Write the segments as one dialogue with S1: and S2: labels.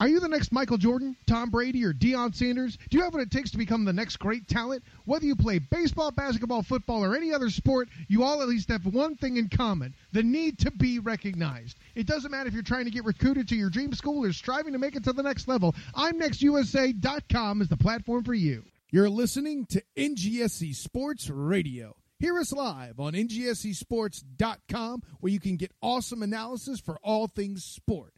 S1: Are you the next Michael Jordan, Tom Brady, or Deion Sanders? Do you have what it takes to become the next great talent? Whether you play baseball, basketball, football, or any other sport, you all at least have one thing in common the need to be recognized. It doesn't matter if you're trying to get recruited to your dream school or striving to make it to the next level. I'mNextUSA.com is the platform for you.
S2: You're listening to NGSC E Sports Radio. Hear us live on E ngscsports.com where you can get awesome analysis for all things sport.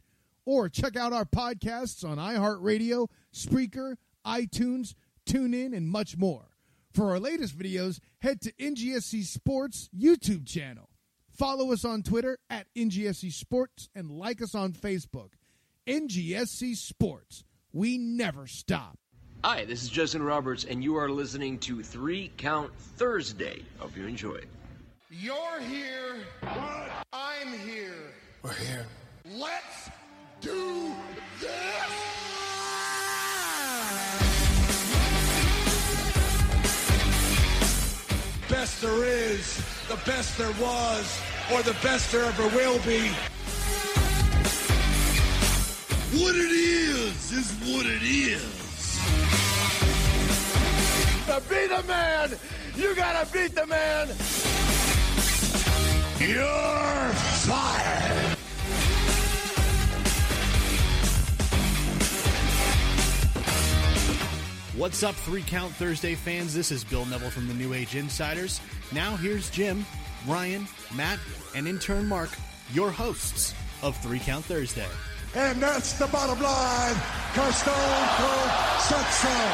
S2: Or check out our podcasts on iHeartRadio, Spreaker, iTunes, TuneIn, and much more. For our latest videos, head to NGSC Sports YouTube channel. Follow us on Twitter at NGSC Sports and like us on Facebook. NGSC Sports. We never stop.
S3: Hi, this is Justin Roberts, and you are listening to Three Count Thursday. Hope you enjoy.
S4: You're here. I'm here.
S5: We're here.
S4: Let's do this!
S5: Best there is, the best there was, or the best there ever will be.
S6: What it is is what it is.
S5: To be the man, you gotta beat the man.
S6: You're fired.
S7: What's up, Three Count Thursday fans? This is Bill Neville from the New Age Insiders. Now, here's Jim, Ryan, Matt, and intern Mark, your hosts of Three Count Thursday.
S5: And that's the bottom line. Carstone Cold said so.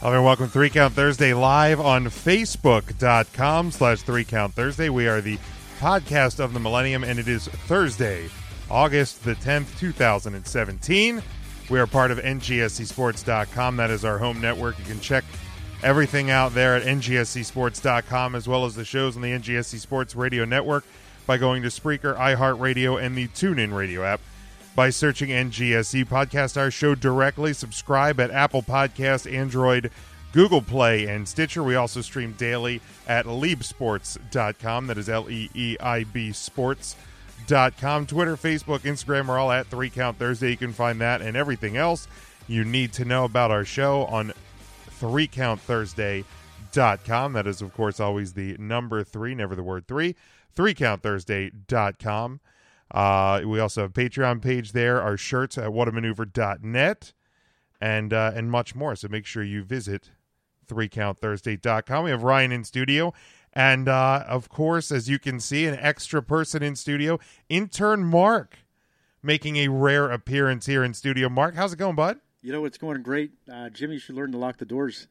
S8: Hello and welcome to Three Count Thursday live on Facebook.com slash Three Count Thursday. We are the podcast of the millennium, and it is Thursday, August the 10th, 2017. We are part of E NGSCSports.com. That is our home network. You can check everything out there at NGSCSports.com as well as the shows on the NGSC E Sports Radio Network by going to Spreaker, iHeartRadio, and the TuneIn Radio app by searching NGSE E Podcast Our Show directly. Subscribe at Apple Podcast, Android, Google Play, and Stitcher. We also stream daily at leebsports.com. That is L E E I B sports.com. Twitter, Facebook, Instagram are all at 3 Count Thursday. You can find that and everything else you need to know about our show on 3 Count Thursday com. That is, of course, always the number three, never the word three. Three countThursday.com. Uh, we also have Patreon page there, our shirts at whatamaneuver.net, and uh, and much more. So make sure you visit threecountThursday.com. We have Ryan in studio, and uh, of course, as you can see, an extra person in studio, intern Mark, making a rare appearance here in studio. Mark, how's it going, bud?
S9: You know, it's going great. Uh, Jimmy should learn to lock the doors.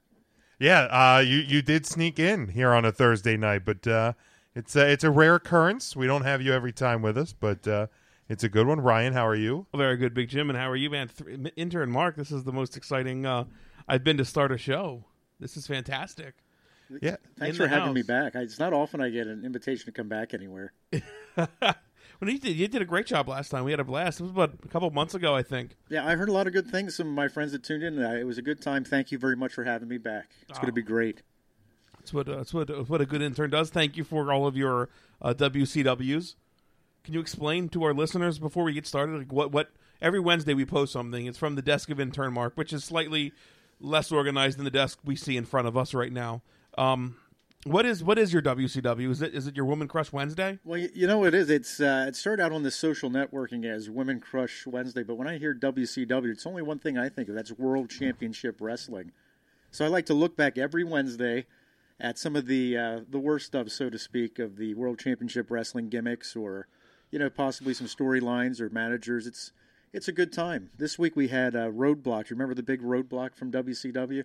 S8: Yeah, uh, you you did sneak in here on a Thursday night, but uh, it's a, it's a rare occurrence. We don't have you every time with us, but uh, it's a good one. Ryan, how are you?
S10: Well, very good, Big Jim. And how are you, man? Th- intern Mark, this is the most exciting uh, I've been to start a show. This is fantastic.
S8: Yeah,
S10: In
S9: Thanks
S10: the
S9: for having me
S10: house.
S9: back. I, it's not often I get an invitation to come back anywhere.
S10: Well, you did, you did a great job last time. We had a blast. It was about a couple months ago, I think.
S9: Yeah, I heard a lot of good things from my friends that tuned in. and I, it was a good time. Thank you very much for having me back. It's
S10: Oh.
S9: going to be great.
S10: That's what uh, that's what that's what a good intern does. Thank you for all of your uh, WCWs. Can you explain to our listeners before we get started like what what every Wednesday we post something? It's from the desk of intern Mark, which is slightly less organized than the desk we see in front of us right now. Um, what is what is your WCW? Is it is it your Woman Crush Wednesday?
S9: Well, you, you know what it is. It's uh, it started out on the social networking as Women Crush Wednesday, but when I hear WCW, it's only one thing I think of. That's World Championship Wrestling. So I like to look back every Wednesday at some of the uh, the worst of, so to speak, of the World Championship Wrestling gimmicks, or you know, possibly some storylines or managers. It's it's a good time. This week we had uh, Roadblock. You remember the big Roadblock from WCW?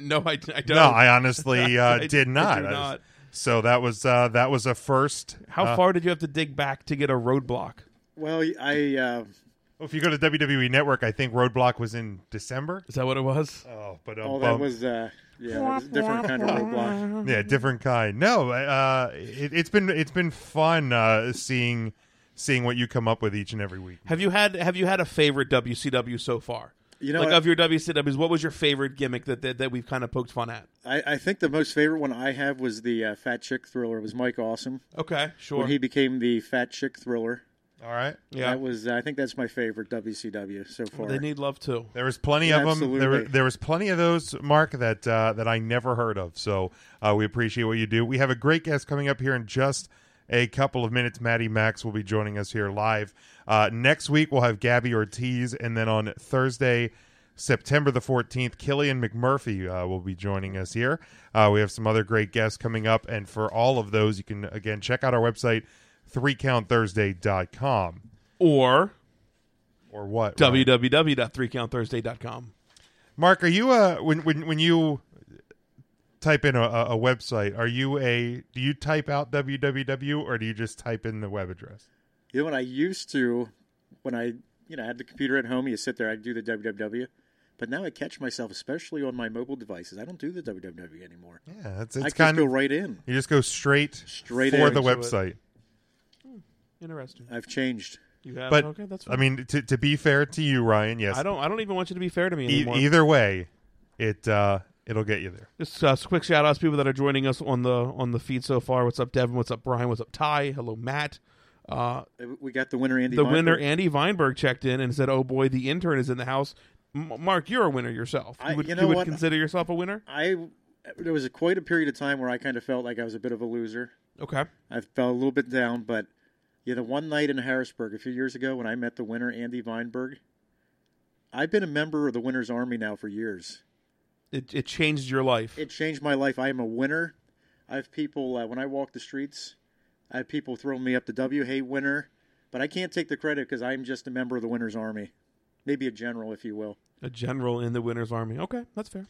S10: no, I, I don't.
S8: No, I honestly uh,
S10: I- I
S8: did
S10: do
S8: not. I was-
S10: not.
S8: so that was uh, that was a first.
S10: How far did you have to dig back to get a roadblock?
S9: Well, I uh,
S8: If you go to WWE Network, I think Roadblock was in December.
S10: Is that what it was?
S8: Oh, but
S9: oh, that was Mhm. uh, yeah, that was a different kind of Roadblock.
S8: yeah, different kind. No, uh, it, it's been it's been fun uh, seeing seeing what you come up with each and every week.
S10: Have you had have you had a favorite WCW so far?
S9: You know,
S10: like
S9: I-
S10: of your WCWs, what was your favorite gimmick that that, that we've kind of poked fun at?
S9: I, I think the most favorite one I have was the uh, Fat Chick Thriller. It was Mike Awesome
S10: Okay, sure.
S9: when he became the Fat Chick Thriller.
S8: All right.
S10: Yeah.
S9: That was I think that's my favorite WCW so far.
S10: They need love too.
S8: There was plenty of them. There, were,
S9: Absolutely.
S8: there was plenty of those, Mark, that uh, that I never heard of. So uh, we appreciate what you do. We have a great guest coming up here in just a couple of minutes. Maddie Max will be joining us here live uh, next week. We'll have Gabby Ortiz, and then on Thursday, September the fourteenth, Killian McMurphy uh, will be joining us here. Uh, we have some other great guests coming up, and for all of those, you can again check out our website, threecountthursday.com.
S10: Or
S8: or what? Ryan?
S10: www.threecountthursday.com.
S8: Mark, are you uh when when when you type in a, a a website, are you a do you type out www or do you just type in the web address?
S9: You know what I used to when I you know I had the computer at home, you sit there, I'd do the www. But now I catch myself, especially on my mobile devices. I don't do the www anymore.
S10: Hmm.
S8: Yeah, that's
S9: I
S8: it's
S9: just
S8: kind
S9: go
S8: of
S9: right in.
S8: you just go straight
S9: Straight
S8: for
S9: in
S8: the
S9: to it.
S8: website.
S10: Interesting.
S9: I've changed.
S10: You have
S8: But
S10: Oh, okay, that's fine.
S8: I mean, to to be fair to you, Ryan, yes,
S10: I don't I don't even want you to be fair to me
S8: e-
S10: anymore.
S8: either way, it uh it'll get you there.
S10: Just uh, quick shout outs to people that are joining us on the on the feed so far. What's up, Devin? What's up, Brian? What's up, Ty? Hello, Matt. Uh,
S9: We got the winner Andy.
S10: the
S9: Weinberg.
S10: winner Andy Weinberg checked in and said, "Oh boy, the intern is in the house." M- Mark, you're a winner yourself.
S9: I-
S10: You would,
S9: you
S10: you
S9: know
S10: would
S9: what?
S10: consider yourself a winner.
S9: I there was a quite a period of time where I kind of felt like I was a bit of a loser.
S10: Okay.
S9: I felt a little bit down, but yeah, the one night in Harrisburg a few years ago when I met the winner Andy Weinberg, I've been a member of the Winners Army now for years.
S10: It it changed your life.
S9: It changed my life. I am a winner. I have people uh, when I walk the streets, I have people throwing me up the W. Hey, winner! But I can't take the credit because I'm just a member of the Winners Army, maybe a general, if you will.
S10: a general in the winner's army. Okay, that's fair.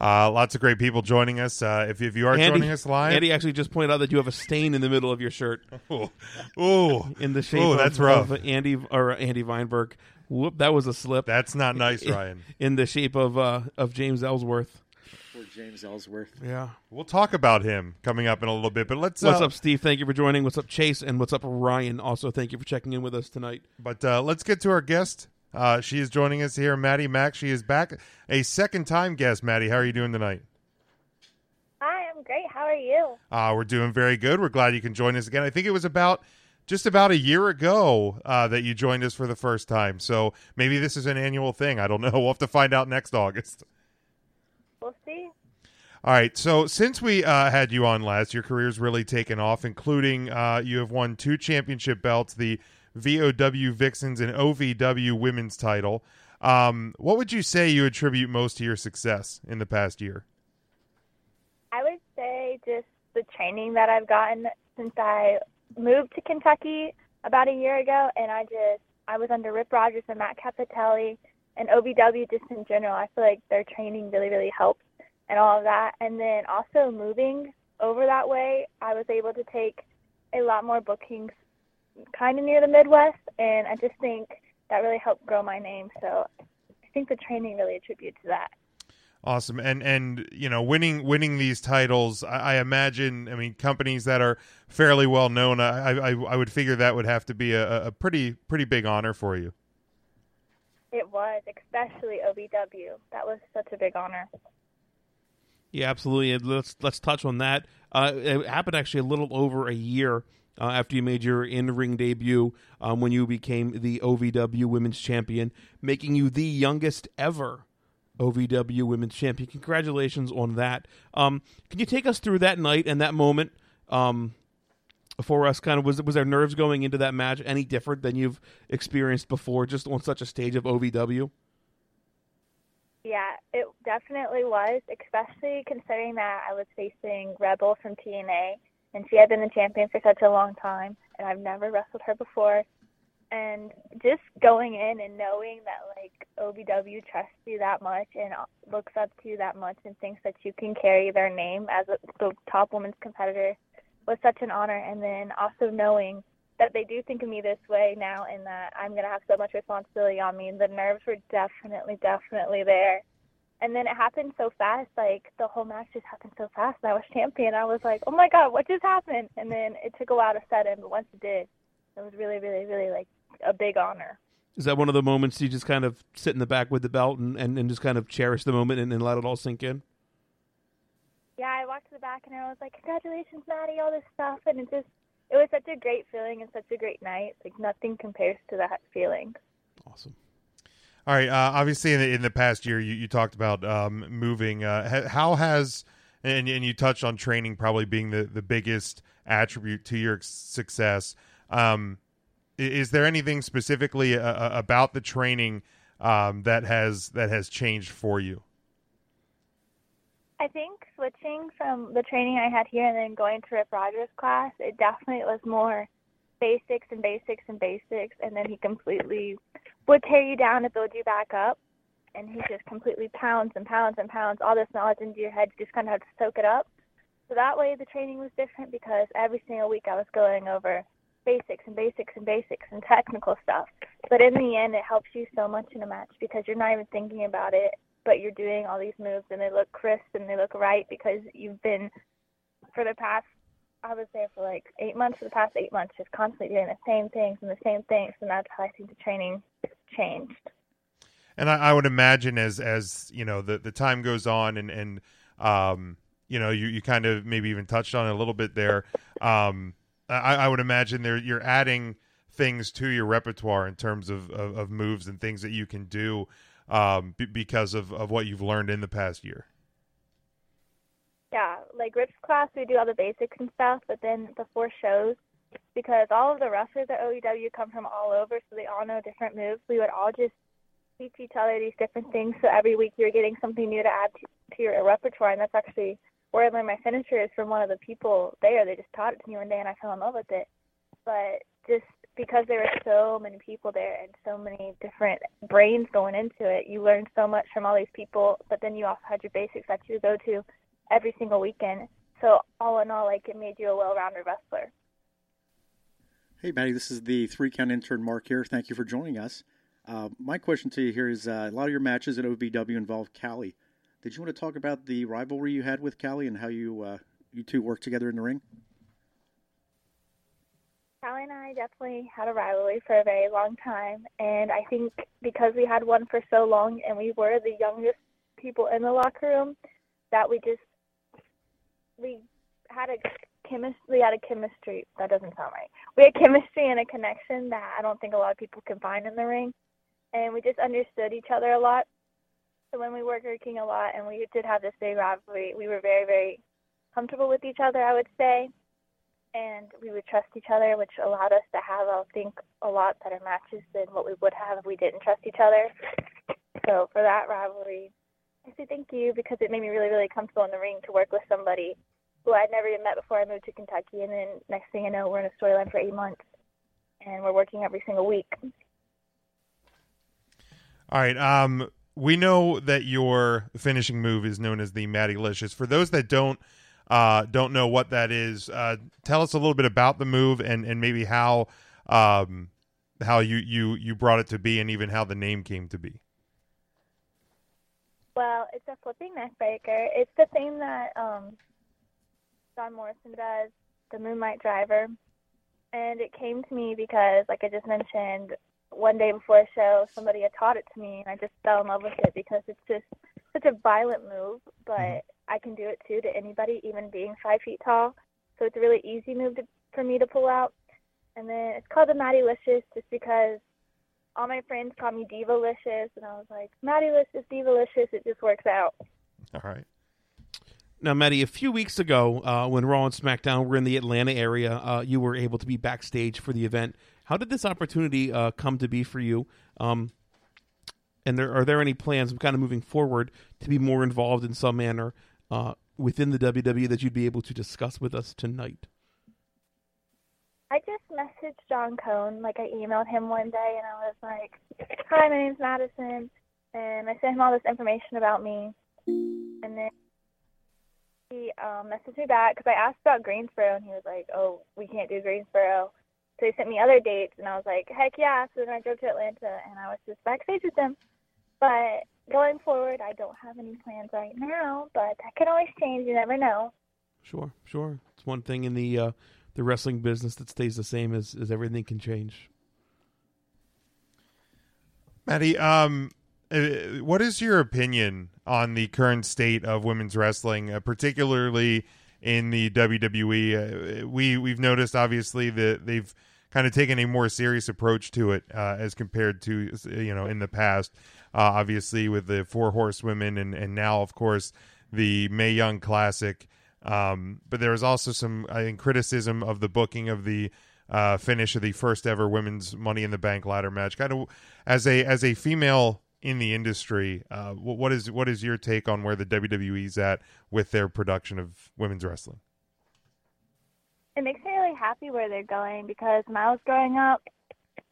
S8: Uh, lots of great people joining us. Uh, if if you are joining us live,
S10: Andy actually just pointed out that you have a stain in the middle of your shirt
S8: oh, oh,
S10: in the shape
S8: oh,
S10: of,
S8: that's rough.
S10: of Andy or Andy Weinberg. Whoop, that was a slip.
S8: that's not nice, Ryan.
S10: in the shape of uh, of James Ellsworth.
S9: Or James Ellsworth.
S10: Yeah.
S8: We'll talk about him coming up in a little bit, but let's
S10: What's
S8: uh,
S10: up, Steve? Thank you for joining. What's up, Chase? And what's up, Ryan? Also, thank you for checking in with us tonight.
S8: But uh, let's get to our guest. Uh, she is joining us here, Maddie Mack. She is back, a second time guest. Maddie, how are you doing tonight?
S11: Hi, I'm great. How are you?
S8: Uh, we're doing very good. We're glad you can join us again. I think it was about just about a year ago uh, that you joined us for the first time. So maybe this is an annual thing. I don't know. We'll have to find out next August.
S11: We'll see.
S8: All right. So since we uh, had you on last, your career's really taken off, including uh, you have won two championship belts, the VOW Vixens and OVW Women's title. Um, what would you say you attribute most to your success in the past year?
S11: I would say just the training that I've gotten since I moved to Kentucky about a year ago, and I just I was under Rip Rogers and Matt Capitelli and OVW just in general. I feel like their training really really helps and all of that. And then also moving over that way, I was able to take a lot more bookings kind of near the Midwest, and I just think that really helped grow my name. So I think the training really attributes to that.
S8: Awesome, and and you know, winning winning these titles, I, I imagine. I mean, companies that are fairly well known, I I, I would figure that would have to be a, a pretty pretty big honor for you.
S11: It was, especially OBW. That was such a big honor.
S10: Yeah, absolutely. And let's let's touch on that. Uh, it happened actually a little over a year uh, after you made your in-ring debut um, when you became the OVW Women's Champion, making you the youngest ever OVW Women's Champion. Congratulations on that. Um, can you take us through that night and that moment? Um, for us, kind of was was our nerves going into that match any different than you've experienced before, just on such a stage of OVW?
S11: Yeah, it definitely was, especially considering that I was facing Rebel from TNA, and she had been the champion for such a long time, and I've never wrestled her before. And just going in and knowing that, like, OBW trusts you that much and looks up to you that much and thinks that you can carry their name as a, the top women's competitor was such an honor. And then also knowing that they do think of me this way now and that I'm going to have so much responsibility on me. The nerves were definitely, definitely there. And then it happened so fast, like the whole match just happened so fast. And I was champion. I was like, oh my God, what just happened? And then it took a while to set in, but once it did, it was really, really, really like a big honor.
S10: Is that one of the moments you just kind of sit in the back with the belt and, and, and just kind of cherish the moment and, and let it all sink in?
S11: Yeah, I walked to the back and I was like, congratulations, Maddie, all this stuff. And it just, it was such a great feeling and such a great night. Like nothing compares to that feeling.
S10: Awesome.
S8: All right. Uh, obviously, in the, in the past year, you, you talked about um, moving. Uh, ha- how has and and you touched on training probably being the the biggest attribute to your success. Um, i- is there anything specifically uh, uh, about the training um, that has that has changed for you?
S11: I think switching from the training I had here and then going to Rip Rogers' class, it definitely was more basics and basics and basics, and then he completely would tear you down to build you back up, and he just completely pounds and pounds and pounds all this knowledge into your head. You just kind of have to soak it up. So that way, the training was different because every single week I was going over basics and basics and basics and technical stuff. But in the end, it helps you so much in a match because you're not even thinking about it, but you're doing all these moves and they look crisp and they look right because you've been for the past. I would say for like eight months, for the past eight months, just constantly doing the same things and the same things, and that's how I think the training changed.
S8: and I, I would imagine as as you know the the time goes on and and um you know you you kind of maybe even touched on it a little bit there um I, I would imagine there you're adding things to your repertoire in terms of of, of moves and things that you can do um b- because of of what you've learned in the past year.
S11: Yeah, like Rip's class, we do all the basics and stuff, but then the four shows, because all of the wrestlers at OEW come from all over, so they all know different moves. We would all just teach each other these different things, so every week you're getting something new to add to, to your repertoire, and that's actually where I learned my finisher is from one of the people there. They just taught it to me one day, and I fell in love with it. But just because there were so many people there and so many different brains going into it, you learned so much from all these people, but then you also had your basics that you go to every single weekend. So all in all, like it made you a well-rounded wrestler.
S9: Hey, Maddie, this is the three count intern Mark here. Thank you for joining us. Uh, my question to you here is uh, a lot of your matches at OVW involve Cali. Did you want to talk about the rivalry you had with Cali and how you uh, you two worked together in the ring?
S11: Callie and I definitely had a rivalry for a very long time, and I think because we had one for so long and we were the youngest people in the locker room, that we just we had a chemistry. We had a chemistry. That doesn't sound right. We had chemistry and a connection that I don't think a lot of people can find in the ring, and we just understood each other a lot. So when we were working a lot, and we did have this big rivalry, we were very very comfortable with each other. I would say and we would trust each other, which allowed us to have, I think, a lot better matches than what we would have if we didn't trust each other. So for that rivalry, I say thank you because it made me really, really comfortable in the ring to work with somebody who I'd never even met before I moved to Kentucky. And then next thing I know, we're in a storyline for eight months, and we're working every single week.
S8: All right. Um, we know that your finishing move is known as the Matty Licious. For those that don't uh, don't know what that is, uh, tell us a little bit about the move and and maybe how um, how you you you brought it to be, and even how the name came to be.
S11: Well, it's a flipping neck breaker. It's the same that um, John Morrison does, the Moonlight Driver. And it came to me because, like I just mentioned, one day before a show, somebody had taught it to me, and I just fell in love with it because it's just such a violent move, but I can do it too to anybody, even being five feet tall. So it's a really easy move to, for me to pull out. And then it's called the Maddie Licious just because all my friends call me Divalicious, and I was like, Maddie Licious, Divalicious, it just works out.
S8: All right.
S10: Now, Maddie, a few weeks ago, uh, when Raw and SmackDown were in the Atlanta area, uh, you were able to be backstage for the event. How did this opportunity uh, come to be for you? Um, and there, are there any plans, kind of moving forward, to be more involved in some manner uh, within the WWE that you'd be able to discuss with us tonight?
S11: I just messaged John Cohn, like I emailed him one day, and I was like, "Hi, my name's Madison," and I sent him all this information about me, and then he um, messaged me back because I asked about Greensboro, and he was like, "Oh, we can't do Greensboro." So he sent me other dates, and I was like, "Heck yeah!" So then I drove to Atlanta, and I was just backstage with him. But going forward, I don't have any plans right now, but that can always change. You never know.
S10: Sure, sure. It's one thing in the uh, the wrestling business that stays the same as, as everything can change.
S8: Maddie, um, uh, what is your opinion on the current state of women's wrestling, uh, particularly in the WWE. Uh, we we've noticed obviously that they've kind of taken a more serious approach to it uh, as compared to you know in the past. Uh, obviously, with the four horsewomen and and now of course the May Young Classic. Um, but there was also some I think criticism of the booking of the uh, finish of the first ever women's Money in the Bank ladder match. Kind of as a as a female in the industry, uh, wh- what is what is your take on where the WWE's at with their production of women's wrestling?
S11: It makes me really happy where they're going because when I was growing up,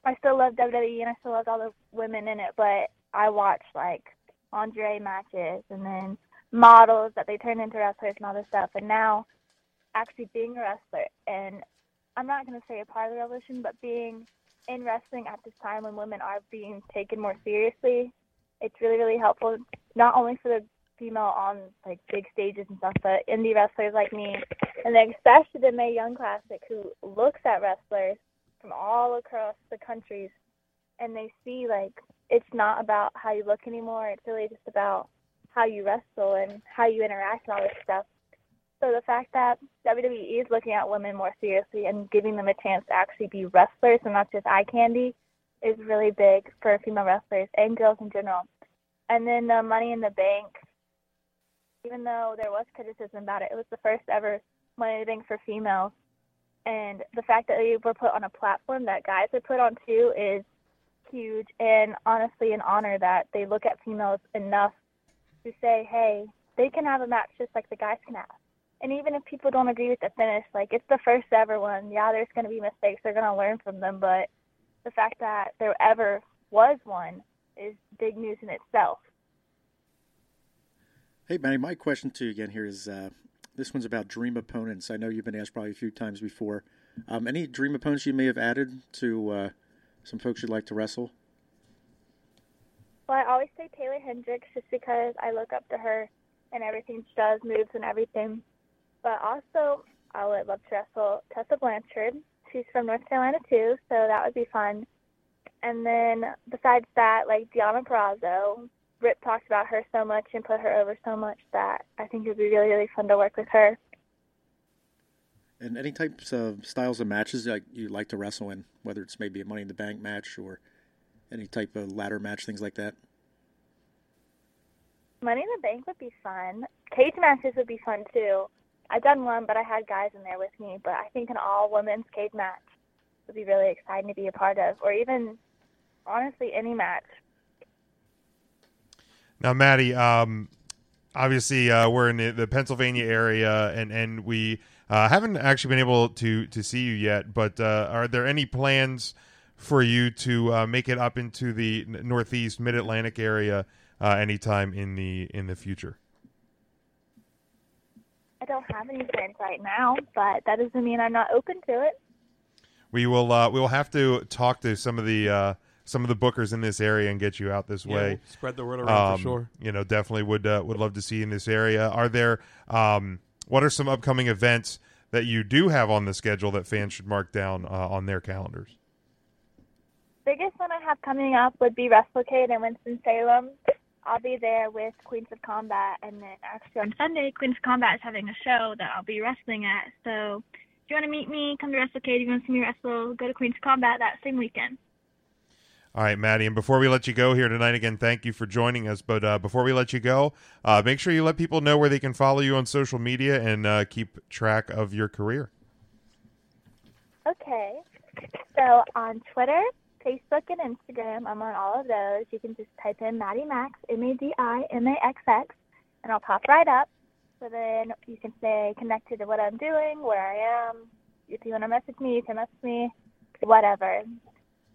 S11: I still loved WWE E and I still loved all the women in it, but I watched like Andre matches and then models that they turned into wrestlers and all this stuff. And now, actually being a wrestler, and I'm not going to say a part of the revolution, but being in wrestling at this time when women are being taken more seriously, it's really, really helpful, not only for the female on like big stages and stuff, but indie wrestlers like me, and then especially the May Young Classic, who looks at wrestlers from all across the countries, and they see like it's not about how you look anymore. It's really just about how you wrestle and how you interact and all this stuff. So the fact that WWE is looking at women more seriously and giving them a chance to actually be wrestlers and not just eye candy is really big for female wrestlers and girls in general. And then the Money in the Bank, even though there was criticism about it, it was the first ever Money in the Bank for females. And the fact that they were put on a platform that guys are put on too is huge and honestly an honor that they look at females enough to say, hey, they can have a match just like the guys can have. And even if people don't agree with the finish, like it's the first ever one. Yeah, there's going to be mistakes. They're going to learn from them. But the fact that there ever was one is big news in itself.
S9: Hey, Manny, my question to you again here is uh, this one's about dream opponents. I know you've been asked probably a few times before. Um, any dream opponents you may have added to uh, some folks you'd like to wrestle?
S11: Well, I always say Taylor Hendricks just because I look up to her and everything she does, moves, and everything. But also, I would love to wrestle Tessa Blanchard. She's from North Carolina too, so that would be fun. And then besides that, like Diana Perazzo, Rip talked about her so much and put her over so much that I think it would be really, really fun to work with her.
S9: And any types of styles of matches that you like to wrestle in, whether it's maybe a Money in the Bank match or any type of ladder match, things like that?
S11: Money in the Bank would be fun. Cage matches would be fun too. I've done one, but I had guys in there with me. But I think an all women's cage match would be really exciting to be a part of, or even honestly any match.
S8: Now, Maddie, um, obviously uh, we're in the, the Pennsylvania area, and and we uh, haven't actually been able to to see you yet. But uh, are there any plans for you to uh, make it up into the n- Northeast Mid Atlantic area uh, anytime in the in the future?
S11: I don't have any plans right now, but that doesn't mean I'm not open to it.
S8: We will uh, we will have to talk to some of the uh, some of the bookers in this area and get you out this
S10: Yeah,
S8: way.
S10: we'll spread the word around for sure.
S8: Um, You know, definitely would uh, would love to see you in this area. Are there um, what are some upcoming events that you do have on the schedule that fans should mark down uh, on their calendars?
S11: Biggest one I have coming up would be WrestleCade in Winston Salem. I'll be there with Queens of Combat, and then actually on Sunday, Queens of Combat is having a show that I'll be wrestling at. So if you want to meet me, come to WrestleCade. If you want to see me wrestle, go to Queens of Combat that same weekend.
S8: All right, Maddie. And before we let you go here tonight, again, thank you for joining us. But uh, before we let you go, uh, make sure you let people know where they can follow you on social media and uh, keep track of your career.
S11: Okay. So on Twitter, Facebook, and Instagram, I'm on all of those. You can just type in Maddie Max, M A D I M A X X, and I'll pop right up. So then you can stay connected to what I'm doing, where I am. If you want to message me, you can message me, whatever.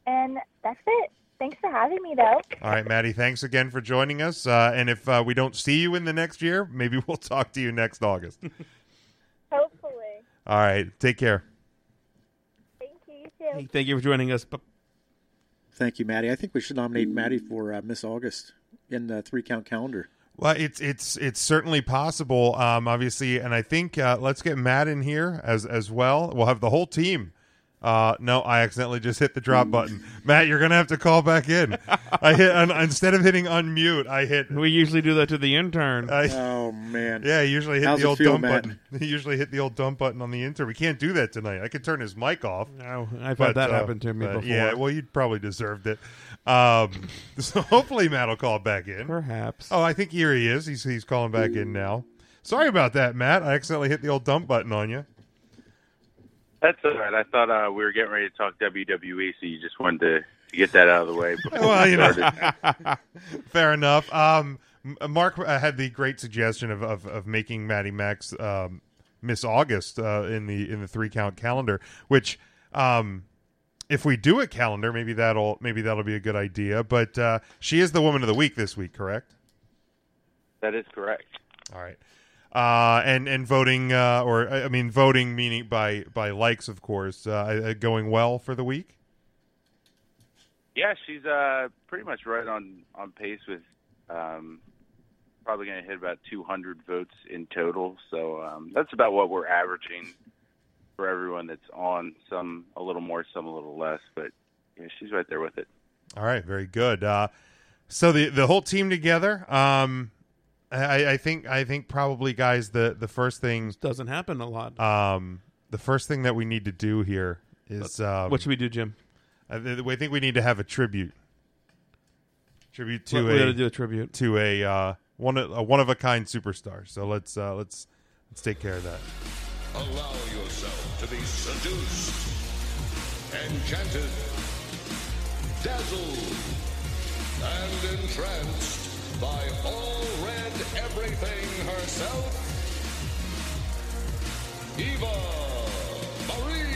S11: And that's it. Thanks for having me, though.
S8: All right, Maddie. Thanks again for joining us. Uh, and if uh, we don't see you in the next year, maybe we'll talk to you next August.
S11: Hopefully.
S8: All right. Take care.
S11: Thank you, you too.
S10: Thank you for joining us.
S9: Thank you, Maddie. I think we should nominate Maddie for uh, Miss August in the three count calendar.
S8: Well, it's it's it's certainly possible, um, obviously, and I think uh, let's get Matt in here as as well. We'll have the whole team Uh, no, I accidentally just hit the
S9: Mm.
S8: drop button. Matt, you're gonna have to call back in. I hit un- instead of hitting unmute, I hit.
S10: We usually do that to the intern.
S8: Uh,
S9: oh man.
S8: Yeah, I usually hit
S9: How's
S8: the
S9: it
S8: old
S9: feel,
S8: dump
S9: Matt?
S8: button. usually hit the old dump button on the intern. We can't do that tonight. I could turn his mic off.
S10: No, I've had that happen to me
S8: but
S10: before.
S8: Yeah, well, you probably deserved it. Um, so hopefully Matt will call back in.
S10: Perhaps.
S8: Oh, I think here he is. He's he's calling back in now. Sorry about that, Matt. I accidentally hit the old dump button on you.
S12: That's all right. I thought uh, we were getting ready to talk WWE, so you just wanted to, to get that out of the way. Before
S8: well,
S12: we
S8: you know,
S12: started.
S8: fair enough. Um, M- Mark uh, had the great suggestion of of, of making Maddie Max um, Miss August uh, in the in the three count calendar, which. Um, if we do a calendar, maybe that'll maybe that'll be a good idea. But uh, she is the woman of the week this week, correct?
S12: that is correct.
S8: All right. Uh, and and voting, uh, or I I mean, voting meaning by by likes, of course, uh, uh, going well for the week.
S12: Yeah, she's uh, pretty much right on on pace with um, probably going to hit about 200 votes in total. So um, that's about what we're averaging for everyone that's on. Some a little more, some a little less, but yeah, she's right there with it.
S8: All right, very good. Uh, so the the whole team together. Um, I, I think I think probably guys the the first thing
S10: doesn't happen a lot.
S8: Um, the first thing that we need to do here is um,
S10: What should we do, Jim?
S8: I, th- I think we need to have a tribute. Tribute to
S10: We- we
S8: a
S10: gotta do a tribute.
S8: to a uh, one a one of a kind superstar. So let's uh, let's let's take care of that.
S4: Allow yourself to be seduced, enchanted, dazzled, and entranced by all red everything herself, Eva Marie.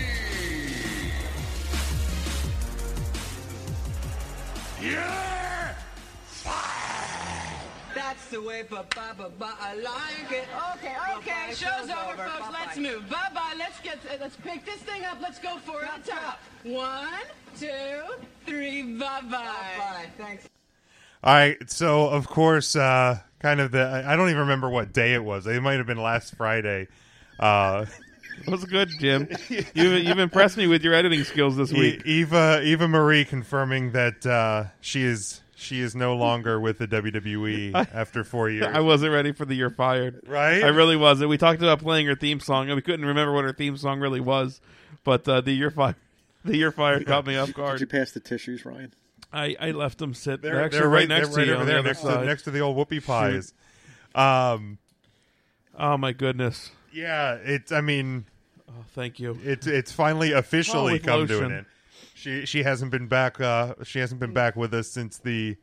S6: Yeah! That's the way, ba ba ba ba. I like it.
S13: Okay, okay,
S6: Bye-bye,
S13: show's over, folks.
S6: Bye-bye.
S13: Let's move. Bye bye. Let's get let's pick this thing up. Let's go for it at the top. One, two, three. Bye bye. Bye bye. Thanks.
S8: All right. So of course, uh, kind of the I I don't even remember what day it was. It might have been last Friday. Uh,
S10: What's good, Jim? You've, you've impressed me with your editing skills this
S8: E-
S10: week.
S8: Eva Eva Marie confirming that uh, she is she is no longer with the WWE after four years.
S10: I wasn't ready for the "You're Fired."
S8: Right?
S10: I really wasn't. We talked about playing her theme song, and we couldn't remember what her theme song really was. But uh, the "You're Fired," the "You're Fired" caught me off
S9: Did you
S10: guard.
S9: pass the tissues, Ryan?
S10: I, I left them sit. They're,
S8: They're-
S10: actually
S8: they're
S10: right,
S8: right-
S10: next
S8: they're right
S10: to you
S8: over
S10: on
S8: there
S10: the other
S8: next to-
S10: side.
S8: next to the old whoopie pies. Um,
S10: oh my goodness!
S8: Yeah, it's. I mean,
S10: oh, thank you.
S8: It's it's finally officially
S10: Oh, with
S8: come to
S10: lotion.
S8: an end. She she hasn't been back. Uh, she hasn't been back with us since the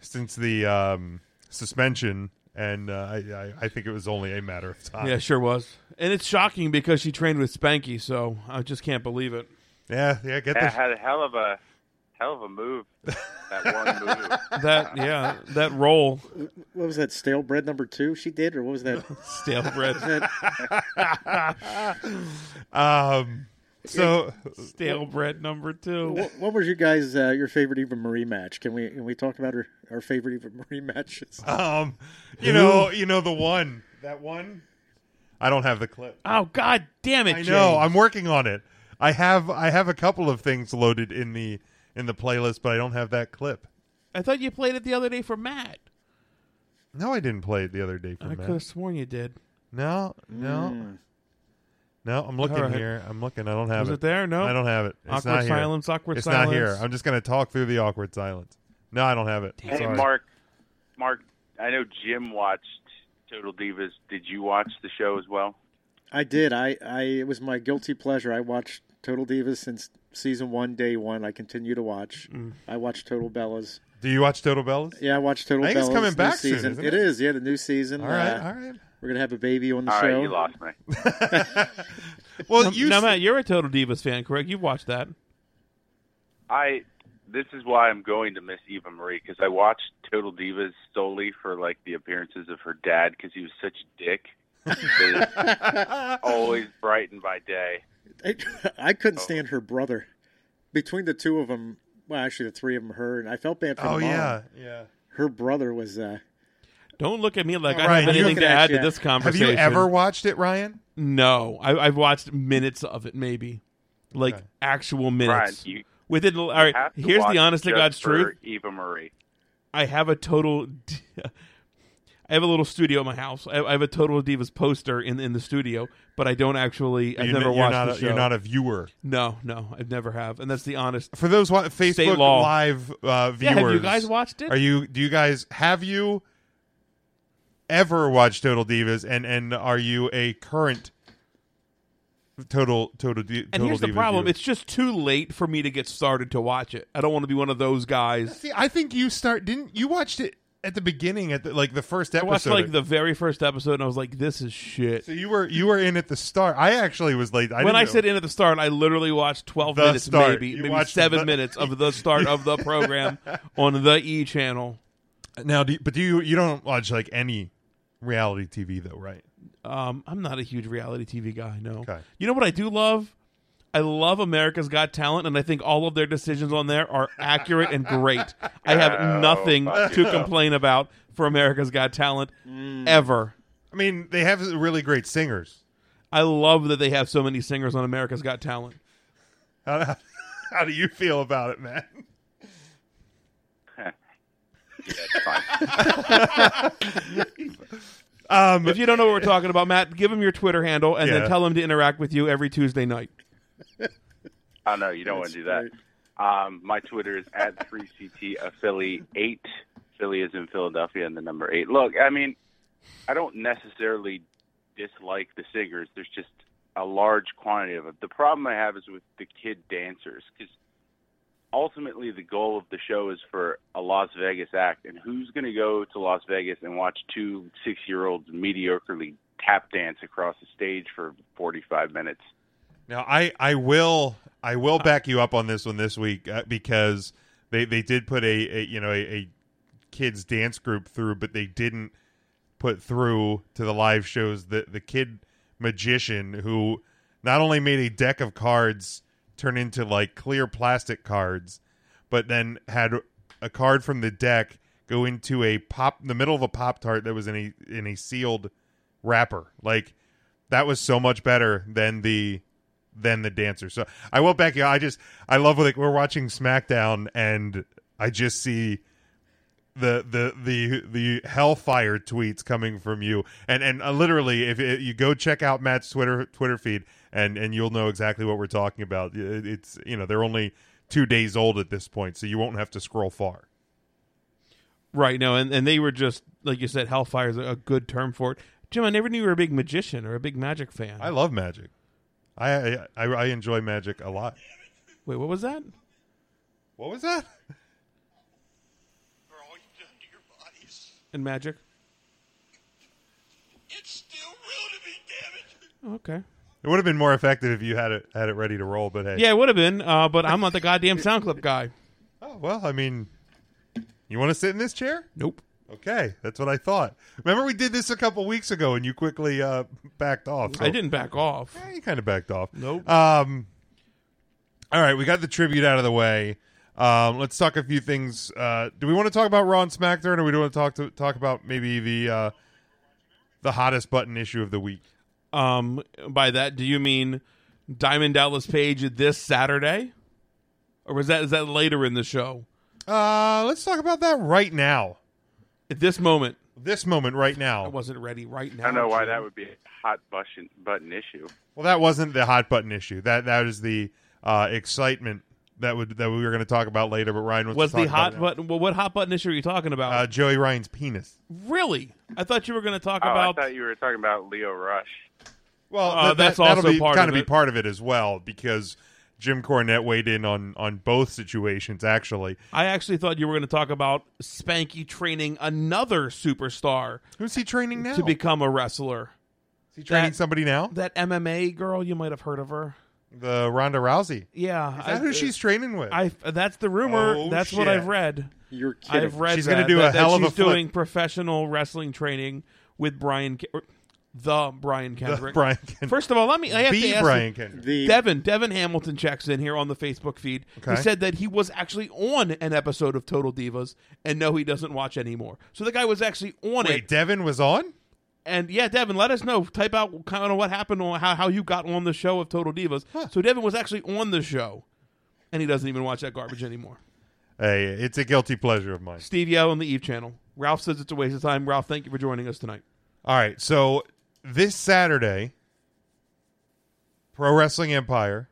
S8: since the um, suspension, and uh, I, I I think it was only a matter of time.
S10: Yeah, sure was, and it's shocking because she trained with Spanky, so I just can't believe it.
S8: Yeah, yeah, get
S12: yeah, had a hell of a hell of a move. that one move.
S10: that yeah that roll.
S9: What was that stale bread number two she did, or what was that
S10: stale bread?
S8: um, so
S10: stale bread number two.
S9: What, what was your guys' uh, your favorite Eva Marie match? Can we can we talk about her our favorite Eva Marie matches?
S8: Um, you know, you know the one that one. I don't have the clip.
S10: Oh God damn it!
S8: I know.
S10: James.
S8: I'm working on it. I have I have a couple of things loaded in the in the playlist, but I don't have that clip.
S10: I thought you played it the other day for Matt.
S8: No, I didn't play it the other day for
S10: I
S8: Matt.
S10: could have sworn you did.
S8: No, no. No, I'm looking
S10: All right.
S8: here. I'm looking. I don't have
S10: Was
S8: it.
S10: it there? No?
S8: I don't have it. It's
S10: Awkward
S8: not here.
S10: silence, awkward
S8: it's not here.
S10: silence.
S8: I'm just gonna talk through the awkward silence. No, I don't have it.
S12: Hey,
S8: Sorry.
S12: Mark. Mark, I know Jim watched Total Divas. Did you watch the show as well?
S9: I did. I, I it was my guilty pleasure. I watched Total Divas since season one, day one. I continue to watch.
S8: Mm.
S9: I watched Total Bellas.
S8: Do you watch Total Bellas?
S9: Yeah, I watched Total
S8: I think
S9: Bellas.
S8: it's coming
S9: new
S8: back soon,
S9: season.
S8: isn't
S9: it
S8: it?
S9: is. Yeah, the new season.
S8: All right,
S9: Uh,
S8: all right.
S9: We're gonna have a baby on the
S12: All right,
S9: show.
S12: you lost me.
S10: Well, you now Matt, you're a total Divas fan, correct? You've watched that.
S12: I this is why I'm going to miss Eva Marie because I watched Total Divas solely for like the appearances of her dad because he was such a dick. That it always brightened my day.
S9: I, I couldn't
S12: Oh.
S9: stand her brother. Between the two of them, well, actually the three of them, her and I felt bad for.
S8: Oh,
S9: mom.
S8: yeah, yeah.
S9: Her brother was. Uh,
S10: Don't look at me like
S9: All right,
S10: I have
S9: I'm
S10: anything
S9: looking
S10: to
S9: at
S10: add
S9: you.
S10: to this
S9: Have you
S10: conversation.
S8: ever watched it, Ryan?
S10: No, I, I've watched minutes of it, maybe. like actual minutes.
S12: Brian, you-
S10: Within all right,
S12: have to
S10: here's
S12: watch
S10: the honest to
S12: just
S10: God's
S12: for
S10: truth.
S12: Eva Marie.
S10: I have a total. I have a little studio in my house. I I have a Total Divas poster in in the studio, but I don't actually. I've
S8: You're
S10: never
S8: n- you're
S10: watched
S8: not
S10: the
S8: a-
S10: show.
S8: you're not a viewer.
S10: No, no, I've never have, and that's the honest.
S8: For those wa-
S10: state
S8: Facebook
S10: law.
S8: Live uh,
S10: Yeah,
S8: viewers,
S10: have you guys watched it?
S8: Are you? Do you guys have you ever watched Total Divas? And and are you a current total total? Di-
S10: And
S8: Total
S10: here's the
S8: Divas
S10: problem:
S8: viewer?
S10: it's just too late for me to get started to watch it. I don't want to be one of those guys.
S8: See, I think you start didn't you watched it at the beginning at the, like the first
S10: I
S8: episode.
S10: watched like the very first episode, and I was like, "This is shit."
S8: so you were you were in at the start. I actually was late. I
S10: when
S8: didn't
S10: I
S8: know.
S10: said in at the start, I literally watched twelve
S8: The
S10: minutes,
S8: start.
S10: maybe
S8: You
S10: maybe
S8: watched
S10: seven
S8: the-
S10: minutes of the start of the program on the E channel.
S8: now, do you, but do you you don't watch like any reality TV though, right?
S10: Um, I'm not a huge reality TV guy. No. You know what I do love? I love America's Got Talent, and I think all of their decisions on there are accurate and great. I
S8: Oh,
S10: have nothing
S8: fuck
S10: to
S8: yeah.
S10: complain about for America's Got Talent ever.
S8: I mean, they have really great singers.
S10: I love that they have so many singers on America's Got Talent.
S8: How, how do you feel about it, man? um,
S10: if you don't know what we're talking about, Matt, give him your Twitter handle and
S12: Yeah.
S10: then tell him to interact with you every Tuesday night.
S12: Oh no, you don't want to do that. Um, my Twitter is at three CT Philly eight. Philly is in Philadelphia, and the number eight. Look, I mean, I don't necessarily dislike the singers. There's just a large quantity of it. The problem I have is with the kid dancers because ultimately the goal of the show is for a Las Vegas act, and who's going to go to Las Vegas and watch two six-year-olds mediocrely tap dance across the stage for 45 minutes?
S8: Now I I will I will back you up on this one this week uh, because they they did put a, a you know a, a kids dance group through, but they didn't put through to the live shows the the kid magician who not only made a deck of cards turn into like clear plastic cards, but then had a card from the deck go into a pop the middle of a pop tart that was in a in a sealed wrapper like that was so much better than the than the dancer. So I will back you. I just I love like we're watching SmackDown and I just see the the the the hellfire tweets coming from you and and uh, literally if it, you go check out Matt's Twitter Twitter feed and and you'll know exactly what we're talking about. It- It's you know they're only two days old at this point, so you won't have to scroll far.
S10: Right, no, and, and they were just, like you said, Hellfire is a a good term for it. Jim, I never knew you were a big magician or a big magic fan.
S8: I love magic. I I, I enjoy magic a lot.
S10: Wait, what was that?
S8: What was that?
S10: In magic? Oh, Okay.
S8: It would have been more effective if you had it had it ready to roll, but hey.
S10: Yeah, it would have been, uh, but I'm not the goddamn sound clip guy.
S8: Oh, well, I mean, you want to sit in this chair?
S10: Nope.
S8: Okay, that's what I thought. Remember, we did this a couple weeks ago, and you quickly uh, backed off.
S10: I didn't back off.
S8: Yeah, you kind of backed off.
S10: Nope.
S8: Um. All right, we got the tribute out of the way. Um, let's talk a few things. Uh, do we want to talk about Raw and SmackDown, or we do want to talk to talk about maybe the uh, the hottest button issue of the week?
S10: Um, by that, do you mean Diamond Dallas Page this Saturday, or was that is that later in the show?
S8: Uh, let's talk about that right now.
S10: At this moment.
S8: This moment right now.
S10: I wasn't ready right now.
S12: I don't know why
S10: Jim.
S12: that would be a hot button button issue.
S8: Well, that wasn't the hot button issue. That that is the uh, excitement that would that we were going to talk about later. But Ryan wants
S10: was
S8: to talk
S10: the hot
S8: about it
S10: button. Well, what hot button issue are you talking about?
S8: now. uh, Joey Ryan's penis.
S10: really? I thought you were going to talk
S12: Oh,
S10: about.
S12: I thought you were talking about Leo Rush.
S8: Well,
S10: Uh, that's
S8: that'll
S10: also
S8: be,
S10: part
S8: kinda
S10: of
S8: be
S10: it.
S8: part of it as well because Jim Cornette weighed in on on both situations actually.
S10: I actually thought you were going to talk about Spanky training another superstar.
S8: Who's he training now?
S10: to become a wrestler?
S8: Is he training somebody now?
S10: That MMA girl, you might have heard of her.
S8: The Ronda Rousey.
S10: Yeah,
S8: Is that who she's training with?
S10: I that's the rumor.
S8: Oh,
S10: that's what
S8: shit.
S10: I've read.
S8: You're kidding.
S10: I've read
S8: She's
S10: going
S8: gonna
S10: to
S8: do a
S10: that,
S8: hell of
S10: that
S8: a
S10: she's
S8: flip.
S10: doing professional wrestling training with Brian, Ke- or the Brian Kendrick.
S8: Brian Kendrick.
S10: First of all, let me. I have
S8: The
S10: to ask
S8: Brian
S10: you-
S8: Kendrick.
S9: The-
S10: Devin Devin Hamilton checks in here on the Facebook feed. He
S8: Okay.
S10: said that he was actually on an episode of Total Divas, and no, he doesn't watch anymore. So the guy was actually on
S8: Wait,
S10: it.
S8: Devin was on?
S10: And yeah, Devin, let us know. Type out kind of what happened on how, how you got on the show of Total Divas. So Devin was actually on the show, and he doesn't even watch that garbage anymore.
S8: Hey, it's a guilty pleasure of mine.
S10: Steve Yo on the Eve channel. Ralph says it's a waste of time. Ralph, thank you for joining us tonight.
S8: All right, so this Saturday, Pro Wrestling Empire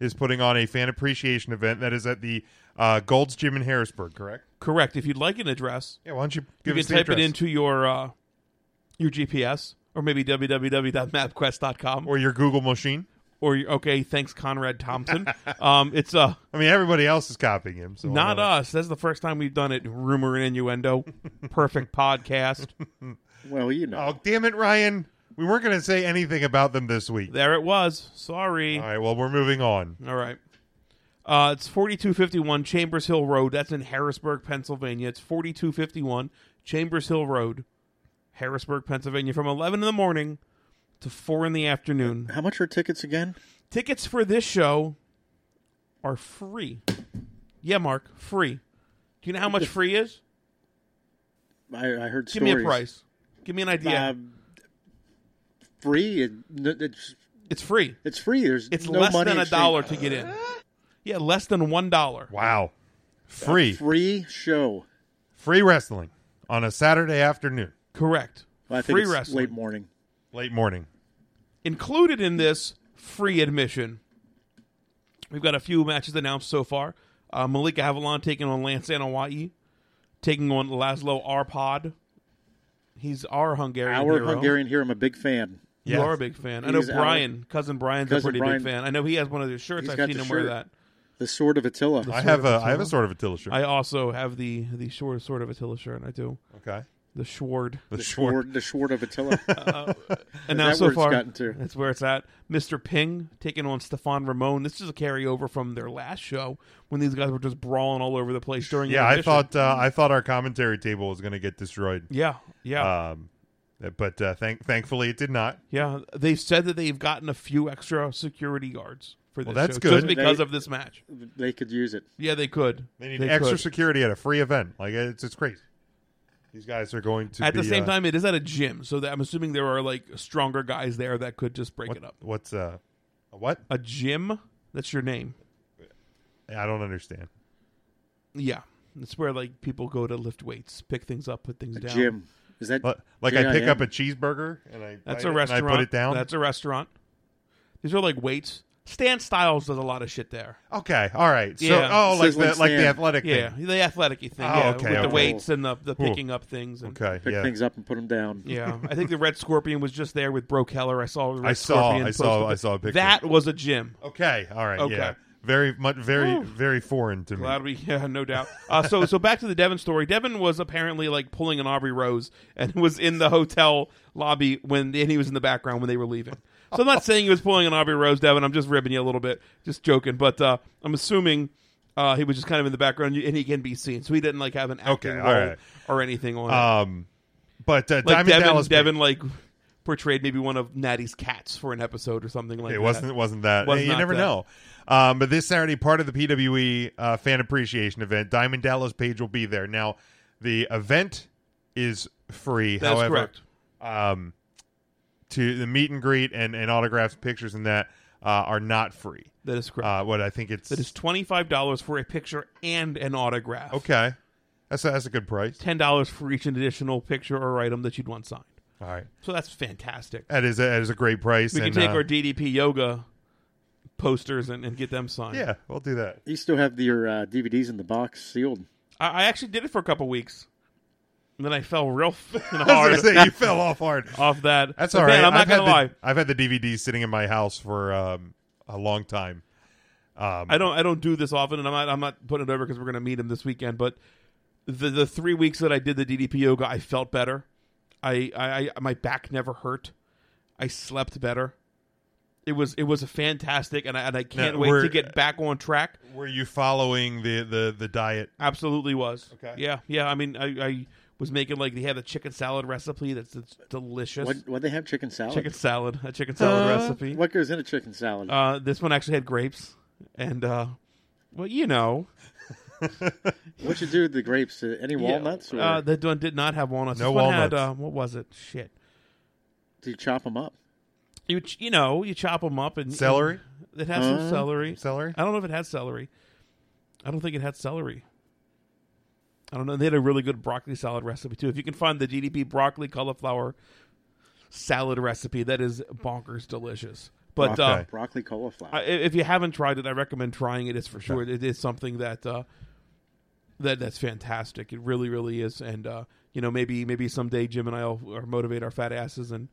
S8: is putting on a fan appreciation event that is at the uh, Gold's Gym in Harrisburg, correct?
S10: Correct. If you'd like an address,
S8: yeah, why don't you
S10: you
S8: give
S10: can
S8: us the
S10: type it
S8: address.
S10: into your uh, your GPS or maybe www.mapquest.com
S8: or your Google machine.
S10: Or your, okay, thanks Conrad Thompson. um, it's uh,
S8: I mean everybody else is copying him. So I
S10: not
S8: don't know.
S10: us. That's the first time we've done it. Rumor and innuendo. Perfect podcast.
S9: Well, you know.
S8: Oh, damn it, Ryan. We weren't going to say anything about them this week.
S10: There it was. Sorry.
S8: All right, well, we're moving on.
S10: All right. Uh, it's 4251 Chambers Hill Road. That's in Harrisburg, Pennsylvania. It's 4251 Chambers Hill Road, Harrisburg, Pennsylvania, from 11 in the morning to 4 in the afternoon.
S9: How much are tickets again?
S10: Tickets for this show are free. Yeah, Mark, free. Do you know how much free is?
S9: I, I heard
S10: Give me a
S9: stories.
S10: price. Give me an idea.
S9: Um, free. It, n- it's,
S10: it's free.
S9: It's free. There's
S10: it's
S9: no
S10: less
S9: money Uh.
S10: than a
S9: exchange.
S10: dollar to get in. Yeah, less than one dollar.
S8: Wow.
S9: A
S8: Free.
S9: free show.
S8: Free wrestling on a Saturday afternoon.
S10: Correct.
S9: Well, I think
S10: free
S9: it's
S10: wrestling.
S9: late morning.
S8: Late morning.
S10: Included in this free admission, we've got a few matches announced so far. Uh, Malika Avalon taking on Lance Anawai, taking on Laszlo Arpad. He's our Hungarian
S9: Our
S10: hero.
S9: Hungarian here. I'm a big fan.
S10: You are a big fan. I know
S9: He's our-
S10: Brian, cousin Brian's
S9: Cousin
S10: a pretty
S9: Brian.
S10: big fan. I know he has one of his shirts.
S9: He's
S10: I've
S9: got
S10: seen
S9: the
S10: him wear
S9: shirt.
S10: that.
S9: The sword of Attila.
S8: I have a I have a sort of Attila shirt.
S10: I also have the the short sword of Attila shirt. I do.
S8: Okay.
S10: The sword.
S9: The The sword. sword- the sword of Attila.
S10: Uh,
S9: Is
S10: and now
S9: that
S10: so
S9: where it's
S10: far,
S9: gotten to?
S10: that's where it's at. Mr. Ping taking on Stefan Ramon. This is a carryover from their last show when these guys were just brawling all over the place during.
S8: Yeah, I
S10: intermission.
S8: thought uh, I thought our commentary table was going to get destroyed.
S10: Yeah, yeah.
S8: Um, but uh, thank thankfully it did not.
S10: Yeah, they've said that they've gotten a few extra security guards for
S8: Well,
S10: this.
S8: that's
S10: show,
S8: good.
S10: just because
S8: They-
S10: of this match.
S9: They could use it.
S10: Yeah, they could.
S8: They need extra security at a free event. Like it's it's crazy. These guys are going to
S10: At the
S8: be,
S10: same
S8: uh,
S10: time, it is at a gym, so that I'm assuming there are like stronger guys there that could just break it up.
S8: What's uh, a what?
S10: A gym? That's your name.
S8: I don't understand.
S10: Yeah, it's where like people go to lift weights, pick things up, put things
S8: A
S10: down.
S8: gym. Is that Li- like I pick JIM? up a cheeseburger and I-
S10: that's
S8: I-
S10: a
S8: and I put
S10: restaurant.
S8: it down?
S10: That's a restaurant. These are like weights. Stan Styles does a lot of shit there.
S8: Okay, all right. So
S10: Yeah.
S8: oh, like the like the athletic
S10: yeah,
S8: thing.
S10: the athletic thing.
S8: Oh,
S10: yeah,
S8: okay,
S10: with the
S8: okay.
S10: weights and the, the
S8: Cool.
S10: picking up things. And,
S8: Okay,
S9: Pick
S8: yeah.
S9: things up and put them down.
S10: Yeah, I think the Red Scorpion was just there with Bro Keller. I saw. Red
S8: I saw-
S10: Scorpion
S8: I saw-
S10: posted-
S8: I saw a picture.
S10: That was a gym.
S8: Okay, all right.
S10: Okay.
S8: Yeah. Very much very
S10: Whew.
S8: very foreign to me.
S10: Glad we, yeah, no doubt. Uh, so, so back to the Devon story. Devon was apparently like pulling an Aubrey Rose and was in the hotel lobby when, and he was in the background when they were leaving. So I'm not saying he was pulling an Aubrey Rose, Devon. I'm just ribbing you a little bit, just joking. But uh, I'm assuming uh, he was just kind of in the background and he can be seen, so he didn't like have an acting
S8: Okay,
S10: role
S8: all right.
S10: or anything on it.
S8: Um but uh,
S10: Like
S8: Diamond
S10: Devin,
S8: Dallas Page-
S10: Devin like portrayed maybe one of Natty's cats for an episode or something like
S8: it
S10: that.
S8: wasn't it wasn't that. Eh,
S10: Was
S8: you
S10: not
S8: never
S10: that.
S8: know. Um, but this Saturday, part of the PWE uh, fan appreciation event, Diamond Dallas Page will be there. Now, the event is free.
S10: That's
S8: However,
S10: correct.
S8: Um, to the meet and greet and, and autographs, pictures, and that uh, are not free.
S10: That is correct.
S8: Uh, what I think it's
S10: That is twenty five dollars for a picture and an autograph.
S8: okay. That's a, that's a good price.
S10: ten dollars for each additional picture or item that you'd want signed.
S8: All right.
S10: So that's fantastic.
S8: That is a, that is a great price.
S10: we can
S8: and,
S10: take
S8: uh,
S10: our DDP yoga posters and, and get them signed.
S8: yeah, we'll do that.
S9: You still have your uh, DVDs in the box sealed.
S10: I, I actually did it for a couple weeks. And then I fell real f-
S8: I
S10: hard.
S8: was gonna say, you fell off hard.
S10: Off that.
S8: That's
S10: But
S8: all right.
S10: Man, I'm not
S8: I've had
S10: gonna
S8: the-
S10: lie.
S8: I've had the DVD sitting in my house for um, a long time. Um,
S10: I don't I don't do this often, and I'm not I'm not putting it over because we're going to meet him this weekend. But the the three weeks that I did the DDP yoga, I felt better. I I, I my back never hurt. I slept better. It was it was fantastic, and I and I can't
S8: Now,
S10: wait
S8: were-
S10: to get back on track.
S8: Were you following the the the diet?
S10: Absolutely was.
S8: Okay.
S10: Yeah, yeah. I mean, I. I was making like they had a chicken salad recipe that's, that's delicious.
S9: What? What they have? Chicken salad.
S10: Chicken salad, a chicken salad
S9: Huh?
S10: recipe.
S9: What goes in a chicken salad?
S10: Uh, this one actually had grapes, and uh, well, you know,
S9: what you do with the grapes? Uh, Any
S10: Yeah,
S9: walnuts? Or...
S10: Uh, that one did not have walnuts.
S8: No
S10: this one Had,
S8: walnuts.
S10: uh, what was it? Shit.
S9: Do you chop them up?
S10: You ch- you know you chop them up and
S8: Celery?
S10: It has
S9: Uh,
S10: some celery.
S8: Celery.
S10: I don't know if it has celery. I don't think it had celery. I don't know. They had a really good broccoli salad recipe too. If you can find the GDP broccoli cauliflower salad recipe, that is bonkers delicious. But uh,
S9: broccoli cauliflower.
S10: I, i- if you haven't tried it, I recommend trying it. It's for sure. It is something that uh, that that's fantastic. It really, really is. And uh, you know, maybe maybe someday Jim and I will or motivate our fat asses, and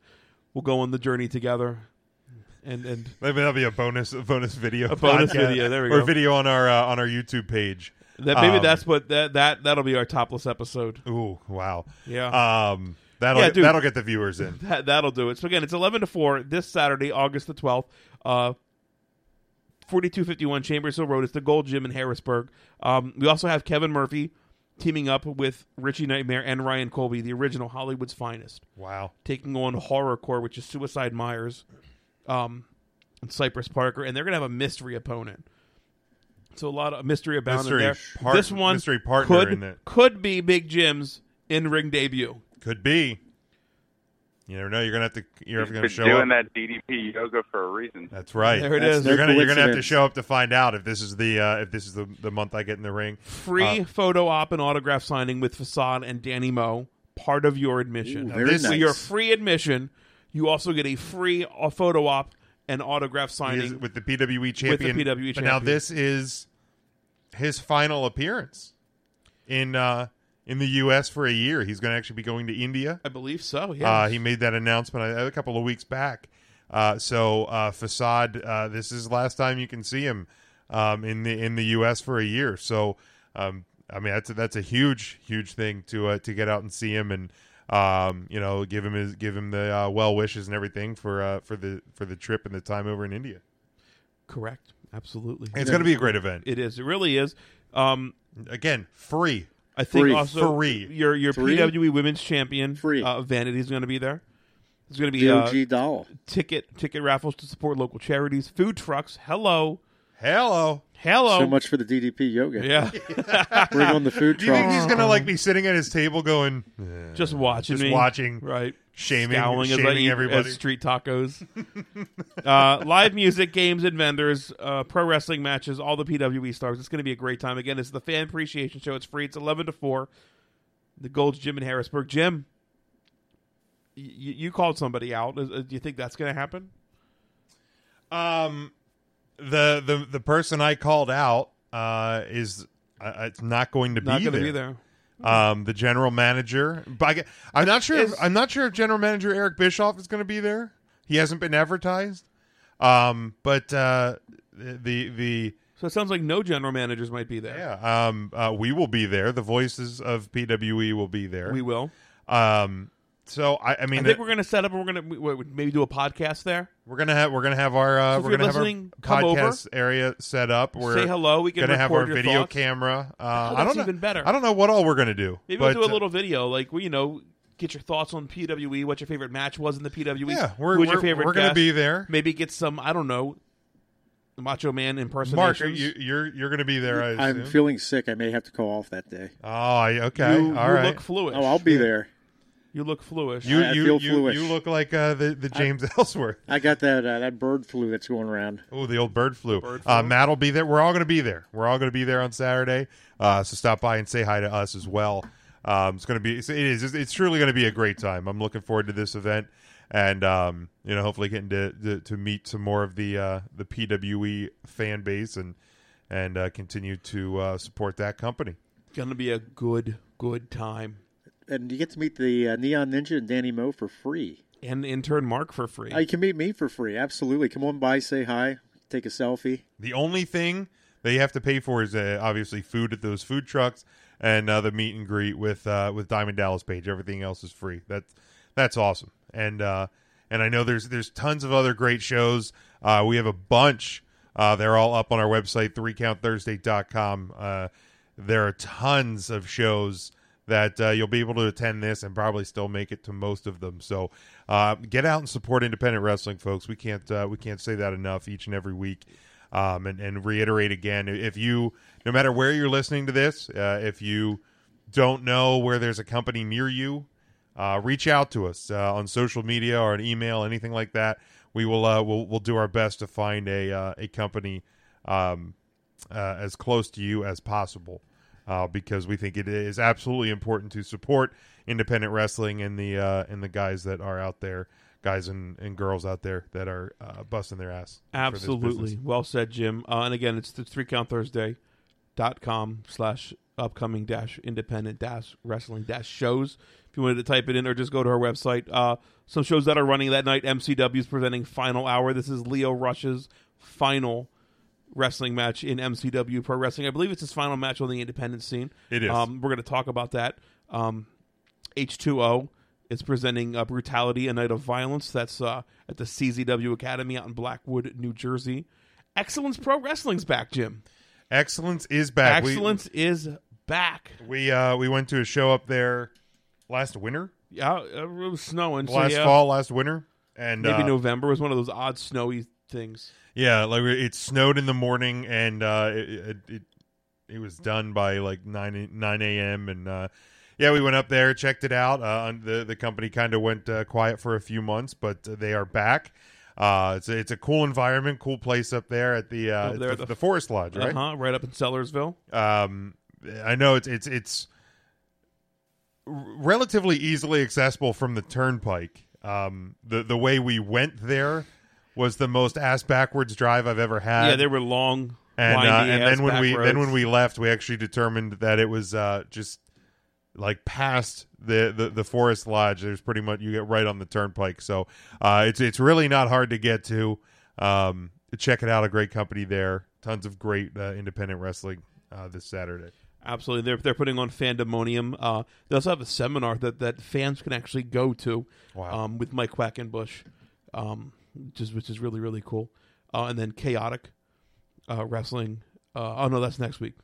S10: we'll go on the journey together. And and
S8: Maybe that'll be a bonus a bonus video,
S10: A bonus
S8: podcast.
S10: video, there we
S8: or
S10: go.
S8: video on our uh, on our YouTube page.
S10: that maybe
S8: Um,
S10: that's what that that that'll be our topless episode.
S8: Ooh, wow.
S10: Yeah.
S8: Um, that'll
S10: Yeah,
S8: get-
S10: dude.
S8: that'll get the viewers in.
S10: That, that'll do it. So again, it's eleven to four this Saturday, August the twelfth. Uh, Forty-two fifty-one Chambers Hill Road. It's the Gold Gym in Harrisburg. Um, we also have Kevin Murphy teaming up with Richie Nightmare and Ryan Colby, the original Hollywood's finest.
S8: Wow.
S10: Taking on horrorcore, which is Suicide Myers, um, and Cypress Parker, and they're gonna have a mystery opponent. So a lot of mystery abound
S8: Mystery
S10: in there.
S8: part-
S10: this one
S8: mystery partner
S10: could,
S8: in it.
S10: could be Big Jim's in-ring debut.
S8: Could be. You never know. You're gonna have to. You're
S12: He's
S8: gonna
S12: been
S8: show up.
S12: doing that DDP yoga for a reason.
S8: That's right.
S10: There it That's is. no
S8: You're gonna you're gonna have to
S10: coincidence.
S8: show up to find out if this is the uh, if this is the, the month I get in the ring.
S10: free
S8: Uh,
S10: photo op and autograph signing with Facade and Danny Moe, part of your admission.
S8: Ooh, very
S10: So
S8: nice.
S10: your free admission, you also get a free uh, photo op and autograph
S8: he is
S10: signing
S8: with the PWE champion.
S10: With the PWE
S8: But
S10: champion.
S8: now this is his final appearance in uh, in the U.S. for a year. He's going to actually be going to India.
S10: I believe so. Yeah.
S8: Uh, he made that announcement a, a couple of weeks back. Uh, so uh, facade, uh, this is last time you can see him um, in the in the U.S. for a year. So um, I mean that's a, that's a huge huge thing to uh, to get out and see him and um, you know give him his give him the uh, well wishes and everything for uh, for the for the trip and the time over in India.
S10: Correct. Absolutely.
S8: It's going to be a great event.
S10: It is. It really is. Um,
S8: Again, free.
S10: I think
S8: Free.
S10: also
S8: Free.
S10: your your
S8: Free.
S10: PWE Women's Champion uh, Vanity is going to be there. There's going to be
S9: The
S10: uh,
S9: OG doll.
S10: ticket ticket raffles to support local charities, food trucks. Hello,
S8: hello,
S10: hello.
S9: So much for the DDP yoga.
S10: Yeah.
S9: Bring on the food
S8: Do you
S9: truck.
S8: think he's going to like be sitting at his table going "Eh,"
S10: just watching,
S8: just
S10: me.
S8: watching,
S10: right?
S8: shaming,
S10: Scowling as I
S8: shaming
S10: eat-
S8: everybody.
S10: as street tacos. uh, live music, games, and vendors, uh, pro wrestling matches, all the PWE stars. It's going to be a great time. Again, it's the fan appreciation show. It's free. It's eleven to four. The Gold's Gym in Harrisburg. Jim, y- y- you called somebody out. Is- uh, Do you think that's going to happen?
S8: Um, the the the person I called out uh, is uh, it's not going to
S10: Not
S8: be
S10: gonna
S8: there.
S10: be there.
S8: Um, the general manager, but I, gue- I'm not sure. if, I'm not sure if general manager Eric Bischoff is going to be there. He hasn't been advertised. Um, but uh, the the
S10: So it sounds like no general managers might be there.
S8: yeah, um, uh, we will be there. The voices of PWE will be there.
S10: We will.
S8: Um, so I, I
S10: I,
S8: mean,
S10: think we're going to set up and we're going to we, we- maybe do a podcast there.
S8: We're gonna have we're gonna have our uh,
S10: So if
S8: we're
S10: you're
S8: gonna have our
S10: listening, come over.
S8: podcast area set up. We're
S10: Say hello. We can
S8: gonna have our
S10: record your
S8: video
S10: thoughts.
S8: camera. Uh,
S10: Oh,
S8: I
S10: that's
S8: don't know,
S10: even better.
S8: I don't know what all we're gonna do.
S10: Maybe
S8: but,
S10: we'll do a
S8: uh,
S10: little video, like well, you know, get your thoughts on PWE, what your favorite match was in the PWE.
S8: uh, Yeah, we're-
S10: who's
S8: we're-
S10: your favorite
S8: we're gonna
S10: guest.
S8: be there.
S10: Maybe get some, I don't know, Macho Man
S8: Mark,
S10: impersonations.
S8: are you, you're you're gonna be there. I
S9: I'm
S8: assume?
S9: feeling sick. I may have to call off that day.
S8: Oh, I- okay.
S10: You-
S8: all
S10: you
S8: right.
S10: look fluid.
S9: Oh, I'll be there.
S10: You look fluish.
S8: You
S9: I
S8: you
S9: feel
S8: you,
S9: fluish.
S8: you look like uh, the the James Ellsworth.
S9: I got that uh, that bird flu that's going around.
S8: Oh, the old bird flu. Uh, Matt will be there. We're all going to be there. We're all going to be there on Saturday. Uh, so stop by and say hi to us as well. Um, it's going to be. It's, it is. It's truly going to be a great time. I'm looking forward to this event, and um, you know, hopefully getting to, to to meet some more of the uh, the PWE fan base and and uh, continue to uh, support that company.
S10: Gonna be a good, good time.
S9: And you get to meet the uh, Neon Ninja and Danny Moe for free.
S10: And intern Mark for free.
S9: Uh, you can meet me for free. Absolutely. Come on by, say hi, take a selfie.
S8: The only thing that you have to pay for is uh, obviously food at those food trucks and uh, the meet and greet with uh, with Diamond Dallas Page. Everything else is free. That's that's awesome. And uh, and I know there's there's tons of other great shows. Uh, we have a bunch. Uh, they're all up on our website, threecountthursday.com. Uh, there are tons of shows that uh, you'll be able to attend this and probably still make it to most of them. So uh, get out and support independent wrestling, folks. We can't uh, we can't say that enough each and every week. Um, and, and reiterate again, if you, no matter where you're listening to this, uh, if you don't know where there's a company near you, uh, reach out to us uh, on social media or an email, anything like that. We will uh, we'll, we'll do our best to find a uh, a company um, uh, as close to you as possible uh, because we think it is absolutely important to support independent wrestling and the uh, and the guys that are out there, guys and, and girls out there that are uh, busting their ass. for this
S10: Absolutely.
S8: business.
S10: Well said, Jim. Uh, and again, it's the three count Thursday dot com slash upcoming dash independent dash wrestling dash shows. If you wanted to type it in or just go to her website, uh, some shows that are running that night. MCW is presenting Final Hour. This is Leo Rush's final wrestling match in MCW Pro Wrestling. I believe it's his final match on the independent scene.
S8: It is.
S10: Um, we're going to talk about that. Um, H2O is presenting uh, Brutality, A Night of Violence. That's uh, at the CZW Academy out in Blackwood, New Jersey. Excellence Pro Wrestling's back, Jim.
S8: Excellence is back. We-
S10: Excellence is back.
S8: We uh we went to a show up there last winter,
S10: Yeah, uh, it was snowing. so
S8: last
S10: yeah.
S8: fall, last winter, and
S10: Maybe
S8: uh,
S10: November was one of those odd snowy things.
S8: Yeah, like it snowed in the morning, and uh, it, it it it was done by like nine nine a.m. and uh, yeah, we went up there, checked it out. Uh, and the the company kind of went uh, quiet for a few months, but uh, they are back. Uh, it's a, it's a cool environment, cool place up there at the uh,
S10: Up there
S8: the,
S10: at the-
S8: the Forest Lodge, right?
S10: Uh-huh, right up in Sellersville.
S8: Um, I know it's it's it's relatively easily accessible from the turnpike. Um, the the way we went there was the most ass backwards drive I've ever had.
S10: yeah, they were long,
S8: and uh,
S10: windy
S8: and then when
S10: ass-back
S8: we
S10: roads.
S8: then when we left, we actually determined that it was uh, just like past the, the the forest lodge. There's pretty much you get right on the turnpike, so uh, it's it's really not hard to get to. Um, check it out, a great company there. Tons of great uh, independent wrestling uh, this Saturday.
S10: Absolutely, they're they're putting on Fandemonium. Uh, they also have a seminar that that fans can actually go to. Um, with Mike Quackenbush, um, just which is really really cool. Uh, and then Chaotic uh, Wrestling. Uh, oh no, that's next week.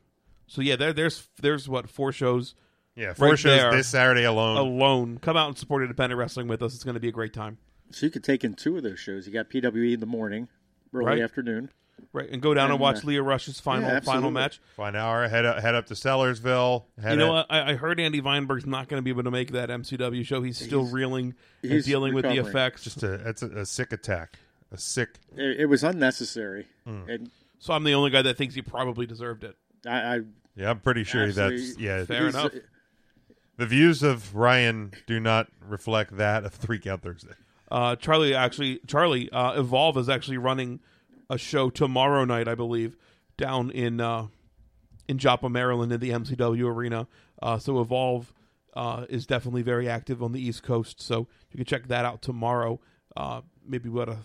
S10: So yeah, there there's there's what four shows.
S8: Yeah, four shows this Saturday alone.
S10: Alone, come out and support independent wrestling with us. It's going to be a great time.
S9: So you could take in two of those shows. You got PWE in the morning, early
S10: Right.
S9: afternoon.
S10: Right, and go down and, watch
S9: uh,
S10: Leah Rush's final
S9: yeah,
S10: final
S9: absolutely.
S10: match.
S8: Fine hour. Head up, head up to Sellersville. Head
S10: you know,
S8: up-
S10: what? I, I heard Andy Weinberg's not going to be able to make that MCW show. He's still
S9: He's-
S10: reeling and
S9: he's
S10: dealing with the
S9: recovering.
S10: effects.
S8: Just a that's a, a sick attack. A sick.
S9: It, it was unnecessary. And
S10: So I'm the only guy that thinks he probably deserved it.
S9: I, uh, I
S8: Yeah, I'm pretty sure
S9: Absolutely.
S8: that's yeah.
S10: Fair enough.
S8: The views of Ryan do not reflect that of Three Count Thursday.
S10: Uh, Charlie actually, Charlie uh, Evolve is actually running a show tomorrow night, I believe, down in uh, in Joppa, Maryland, in the MCW arena. Uh, so Evolve uh, is definitely very active on the East Coast. So you can check that out tomorrow. Uh, maybe we ought to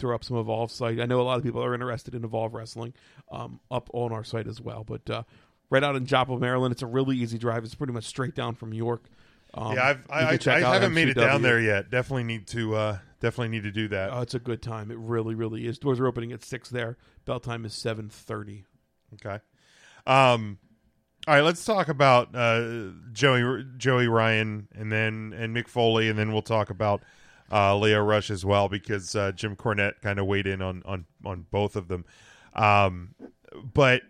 S10: throw up some Evolve site. I know a lot of people are interested in Evolve Wrestling um, up on our site as well. But uh, right out in Joppa, Maryland, it's a really easy drive. It's pretty much straight down from York. Um,
S8: yeah, I've,
S10: you
S8: I,
S10: can
S8: I,
S10: check
S8: I
S10: out
S8: haven't made it down
S10: MCW.
S8: there yet. Definitely need to. Uh, definitely need to do that.
S10: Oh, it's a good time. It really, really is. Doors are opening at six there. Bell time is seven thirty.
S8: Okay. Um, all right, let's talk about uh, Joey Joey Ryan and then and Mick Foley, and then we'll talk about uh, Leo Rush as well because uh, Jim Cornette kind of weighed in on on on both of them. Um, but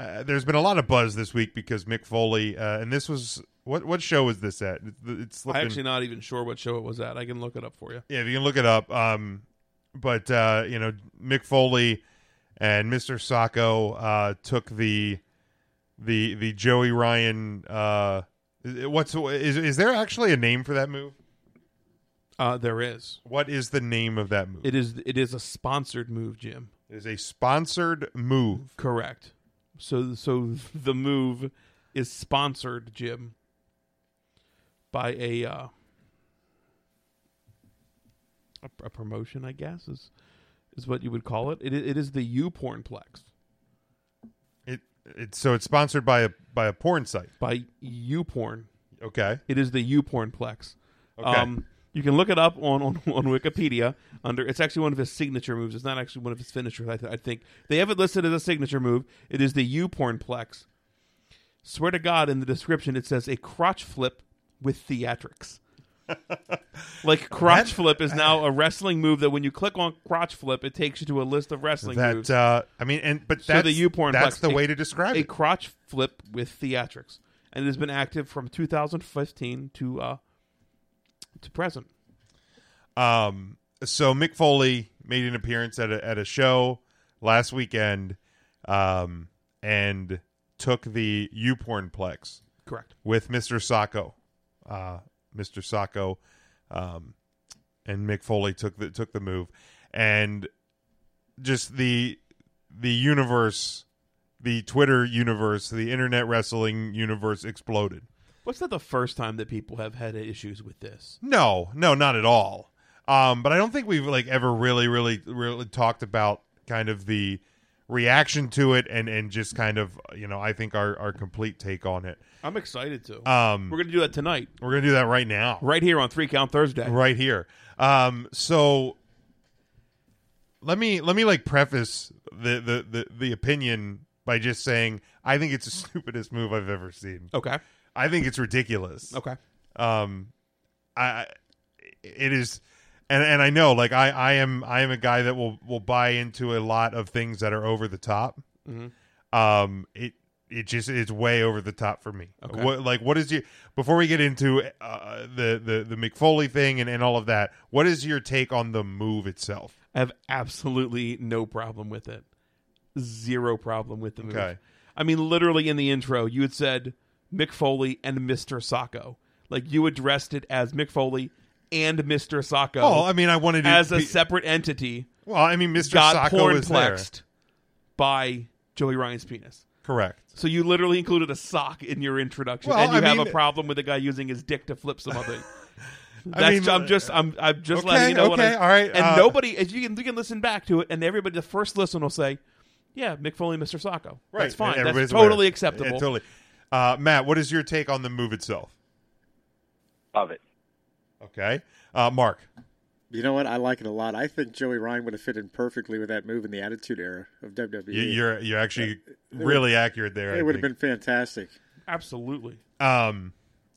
S8: uh, there's been a lot of buzz this week because Mick Foley, uh, and this was what what show was this at? It- It's
S10: I'm
S8: slipping.
S10: actually not even sure what show it was at. I can look it up for you.
S8: Yeah, if you can look it up. Um, but uh, you know, Mick Foley and Mr. Sacco uh, took the the the Joey Ryan. Uh, what's is is there actually a name for that move?
S10: Uh, there is.
S8: What is the name of that move?
S10: It is. It is a sponsored move, Jim.
S8: It is a sponsored move.
S10: Correct. So, so the move is sponsored, Jim, by a uh, a, a promotion. I guess is is what you would call it. It, it is the U Pornplex
S8: It it's so it's sponsored by a by a porn site.
S10: by U Porn.
S8: Okay.
S10: It is the Upornplex.
S8: Okay.
S10: Um, you can look it up on, on, on Wikipedia under. It's actually one of his signature moves. It's not actually one of his finishers. I, th- I think they have it listed as a signature move. It is the Upornplex. Swear to God, in the description it says a crotch flip with theatrics. like crotch flip is now a wrestling move that when you click on crotch flip, it takes you to a list of wrestling moves.
S8: That uh, I mean, and but
S10: So
S8: that's
S10: the U porn.
S8: That's the way to describe
S10: a
S8: it.
S10: crotch flip with theatrics, and it has been active from 2015 to uh, to present.
S8: Um, so Mick Foley made an appearance at a, at a show last weekend, um, and took the U Plex
S10: Correct.
S8: with Mister Sacco, uh, Mister Sacco, um, and Mick Foley took the took the move, and just the the universe, the Twitter universe, the internet wrestling universe exploded.
S10: What's not the first time that people have had issues with this?
S8: No, no, not at all. Um, but I don't think we've like ever really, really, really talked about kind of the reaction to it and and just kind of you know I think our our complete take on it.
S10: I'm excited to.
S8: Um,
S10: We're going to do that tonight.
S8: We're gonna do that right now,
S10: right here on Three Count Thursday,
S8: right here. Um, so let me let me like preface the the the, the opinion by just saying I think it's the stupidest move I've ever seen.
S10: Okay.
S8: I think it's ridiculous.
S10: Oh. Okay.
S8: Um, I, I it is, and and I know like I I am I am a guy that will will buy into a lot of things that are over the top.
S10: Mhm.
S8: Um, it it just it's way over the top for me.
S10: Okay.
S8: What like what is your before we get into uh, the the the McFoley thing and and all of that? What is your take on the move itself?
S10: I have absolutely no problem with it. Zero problem with the move.
S8: Okay.
S10: I mean, literally in the intro, you had said Mick Foley and Mr. Sacco. Like you addressed it as Mick Foley and Mr. Sacco.
S8: Oh, I mean, I wanted to
S10: as a
S8: be-
S10: separate entity.
S8: Well, I mean, Mr.
S10: Got
S8: Sacco is there.
S10: pornplexed by Joey Ryan's penis.
S8: Correct.
S10: So you literally included a sock in your introduction,
S8: Well,
S10: and you
S8: I
S10: have
S8: mean-
S10: a problem with a guy using his dick to flip something.
S8: I
S10: That's
S8: mean,
S10: I'm just I'm I'm just
S8: okay,
S10: letting you know. what
S8: okay,
S10: I,
S8: all right,
S10: And
S8: uh,
S10: nobody, as you can you can listen back to it, and everybody, the first listen will say, "Yeah, Mick Foley, Mr. Sacco,
S8: Right.
S10: That's fine.
S8: and
S10: That's
S8: everybody's aware.
S10: totally
S8: Yeah,
S10: acceptable.
S8: totally. Uh, Matt, what is your take on the move itself?
S12: Love it.
S8: Okay. Uh, Mark.
S9: You know what? I like it a lot. I think Joey Ryan would have fit in perfectly with that move in the Attitude Era of WWE.
S8: You- You're you're actually
S9: would-
S8: really accurate there. I
S9: It would have
S8: think.
S9: been fantastic.
S10: Absolutely.
S8: Um.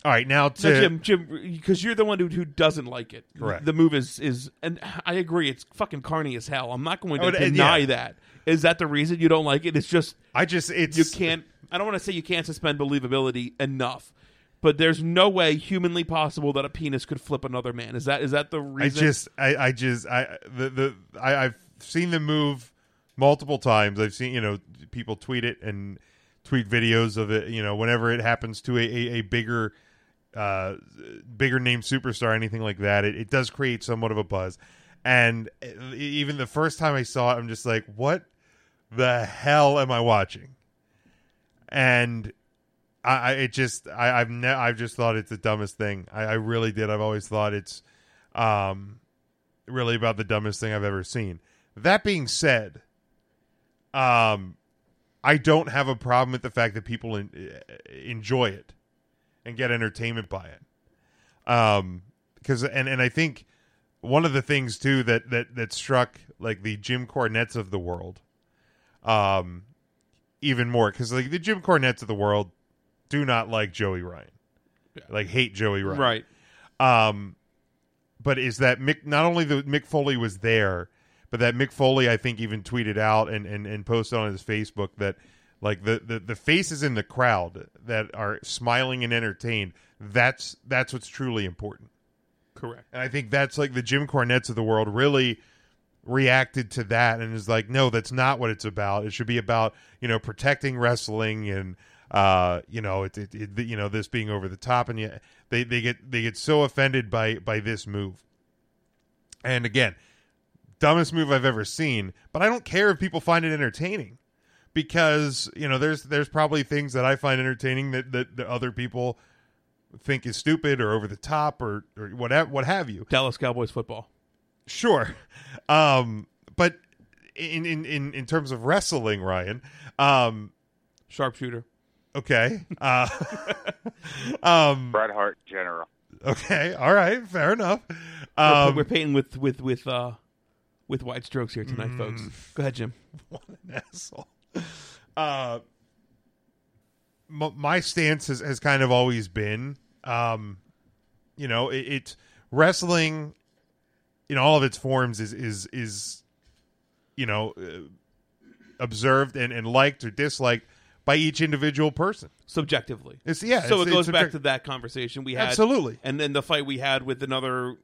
S8: All right. Now to
S10: No, Jim, Jim, because you're the one who, who doesn't like it.
S8: Correct.
S10: The move is is, and I agree. It's fucking carny as hell. I'm not going to
S8: Oh, and- and
S10: deny
S8: yeah.
S10: that. Is that the reason you don't like it? It's just
S8: I just it's
S10: you can't. I don't want to say you can't suspend believability enough, but there's no way humanly possible that a penis could flip another man. Is that is that
S8: I
S10: the reason?
S8: just I I just I the the I I've seen the move multiple times. I've seen you know people tweet it and tweet videos of it. You know whenever it happens to a a, a bigger uh bigger name superstar anything like that it, it does create somewhat of a buzz and e- even the first time i saw it i'm just like what the hell am i watching and I, I it just I, I've ne- I've just thought it's the dumbest thing. I, I really did. I've always thought it's um really about the dumbest thing I've ever seen. That being said, um I don't have a problem with the fact that people en- e, enjoy it and get entertainment by it. Um because and and I think one of the things too that that that struck like the Jim Cornettes of the world um even more because like the Jim Cornettes of the world do not like Joey Ryan, like hate Joey Ryan, right? Um, but is that Mick? Not only the Mick Foley was there, but that Mick Foley I think even tweeted out and and, and posted on his Facebook that like the, the the faces in the crowd that are smiling and entertained. That's that's what's truly important.
S10: Correct.
S8: And I think that's like the Jim Cornettes of the world really reacted to that and is like, no, that's not what it's about. It should be about you know protecting wrestling and uh you know it, it, it you know this being over the top and yet they they get they get so offended by by this move. And again, dumbest move I've ever seen, but I don't care if people find it entertaining because, you know, there's there's probably things that I find entertaining that that, that other people think is stupid or over the top or or what ha- what have you.
S10: Dallas Cowboys football.
S8: Sure. Um but in in in, in terms of wrestling, Ryan, um
S10: sharpshooter.
S8: Okay. Uh um
S12: Bret Hart General.
S8: okay. All right, fair enough.
S10: We're-
S8: Um
S10: we're, painting with with with uh with wide strokes here tonight, folks.
S8: mm.
S10: Go ahead, Jim.
S8: what an asshole. Uh, m- my stance has, has kind of always been, um, you know, it, it wrestling in all of its forms is is is, you know, uh, observed and, and liked or disliked by each individual person.
S10: Subjectively.
S8: It's yeah.
S10: so
S8: it's-
S10: it goes
S8: it's
S10: back
S8: subjec-
S10: to that conversation we had
S8: Absolutely.
S10: and then the fight we had with another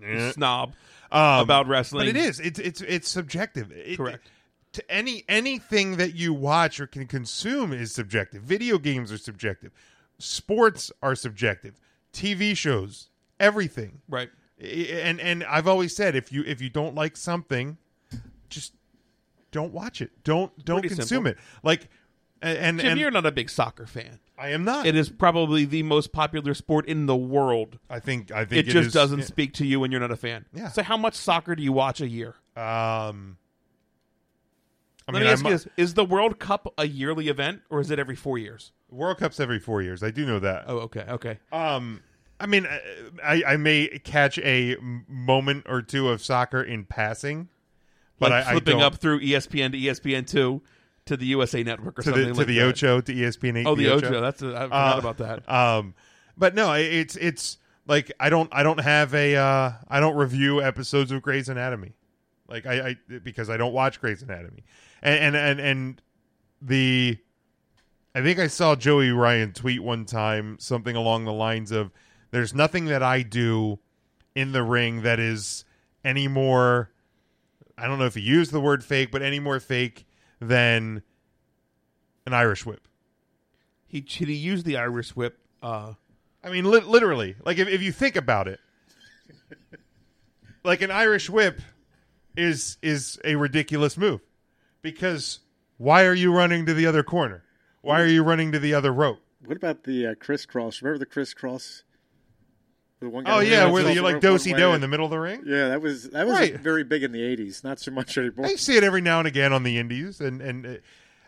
S8: Yeah.
S10: snob
S8: Um,
S10: about wrestling.
S8: But it is. It's it's it's subjective. It-
S10: Correct.
S8: To any anything that you watch or can consume is subjective. Video games are subjective. Sports are subjective. TV shows, everything.
S10: Right.
S8: I- And and I've always said if you if you don't like something, just don't watch it. Don't don't
S10: Pretty
S8: consume
S10: simple.
S8: it. Like a- and
S10: Jim,
S8: and
S10: you're not a big soccer fan.
S8: I am not.
S10: It is probably the most popular sport in the world.
S8: I think. I think
S10: it, just
S8: is-
S10: doesn't
S8: yeah.
S10: speak to you when you're not a fan.
S8: Yeah.
S10: So how much soccer do you watch a year?
S8: Um. I
S10: Let
S8: mean,
S10: me
S8: I
S10: ask
S8: mu-
S10: you this: Is the World Cup a yearly event, or is it every four years?
S8: World Cup's every four years. I do know that.
S10: Oh, okay, okay.
S8: Um, I mean, I- I, I may catch a m- moment or two of soccer in passing, but
S10: like
S8: I,
S10: flipping
S8: I don't,
S10: up through E ESPN to ESPN two to the USA Network or
S8: to the
S10: something
S8: to
S10: like
S8: the
S10: that.
S8: Ocho to E ESPN.
S10: Oh, the Ocho. That's a, I forgot
S8: Uh,
S10: about that.
S8: Um, but no, i- it's it's like I don't I don't have a uh, I don't review episodes of Grey's Anatomy, like I, I because I don't watch Grey's Anatomy, and and and, and the. I think I saw Joey Ryan tweet one time something along the lines of there's nothing that I do in the ring that is any more I don't know if he used the word fake, but any more fake than an Irish whip.
S10: He he used the Irish whip. Uh,
S8: I mean, lit literally. Like if, if you think about it, like an Irish whip is is a ridiculous move because why are you running to the other corner? Why are you running to the other rope?
S9: What about the uh, crisscross? Remember the crisscross? The one
S8: Oh,
S9: who
S8: yeah,
S9: runs
S8: where
S9: off
S8: you,
S9: the
S8: like,
S9: rope one
S8: do-si-do
S9: way.
S8: in the middle of the ring?
S9: Yeah, that was that was
S8: Right.
S9: very big in the '80s. Not so much anymore.
S8: I see it every now and again on the indies, and and uh,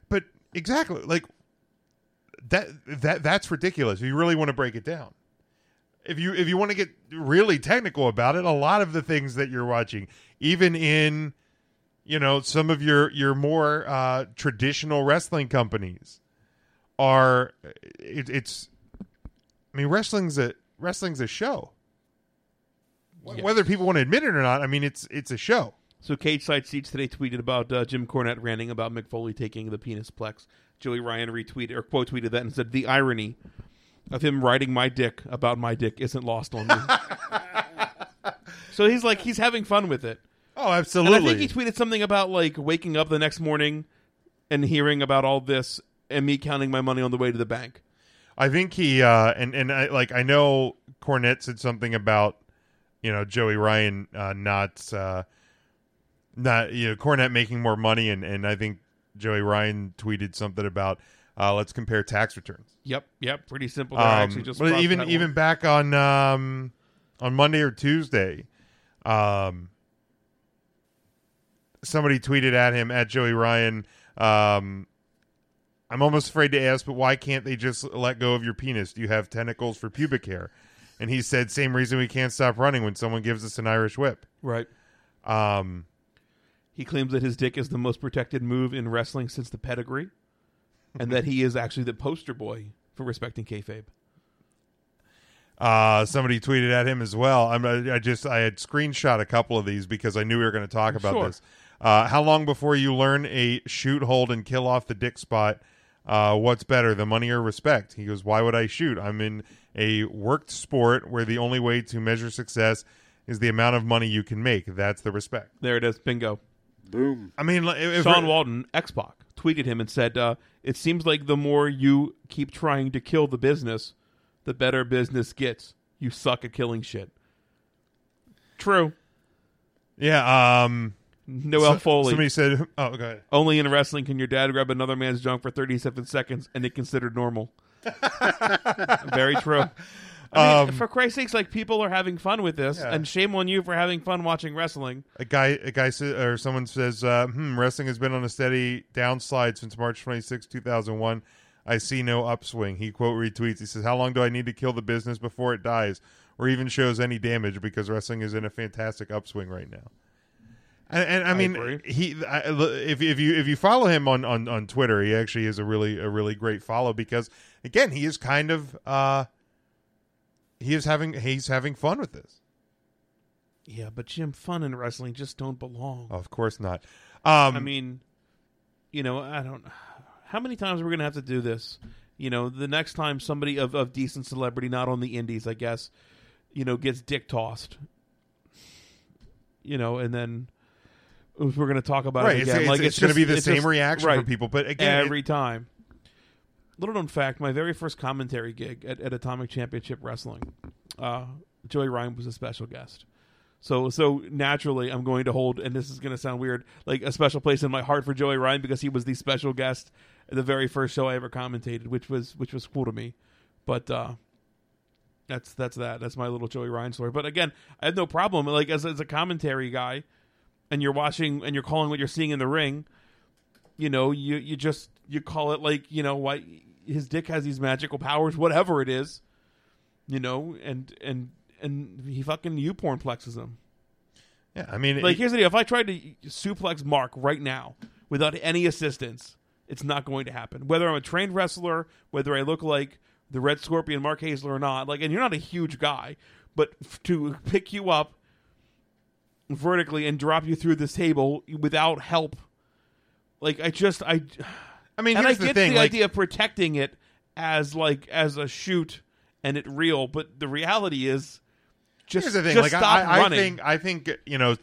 S8: but exactly like that that that's ridiculous. If you really want to break it down, if you if you want to get really technical about it, a lot of the things that you're watching, even in you know some of your your more uh, traditional wrestling companies, are uh, it, it's. I mean, wrestling's a wrestling's a show. Wh- Whether people want to admit it or not, I mean, it's it's a show.
S10: So Cage Side Seats today tweeted about uh, Jim Cornette ranting about Mick Foley taking the penis plex. Joey Ryan retweeted or quote tweeted that and said, "The irony of him writing my dick about my dick isn't lost on me." so he's like, he's having fun with it.
S8: Oh, absolutely.
S10: And I think he tweeted something about like waking up the next morning and hearing about all this and me counting my money on the way to the bank.
S8: I think he uh, and and I like I know Cornette said something about you know Joey Ryan uh, not uh, not you know Cornette making more money and and I think Joey Ryan tweeted something about uh, let's compare tax returns.
S10: Yep, yep, pretty simple.
S8: Um,
S10: There. I actually just
S8: but
S10: crossed
S8: even
S10: that
S8: even
S10: one.
S8: back on um, on Monday or Tuesday, um, somebody tweeted at him at Joey Ryan. Um, I'm almost afraid to ask, but why can't they just let go of your penis? Do you have tentacles for pubic hair? And he said, same reason we can't stop running when someone gives us an Irish whip.
S10: Right.
S8: Um,
S10: He claims that his dick is the most protected move in wrestling since the pedigree, and that he is actually the poster boy for respecting kayfabe.
S8: Uh, somebody tweeted at him as well. I'm, I I just I had screenshot a couple of these because I knew we were going to talk about
S10: Sure.
S8: this. Uh, how long before you learn a shoot, hold, and kill off the dick spot? Uh, what's better, the money or respect? He goes, Why would I shoot? I'm in a worked sport where the only way to measure success is the amount of money you can make. That's the respect.
S10: There it is. Bingo.
S9: Boom.
S8: I mean, like, if-
S10: Sean Walden, X Pac, tweeted him and said, uh, It seems like the more you keep trying to kill the business, the better business gets. You suck at killing shit. True.
S8: Yeah. Um,
S10: Noel
S8: so-
S10: Foley.
S8: Somebody said, Oh, go ahead.
S10: Only in wrestling can your dad grab another man's junk for 37 seconds and it considered normal. Very true. I mean,
S8: Um,
S10: for Christ's sakes, like people are having fun with this,
S8: Yeah.
S10: and shame on you for having fun watching wrestling.
S8: A guy, a guy, sa- or someone says, uh, "Hmm, wrestling has been on a steady downslide since March 26, 2001. I see no upswing." He quote retweets. He says, "How long do I need to kill the business before it dies, or even shows any damage? Because wrestling is in a fantastic upswing right now." And, and I
S10: I
S8: mean,
S10: agree.
S8: he I, if if you if you follow him on, on on Twitter, he actually is a really a really great follow because again, he is kind of uh, he is having he's having fun with this.
S10: Yeah, but Jim, fun and wrestling just don't belong.
S8: Of course not.
S10: I
S8: Um,
S10: mean, you know, I don't. how many times are we going to have to do this? You know, the next time somebody of, of decent celebrity, not on the indies, I guess, you know, gets dick tossed. You know, and then if we're going to talk about
S8: Right,
S10: it
S8: it's-
S10: again.
S8: it's-
S10: like
S8: it's gonna
S10: just-
S8: be the
S10: it's
S8: same
S10: just-
S8: reaction
S10: right,
S8: from people, but again, it-
S10: every time. Little known fact: my very first commentary gig at, at Atomic Championship Wrestling, uh, Joey Ryan was a special guest. So, so naturally, I'm going to hold, and this is going to sound weird, like a special place in my heart for Joey Ryan because he was the special guest at the very first show I ever commentated, which was which was cool to me. But uh, that's that's that. That's my little Joey Ryan story. But again, I have no problem. Like as as a commentary guy, and you're watching and you're calling what you're seeing in the ring, you know, you you just you call it like you know why his dick has these magical powers, whatever it is, you know, and and and he fucking you porn plexes him.
S8: Yeah, I mean,
S10: like
S8: it-
S10: here's the deal: if I tried to suplex Mark right now without any assistance, it's not going to happen. Whether I'm a trained wrestler, whether I look like the Red Scorpion Mark Hazler or not, like, and you're not a huge guy, but f- to pick you up vertically and drop you through this table without help, like I just I,
S8: I mean,
S10: and
S8: here's
S10: I
S8: the
S10: get
S8: thing,
S10: the
S8: like-
S10: idea of protecting it as like as a shoot and it real, but the reality is. Just,
S8: Here's the thing.
S10: just
S8: like I-
S10: stop
S8: I, I
S10: running.
S8: think I think you know,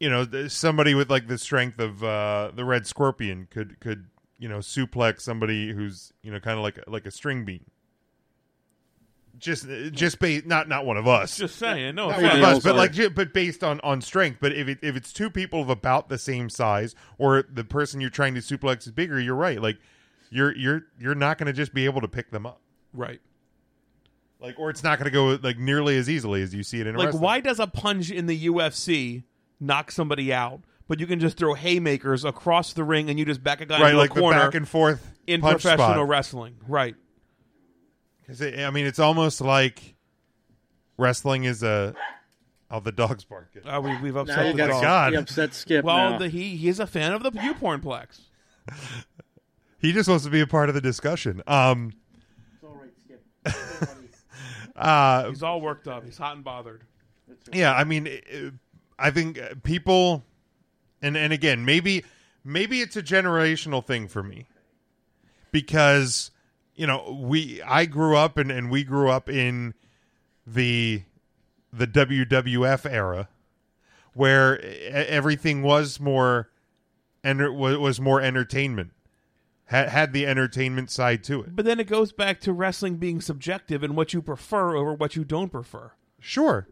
S8: you know, th- somebody with like the strength of uh, the Red Scorpion could could you know suplex somebody who's you know kind of like a- like a string bean. Just just based not not one of us.
S10: Just saying, no
S8: Not one of
S10: offense.
S8: us, but like ju- but based on on strength. But if it, if it's two people of about the same size, or the person you're trying to suplex is bigger, you're right. Like you're you're you're not going to just be able to pick them up.
S10: Right.
S8: Like, or it's not going to go like nearly as easily as you see it in a
S10: like
S8: wrestling.
S10: why does a punch in the UFC knock somebody out, but you can just throw haymakers across the ring and you just back a guy
S8: Right,
S10: into
S8: like
S10: a
S8: the
S10: corner
S8: back and forth
S10: in
S8: punch
S10: professional
S8: spot.
S10: wrestling, right?
S8: 'Cause it- I mean, it's almost like wrestling is a. Oh, the dog's barking.
S10: Uh, we, we've upset
S8: Now you
S10: the
S8: got-
S10: dog.
S8: God. you upset Skip
S10: Well,
S8: now.
S10: the, he he is a fan of the U pornplex.
S8: He just wants to be a part of the discussion. Um, uh,
S10: He's all worked up. He's hot and bothered.
S8: yeah, I mean, it- it- I think uh, people, and and again, maybe maybe it's a generational thing for me, because you know we I grew up and and we grew up in the the WWF era, where e- everything was more and was more entertainment had had the entertainment side to it.
S10: But then it goes back to wrestling being subjective and what you prefer over what you don't prefer.
S8: Sure.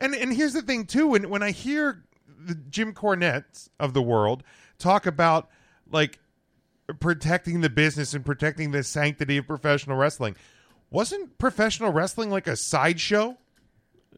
S8: And and here's the thing too when when I hear the Jim Cornettes of the world talk about like protecting the business and protecting the sanctity of professional wrestling, wasn't professional wrestling like a sideshow?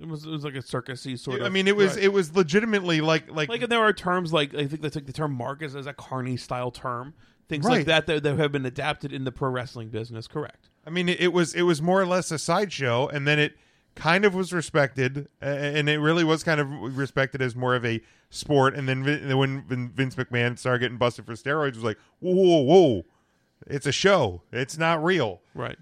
S10: It was it was like a circusy sort of.
S8: I mean, it was
S10: Right.
S8: it was legitimately like like,
S10: like, there are terms like I think that's like the term "marcus" is a carny style term. Things
S8: Right.
S10: like that, that that have been adapted in the pro wrestling business. Correct.
S8: I mean, it, it was it was more or less a sideshow, and then it kind of was respected, a- and it really was kind of respected as more of a sport. And then Vin, when Vin- Vince McMahon started getting busted for steroids, it was like, whoa, whoa, whoa, it's a show, it's not real,
S10: right?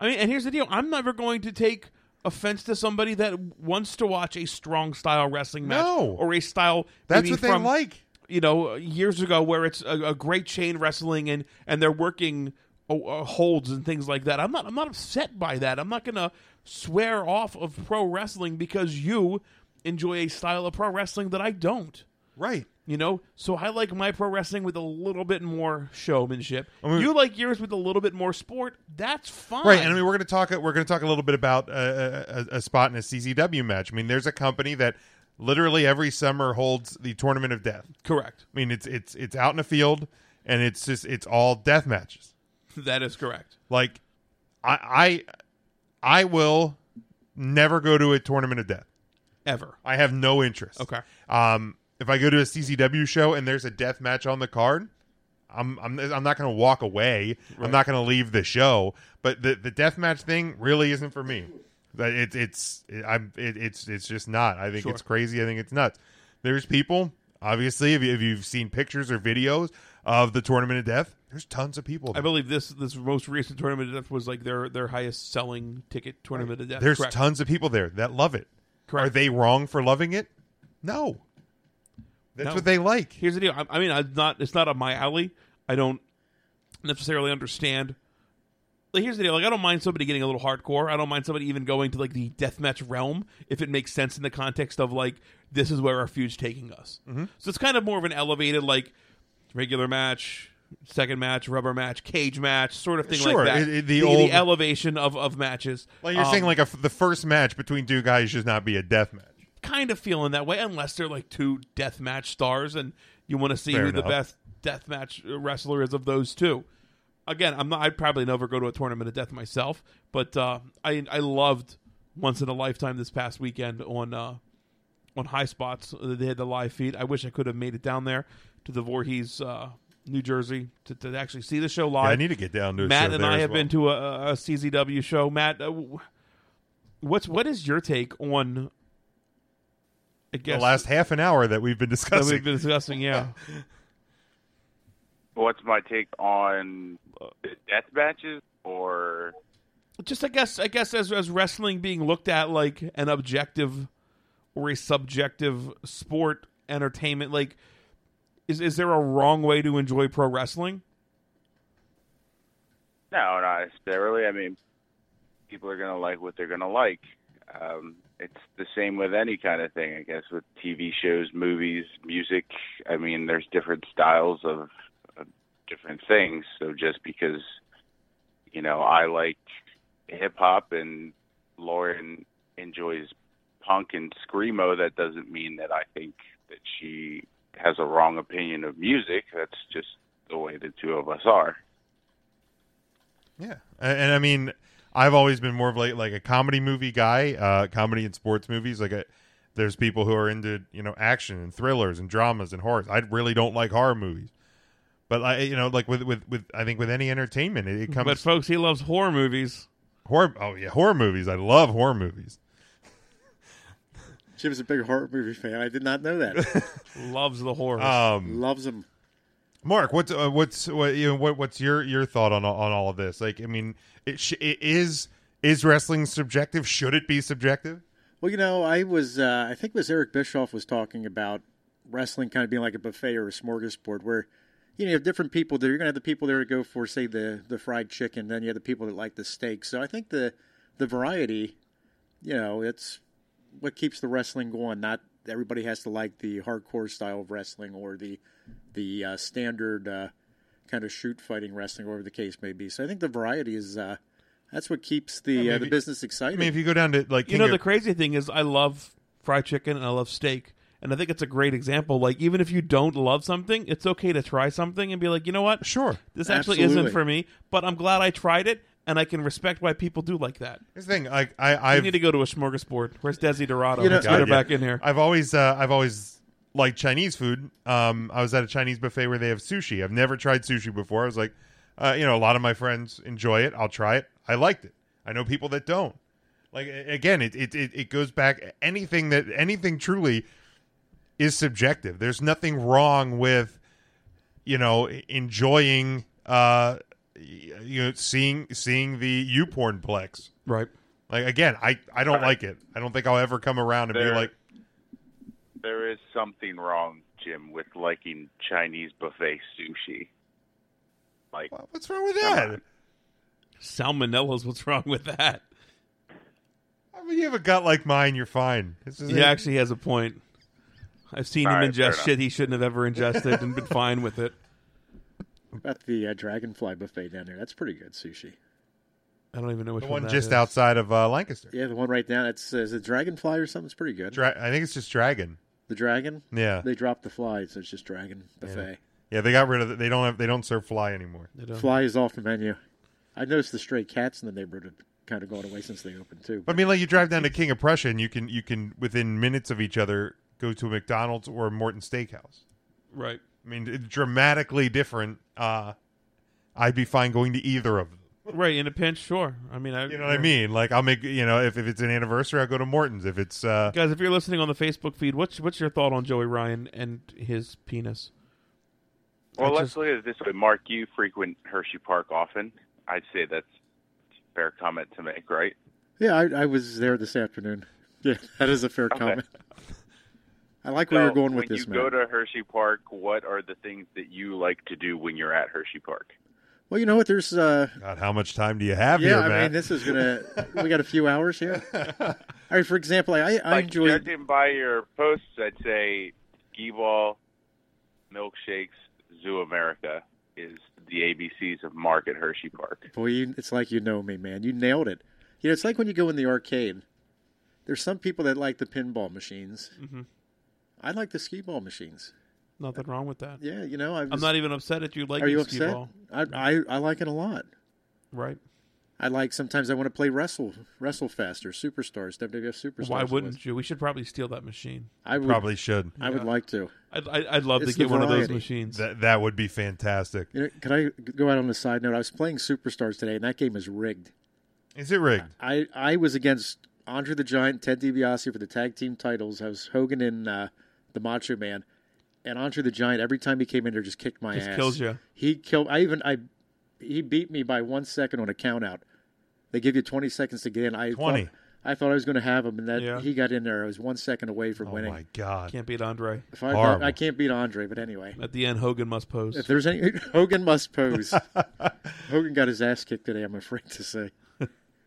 S10: I mean, and here's the deal: I'm never going to take offense to somebody that wants to watch a strong style wrestling match
S8: No.
S10: or a style
S8: That's
S10: maybe
S8: what they
S10: from,
S8: like.
S10: You know, years ago where it's a, a great chain wrestling and and they're working uh, uh, holds and things like that. I'm not I'm not upset by that. I'm not gonna swear off of pro wrestling because you enjoy a style of pro wrestling that I don't.
S8: Right.
S10: You know, so I like my pro wrestling with a little bit more showmanship. you like yours with a little bit more sport. That's fine.
S8: Right, and I mean we're going to talk. We're going to talk a little bit about a, a, a spot in a CZW match. I mean, there's a company that literally every summer holds the tournament of death.
S10: Correct.
S8: I mean, it's it's it's out in a field, and it's just it's all death matches.
S10: That is correct.
S8: Like, I I I will never go to a tournament of death
S10: Ever.
S8: I have no interest.
S10: Okay.
S8: Um, if I go to a CZW show and there's a death match on the card, I'm I'm I'm not going to walk away. I'm not going to leave the show. But the the death match thing really isn't for me. That it, it's it, I'm it, it's it's just not. I think
S10: Sure.
S8: it's crazy. I think it's nuts. There's people. Obviously, if, you, if you've seen pictures or videos of the tournament of death, there's tons of people.
S10: I
S8: There.
S10: believe this this most recent tournament of death was like their their highest selling ticket tournament of death.
S8: There's
S10: Correct.
S8: tons of people there that love it. Are they wrong for loving it? No. That's
S10: No.
S8: what they like.
S10: Here's the deal. I, I mean, I'm not. It's not up my alley. I don't necessarily understand. Like, here's the deal: like, I don't mind somebody getting a little hardcore. I don't mind somebody even going to like the deathmatch realm if it makes sense in the context of like this is where our feud's taking us.
S8: Mhm.
S10: So it's kind of more of an elevated like regular match, second match, rubber match, cage match sort of thing
S8: Sure,
S10: like that.
S8: it- it- the old-
S10: elevation of of matches.
S8: Like you're
S10: Um,
S8: saying, like a f the first match between two guys should not be a death match.
S10: kind of feeling that way, unless they're like two deathmatch stars and you want to see
S8: Fair
S10: who the
S8: enough.
S10: best deathmatch uh, wrestler is of those two. Again, I'm not. I'd probably never go to a tournament of death myself, but uh, I I loved once in a lifetime this past weekend on uh, on High Spots. uh, They had the live feed. I wish I could have made it down there to the Voorhees, uh, New Jersey, to, to actually see the show live.
S8: I need to get down to a
S10: Matt
S8: show
S10: and
S8: there
S10: I
S8: as
S10: have
S8: well.
S10: been to a, a CZW show. Matt, uh, w- what's what is your take on? I guess
S8: the last half an hour that we've been
S10: that
S8: discussing.
S10: we've been discussing. Yeah,
S12: What's my take on the death matches or
S10: just I guess I guess as as wrestling being looked at like an objective or a subjective sport entertainment, like is is there a wrong way to enjoy pro wrestling?
S12: No, not necessarily. I mean, people are going to like what they're going to like. Um, it's the same with any kind of thing, I guess, with TV shows, movies, music. I mean, there's different styles of, of different things. So just because, you know, I like hip hop and Lauren enjoys punk and screamo, that doesn't mean that I think that she has a wrong opinion of music. That's just the way the two of us are.
S8: And, and I mean, I've always been more of like like a comedy movie guy, uh, comedy and sports movies. Like, a, there's people who are into you know action and thrillers and dramas and horrors. I really don't like horror movies, but I you know like with with, with I think with any entertainment it, it comes.
S10: But folks, he loves horror movies.
S8: Horror, oh yeah, horror movies. I love horror movies.
S9: Jim's a big horror movie fan. I did not know that.
S10: Loves the horror.
S8: Um,
S9: Loves them.
S8: Mark, what's uh, what's what, you know, what what's your your thought on on all of this? Like, I mean, it, sh- it is is wrestling subjective? Should it be subjective?
S9: Well, you know, I was, uh, I think it was Eric Bischoff was talking about wrestling kind of being like a buffet or a smorgasbord where, you know, you have different people there. You're going to have the people there to go for, say, the, the fried chicken. Then you have the people that like the steak. So I think the, the variety, you know, it's what keeps the wrestling going. Not everybody has to like the hardcore style of wrestling or the, the uh, standard uh, kind of shoot fighting wrestling, or whatever the case may be. So I think the variety is, uh, that's what keeps the,
S8: Yeah, I mean,
S9: uh,
S8: if
S9: the
S8: you-
S9: business exciting.
S8: I mean, if you go down to like
S10: you
S8: King
S10: know
S8: of-
S10: the crazy thing is i love fried chicken and i love steak and i think it's a great example like even if you don't love something it's okay to try something and be like you know what
S8: sure
S10: this actually
S8: Absolutely.
S10: isn't for me but i'm glad i tried it and i can respect why people do like that
S8: Here's the thing, like I I
S10: we need to go to a smorgasbord where's desi dorado
S8: You know-
S10: let's get her
S8: God, yeah.
S10: back in here
S8: I've always uh, I've always liked Chinese food. Um, I was at a Chinese buffet where they have sushi. I've never tried sushi before. I was like, uh, you know, a lot of my friends enjoy it. I'll try it. I liked it. I know people that don't. Like a- again, it it it, it goes back anything that anything truly is subjective. There's nothing wrong with you know e- enjoying uh y- you know seeing seeing the u porn plex
S10: right
S8: like again i i don't like it i don't think i'll ever come around and be
S12: There-
S8: like
S12: There is something wrong, Jim, with liking Chinese buffet sushi. Like,
S8: what's wrong with that
S10: salmonella's what's wrong with that
S8: I mean, you have a gut like mine, you're fine. This is
S10: he
S8: it.
S10: actually has a point i've seen
S8: All
S10: him
S8: right, fair
S10: ingest shit he shouldn't have ever ingested and been fine with it
S9: About the uh, dragonfly buffet down there. That's pretty good sushi.
S10: i don't even know which
S8: the one
S10: one, that
S8: just
S10: is.
S8: outside of uh, Lancaster.
S9: Yeah, the one right down. That's uh, is it dragonfly or something? It's pretty good.
S8: Dra- I think it's just Dragon.
S9: the dragon.
S8: Yeah.
S9: They dropped the fly, so it's just dragon buffet.
S8: Yeah, they got rid of it. They don't have. They don't serve fly anymore.
S9: Fly is off the menu. I noticed the stray cats in the neighborhood have kind of gone away since they opened too.
S8: But I mean, like you drive down to King of Prussia, and you can you can within minutes of each other go to a McDonald's or a Morton Steakhouse.
S10: right
S8: I mean, it's dramatically different. Uh, I'd be fine going to either of them.
S10: right in a pinch sure i mean I,
S8: You know what I mean? Like I'll make you know if, if it's an anniversary, I'll go to Morton's. If it's uh,
S10: Guys, if you're listening on the Facebook feed, what's what's your thought on Joey Ryan and his penis? I
S12: well, let's
S10: just-
S12: look at it this way. Mark, you frequent Hershey Park often. I'd say that's a fair comment to make, right?
S9: Yeah, I, I was there this afternoon. Yeah, that is a fair
S12: Okay.
S9: comment. I like where
S12: So,
S9: you're going with
S12: when
S9: this,
S12: you
S9: man.
S12: go to Hershey Park, what are the things that you like to do when you're at Hershey Park?
S9: Well, you know what? There's uh,
S8: God, how much time do you have
S9: yeah,
S8: here,
S9: I
S8: man?
S9: mean, this is gonna. we got a few hours here. All right, for example, I, I
S12: like,
S9: enjoy.
S12: judging by your posts, I'd say Gee-Ball, milkshakes, Zoo America is the ABCs of Mark at Hershey Park.
S9: Boy, you, it's like you know me, man. You nailed it. You know, it's like when you go in the arcade. There's some people that like the pinball machines.
S10: Mhm.
S9: I like the skee ball machines.
S10: Nothing wrong with that.
S9: Yeah, you know, I
S10: I'm
S9: was-
S10: not even upset at you liking
S9: Are you
S10: skee
S9: upset?
S10: ball.
S9: I, I I like it a lot.
S10: Right.
S9: I like sometimes I want to play wrestle wrestle fast or superstars WWF superstars.
S10: Why wouldn't you? We should probably steal that machine.
S9: I would,
S8: Probably should.
S9: I would
S10: Yeah.
S9: like to.
S10: I'd- I'd- I'd love to
S9: It's the
S10: get one of those
S9: variety.
S10: machines.
S8: That, that would be fantastic.
S9: You know, can I go out on a side note? I was playing Superstars today, and that game is rigged.
S8: Is it rigged?
S9: I, I was against Andre the Giant, Ted DiBiase for the tag team titles. I was Hogan and uh, the Macho Man, and Andre the Giant. Every time he came in there, just kicked my
S10: Just
S9: ass.
S10: kills ya.
S9: He killed. I even I he beat me by one second on a count out. They give you twenty seconds to get in. I
S10: 20.
S9: Thought, I thought I was going to have him, and that
S10: Yeah. Oh
S9: he got in there. I was one second away from winning.
S8: Oh my God.
S10: Can't beat Andre.
S9: If I, thought- I can't beat Andre, but anyway.
S10: At the end, Hogan must pose.
S9: If there's any, Hogan must pose. Hogan got his ass kicked today. I'm afraid to say.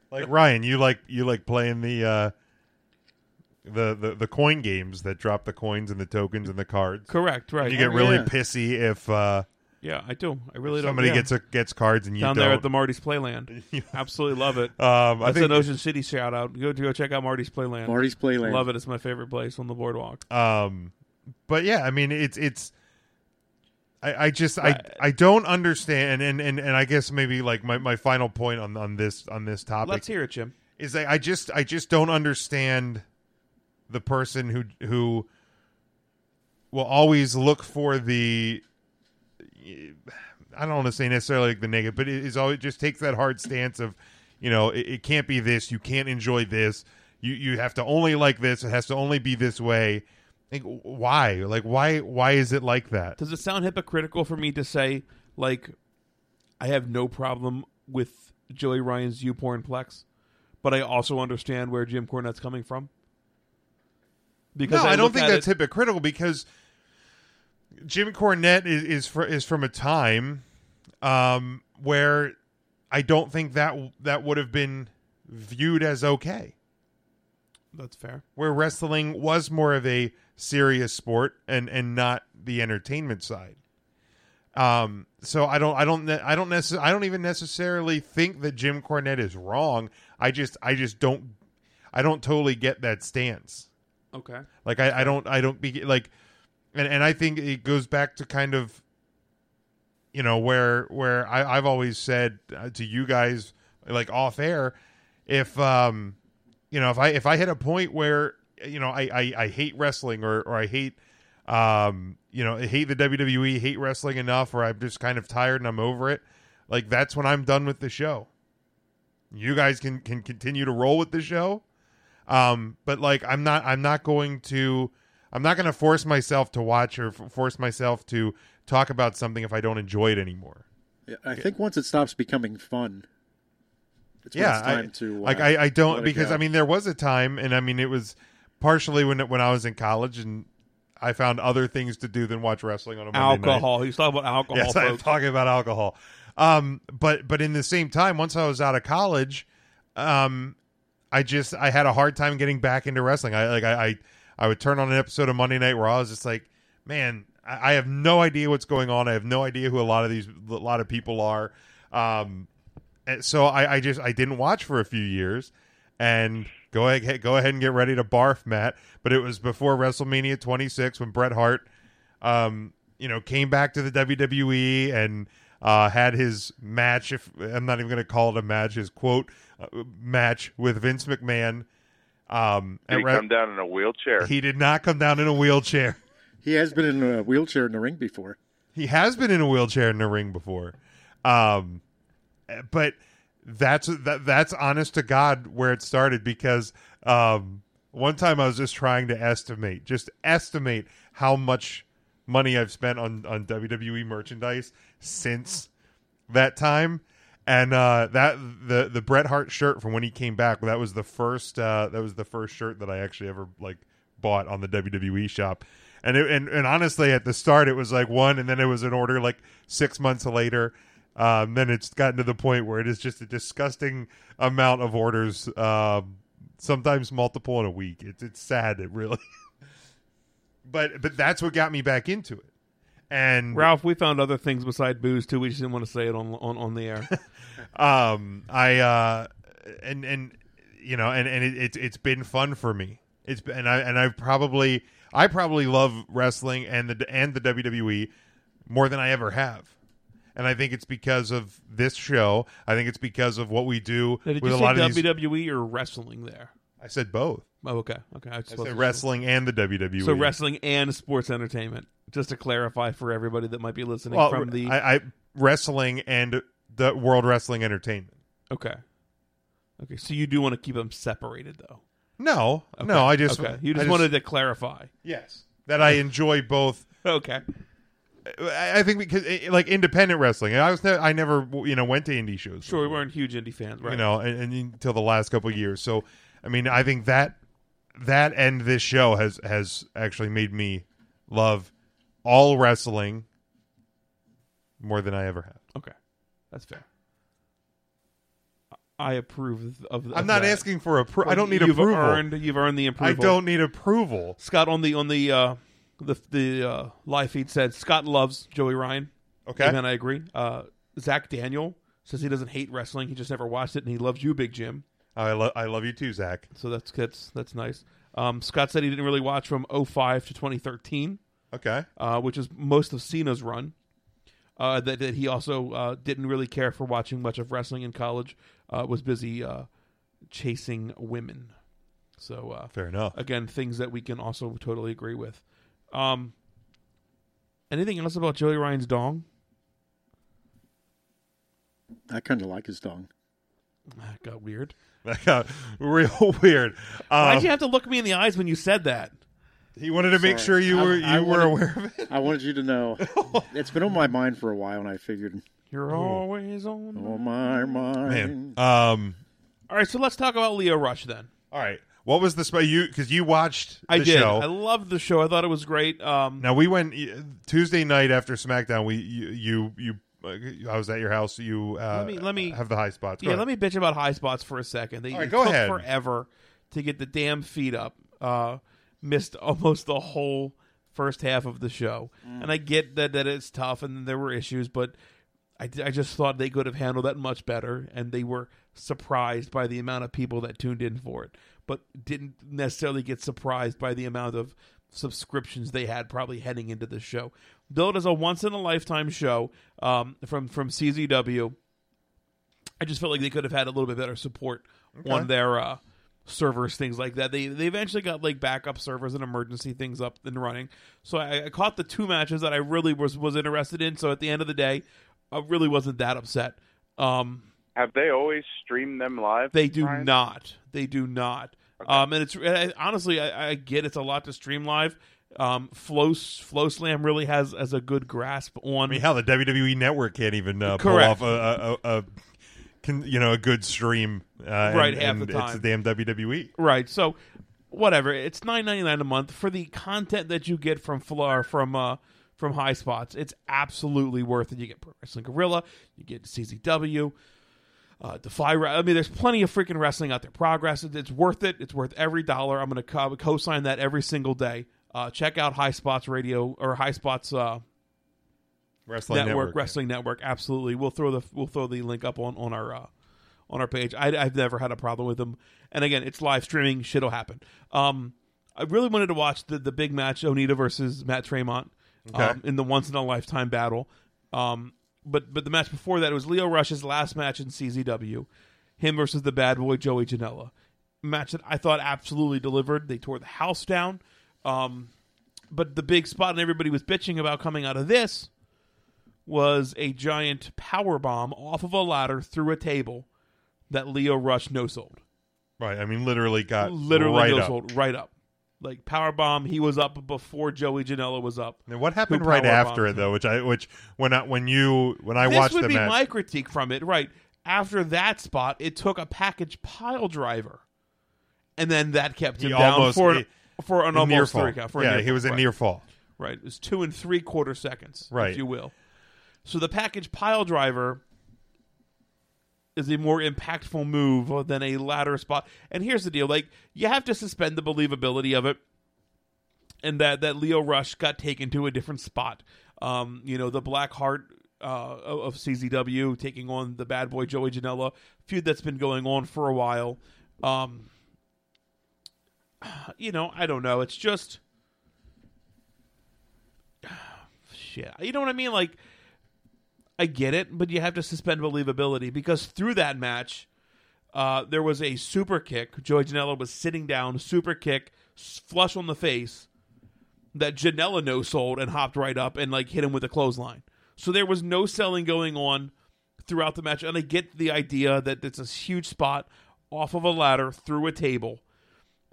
S8: Like Ryan, you like you like playing the uh the, the the coin games that drop the coins and the tokens and the cards.
S10: Correct, right.
S8: You get
S10: Oh,
S8: really
S10: yeah.
S8: pissy if uh
S10: Yeah, I do. I really
S8: if
S10: don't-
S8: somebody
S10: yeah.
S8: gets a gets cards and you
S10: down
S8: don't.
S10: there at the Marty's Playland. Absolutely love it.
S8: Um, I
S10: That's
S8: think-
S10: an Ocean City shout out. Go go check out Marty's Playland.
S9: Marty's Playland.
S10: Love it. It's my favorite place on the boardwalk.
S8: Um, but yeah, I mean, it's it's. I, I just I, I don't understand and, and, and I guess maybe like my, my final point on, on this on this topic
S10: Let's hear it, Jim.
S8: is that I just I just don't understand the person who who will always look for the I don't want to say necessarily like the negative, but it is always just takes that hard stance of you know it, it can't be this, you can't enjoy this, you you have to only like this, it has to only be this way. Like why? Like why why is it like that?
S10: Does it sound hypocritical for me to say like I have no problem with Joey Ryan's U porn plex, but I also understand where Jim Cornette's coming from?
S8: no, I, don't
S10: look
S8: think
S10: at
S8: that's
S10: it-
S8: hypocritical because Jim Cornette is is, fr- is from a time um, where I don't think that w- that would have been viewed as okay.
S10: That's fair.
S8: Where wrestling was more of a serious sport and and not the entertainment side. Um, so I don't I don't ne- I don't necess- I don't even necessarily think that Jim Cornette is wrong. I just I just don't I don't totally get that stance.
S10: Okay.
S8: Like I, I don't I don't be like and and I think it goes back to kind of you know where where I I've always said uh, to you guys like off air if um you know if I if I hit a point where you know I I, I hate wrestling or or I hate um you know I hate the WWE hate wrestling enough or I'm just kind of tired and I'm over it like that's when I'm done with the show you guys can can continue to roll with the show um but like i'm not i'm not going to i'm not going to force myself to watch or f- force myself to talk about something if i don't enjoy it anymore
S9: Yeah, I think once it stops becoming fun, it's when
S8: yeah
S9: it's time
S8: I,
S9: to uh,
S8: like i, I
S9: let
S8: don't
S9: it
S8: because
S9: go.
S8: i mean there was a time and i mean it was partially when when i was in college and i found other things to do than watch wrestling on a Monday night.
S10: Alcohol. He was talking about alcohol,
S8: Yes, I'm
S10: folks.
S8: talking about alcohol. Um, but but in the same time, once I was out of college, um, I just I had a hard time getting back into wrestling. I like I I, I would turn on an episode of Monday Night Raw. I was just like, man, I, I have no idea what's going on. I have no idea who a lot of these a lot of people are. Um, and so I I just I didn't watch for a few years, and. Go ahead, go ahead and get ready to barf, Matt. But it was before WrestleMania 26 when Bret Hart um, you know, came back to the WWE and uh, had his match. If I'm not even going to call it a match, his quote uh, match with Vince McMahon. Um,
S12: Did
S8: at
S12: he
S8: Re-
S12: come down in a wheelchair?
S8: he did not come down in a wheelchair.
S9: He has been in a wheelchair in the ring before.
S8: He has been in a wheelchair in the ring before, um, eh, but that's that, that's honest to God where it started because um, one time I was just trying to estimate, just estimate how much money I've spent on on WWE merchandise since that time, and uh, that the the Bret Hart shirt from when he came back that was the first uh, that was the first shirt that I actually ever like bought on the WWE shop. And it, and and honestly, at the start, it was like one, and then it was an order like six months later. Um, then it's gotten to the point where it is just a disgusting amount of orders, um, sometimes multiple in a week. It's it's sad, it really. but but that's what got me back into it. And
S10: Ralph, we found other things beside booze too. We just didn't want to say it on on, on the air.
S8: um, I uh, and and you know, and and it, it's it's been fun for me. It's been, and I and I've probably I probably love wrestling and the and the WWE more than I ever have. And I think it's because of this show. I think it's because of what we do
S10: Now, did
S8: with
S10: you
S8: a
S10: say
S8: lot of these.
S10: WWE or wrestling there?
S8: I said both.
S10: Oh, okay, okay. I,
S8: I
S10: just
S8: said wrestling and the E. WWE.
S10: So wrestling and sports entertainment, just to clarify for everybody that might be listening
S8: well,
S10: from the
S8: I, I wrestling and the World Wrestling Entertainment.
S10: okay, okay. So you do want to keep them separated though.
S8: No,
S10: Okay,
S8: no, I just
S10: okay. you
S8: I
S10: just wanted to clarify.
S8: Yes. that I enjoy both.
S10: okay.
S8: I I think because eh, like independent wrestling, I was ne- I never you know went to indie shows.
S10: Sure, we weren't huge indie fans, right?
S8: you know, and, and until the last couple of years. So, I mean, I think that that and this show has has actually made me love all wrestling more than I ever have.
S10: Okay, that's fair. I approve of. of
S8: I'm not
S10: that.
S8: asking for appro- I
S10: Well,
S8: don't need
S10: you've
S8: approval.
S10: Earned, you've earned the
S8: I
S10: approval.
S8: don't need approval.
S10: Scott on the on the uh, the the uh, live feed said Scott loves Joey Ryan.
S8: Okay.
S10: and I agree. Uh, Zach Daniel says he doesn't hate wrestling. He just never watched it, and he loves you, Big Jim.
S8: I love I love you too, Zach.
S10: So that's that's that's nice. Um, Scott said he didn't really watch from 05 to 2013.
S8: Okay.
S10: Uh, which is most of Cena's run. Uh, that, that he also uh, didn't really care for watching much of wrestling in college. Uh, was busy uh, chasing women. So uh,
S8: Fair enough.
S10: Again, things that we can also totally agree with. Um, anything else about Joey Ryan's dong?
S9: I kind of like his dong.
S10: That Ah, got weird.
S8: That got real weird.
S10: Why'd
S8: Um,
S10: you have to look me in the eyes when you said that?
S8: He wanted to make
S9: Sorry.
S8: sure you
S9: I-
S8: were you
S9: I
S8: were
S9: wanted-
S8: aware of it.
S9: I wanted you to know. it's been on my mind for a while, and I figured.
S10: You're always on.
S9: Oh my
S8: Man,
S9: mind.
S8: um,
S10: All right, so let's talk about Leo Rush then.
S8: All right. What was the sp- you because you watched the
S10: I did.
S8: show?
S10: I loved the show. I thought it was great. Um,
S8: Now we went y- Tuesday night after SmackDown. We you you, you I was at your house. You uh,
S10: let me let me
S8: have the high spots. Go
S10: yeah,
S8: ahead.
S10: let me bitch about high spots for a second. They
S8: All right,
S10: it
S8: go
S10: took
S8: ahead.
S10: forever to get the damn feet up. Uh, missed almost the whole first half of the show,
S7: Mm.
S10: and I get that that it's tough and there were issues, but I, d- I just thought they could have handled that much better, and they were surprised by the amount of people that tuned in for it, but didn't necessarily get surprised by the amount of subscriptions they had probably heading into the show. Billed as a once in a lifetime show um, from from CZW. I just felt like they could have had a little bit better support
S7: Okay.
S10: on their uh, servers, things like that. They they eventually got like backup servers and emergency things up and running. So I, I caught the two matches that I really was was interested in. So at the end of the day, I really wasn't that upset. Um,
S12: Have they always streamed them live?
S10: they do
S12: Ryan?
S10: not. They do not. Um, and it's and I, honestly, I, I get it's a lot to stream live. Um, Flow Flow Slam really has as a good grasp on.
S8: I mean, how the WWE Network can't even uh, pull
S10: Correct.
S8: off a, a, a, a can, you know a good stream uh, and-
S10: Right, half the
S8: and
S10: time.
S8: It's the damn E WWE.
S10: Right. So whatever. It's nine ninety nine a month for the content that you get from Flar from uh from High Spots. It's absolutely worth it. You get Pro Wrestling Gorilla, you get CZW, uh, Defy. Re- I mean, there's plenty of freaking wrestling out there. Progress. It's- It's worth it. It's worth every dollar. I'm gonna co- co-sign that every single day. Uh, check out High Spots Radio or High Spots. Uh,
S8: Wrestling Network.
S10: Wrestling Network. Absolutely, we'll throw the we'll throw the link up on on our uh, on our page. I, I've never had a problem with them, and again, it's live streaming. Shit'll happen. Um, I really wanted to watch the the big match Onita versus Matt Tremont
S8: Okay.
S10: um, in the once in a lifetime battle. Um, but but the match before that was Leo Rush's last match in CZW, him versus the bad boy Joey Janela. Match that I thought absolutely delivered. They tore the house down. Um, but the big spot and everybody was bitching about coming out of this was a giant power bomb off of a ladder through a table that Leo Rush no sold.
S8: Right. I mean, literally got
S10: Literally
S8: Uh, right
S10: no
S8: up.
S10: sold right up. Like power bomb, he was up before Joey Janela was up.
S8: And what happened right after it though? Which I which when I when you when I
S10: this
S8: watched
S10: would
S8: the
S10: be
S8: match.
S10: my critique from it, right? After that spot, it took a package pile driver, and then that kept
S8: He
S10: him down
S8: almost-
S10: for an,
S8: he-
S10: for an
S8: A near
S10: almost
S8: fall.
S10: three count. For a
S8: Yeah,
S10: near
S8: he
S10: fall,
S8: was at
S10: right.
S8: near fall.
S10: Right, it was two and three quarter seconds,
S8: Right.
S10: if you will. So the package pile driver is a more impactful move than a ladder spot. And here's the deal: like you have to suspend the believability of it, and that that Leo Rush got taken to a different spot. Um, you know, the Black Heart uh, of of CZW taking on the Bad Boy Joey Janela feud that's been going on for a while. Um, you know, I don't know. It's just shit. You know what I mean? Like, I get it, but you have to suspend believability because through that match, uh, there was a super kick. Joey Janela was sitting down, super kick, s- flush on the face. That Janela no sold and hopped right up and like hit him with a clothesline. So there was no selling going on throughout the match. And I get the idea that it's a huge spot off of a ladder through a table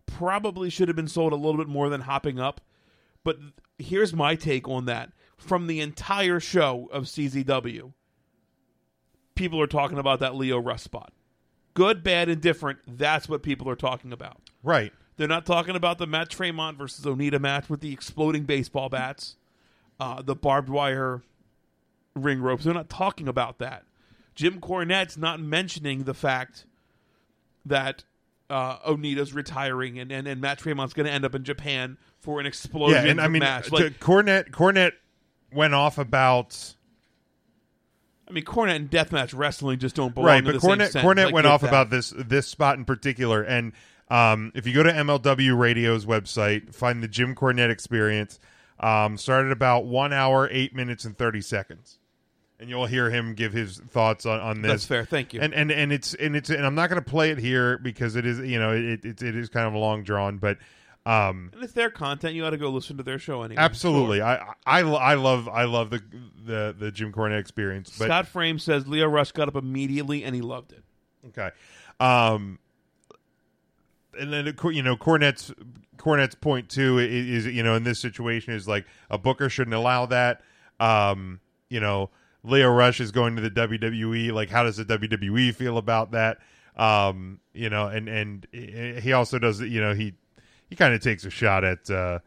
S10: probably should have been sold a little bit more than hopping up. But th- here's my take on that from the entire show of CZW. People are talking about that Leo Russ spot. Good, bad, and different. That's what people are talking about.
S8: Right.
S10: They're not talking about the Matt Tremont versus Onita match with the exploding baseball bats, uh, the barbed wire ring ropes. They're not talking about that. Jim Cornette's not mentioning the fact that uh, Onita's retiring and, and, and Matt Tremont's going to end up in Japan for an explosion
S8: yeah, and I mean,
S10: match.
S8: uh,
S10: Like,
S8: Cornette Cornette went off about
S10: I mean, Cornette and deathmatch wrestling just don't belong.
S8: right,
S10: in
S8: but
S10: the same
S8: Cornette
S10: sentence.
S8: Cornette
S10: Like,
S8: went
S10: get
S8: off
S10: that.
S8: about this this spot in particular, and um, if you go to MLW Radio's website, find the Jim Cornette Experience. Um, started about one hour, eight minutes, and thirty seconds, and you'll hear him give his thoughts on, on this.
S10: That's fair. Thank you.
S8: And and and it's and it's and I'm not going to play it here because it is you know it it, it is kind of long drawn, but um,
S10: And it's their content. You ought to go listen to their show anyway.
S8: absolutely, I, I I love I love the the the Jim Cornette Experience. But
S10: Scott Frame says Leo Rush got up immediately and he loved it.
S8: Okay. Um, and then of cour- you know Cornette's Cornette's point too i- is you know in this situation is like a booker shouldn't allow that. Um, you know Leo Rush is going to the WWE. Like how does the WWE feel about that? Um, you know, and and i- he also does you know he he kind of takes a shot at uh,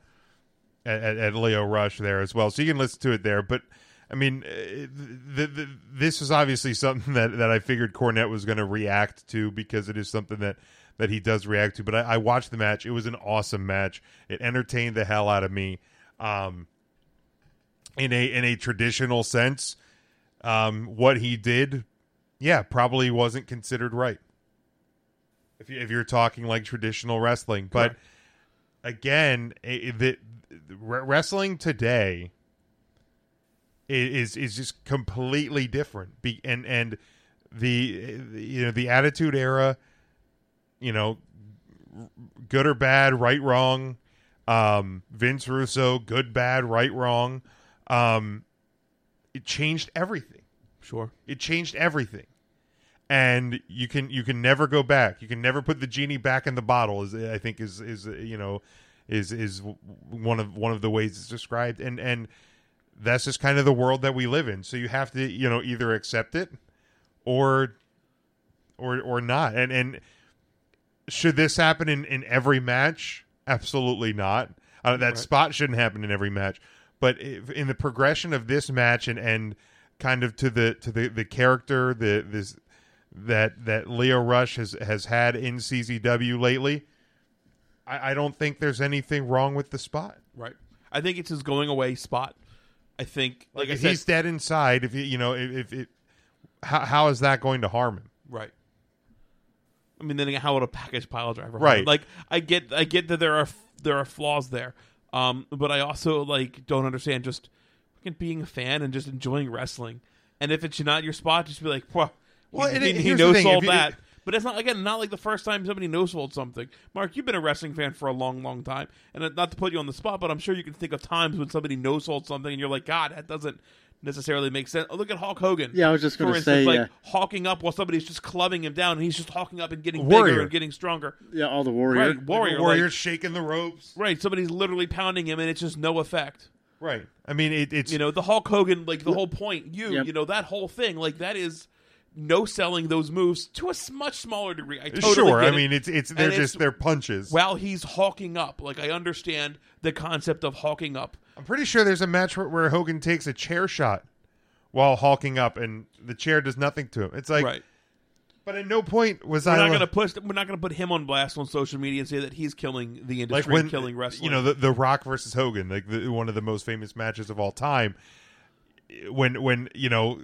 S8: at, at, at Leo Rush there as well. So you can listen to it there. But I mean, uh, the, the, this is obviously something that, that I figured Cornette was going to react to because it is something that, that he does react to. But I, I watched the match. It was an awesome match. It entertained the hell out of me. Um, in a in a traditional sense, um, what he did, yeah, probably wasn't considered right. If you, if you're talking like traditional wrestling, but again, it, the, the re- wrestling today i- is is just completely different. Be, and and the the- you know the Attitude Era, you know, r- good or bad, right wrong. Um, Vince Russo, good bad, right wrong. Um, it changed everything.
S10: Sure,
S8: it changed everything. And you can you can never go back. You can never put the genie back in the bottle. Is I think is is you know is is one of one of the ways it's described. And and that's just kind of the world that we live in. So you have to you know either accept it or or or not. And and should this happen in in every match? Absolutely not. Uh, that
S10: Right.
S8: spot shouldn't happen in every match. But if, in the progression of this match and and kind of to the to the the character the this that that Leo Rush has has had in CZW lately, I, I don't think there's anything wrong with the spot.
S10: Right. I think it's his going away spot. I think, like, I
S8: if
S10: said,
S8: he's dead inside, if you you know if, if it, how, how is that going to harm him?
S10: Right. I mean, then again, how would a package pile driver?
S8: Right.
S10: handle it? Like, I get, I get that there are there are flaws there, um, but I also like don't understand just fucking being a fan and just enjoying wrestling. And if it's not your spot, just be like, well,
S8: Well,
S10: he,
S8: and
S10: he,
S8: it-
S10: he
S8: here's the
S10: no
S8: thing, if
S10: sold
S8: you-
S10: that. But it's not again not like the first time somebody no sold something. Mark, you've been a wrestling fan for a long, long time, and uh, not to put you on the spot, but I'm sure you can think of times when somebody no sold something, and you're like, God, that doesn't necessarily make sense. Oh, look at Hulk Hogan.
S9: Yeah, I was just
S10: for
S9: gonna say,
S10: instance, like
S9: yeah.
S10: hawking up while somebody's just clubbing him down, and he's just hawking up and getting
S9: Warrior.
S10: bigger and getting stronger.
S9: Yeah, all the warrior.
S10: Right, warrior,
S8: Warrior's
S10: like-
S8: shaking the ropes.
S10: Right, somebody's literally pounding him, and it's just no effect.
S8: Right. I mean, it, it's
S10: you know the Hulk Hogan, like the whole point. You,
S9: Yep.
S10: you know that whole thing, like that is no selling those moves to a s- much smaller degree. I totally
S8: sure.
S10: get
S8: I
S10: it.
S8: mean, it's it's
S10: And
S8: they're just they're punches.
S10: while he's hawking up. Like I understand the concept of hawking up.
S8: I'm pretty sure there's a match where- where Hogan takes a chair shot while hawking up, and the chair does nothing to him. It's like, but at no point was
S10: we're
S8: I
S10: not
S8: like-
S10: gonna push. We're not gonna put him on blast on social media and say that he's killing the industry,
S8: like when
S10: and killing wrestling.
S8: You know, the, the Rock versus Hogan, like the, one of the most famous matches of all time. When when you know,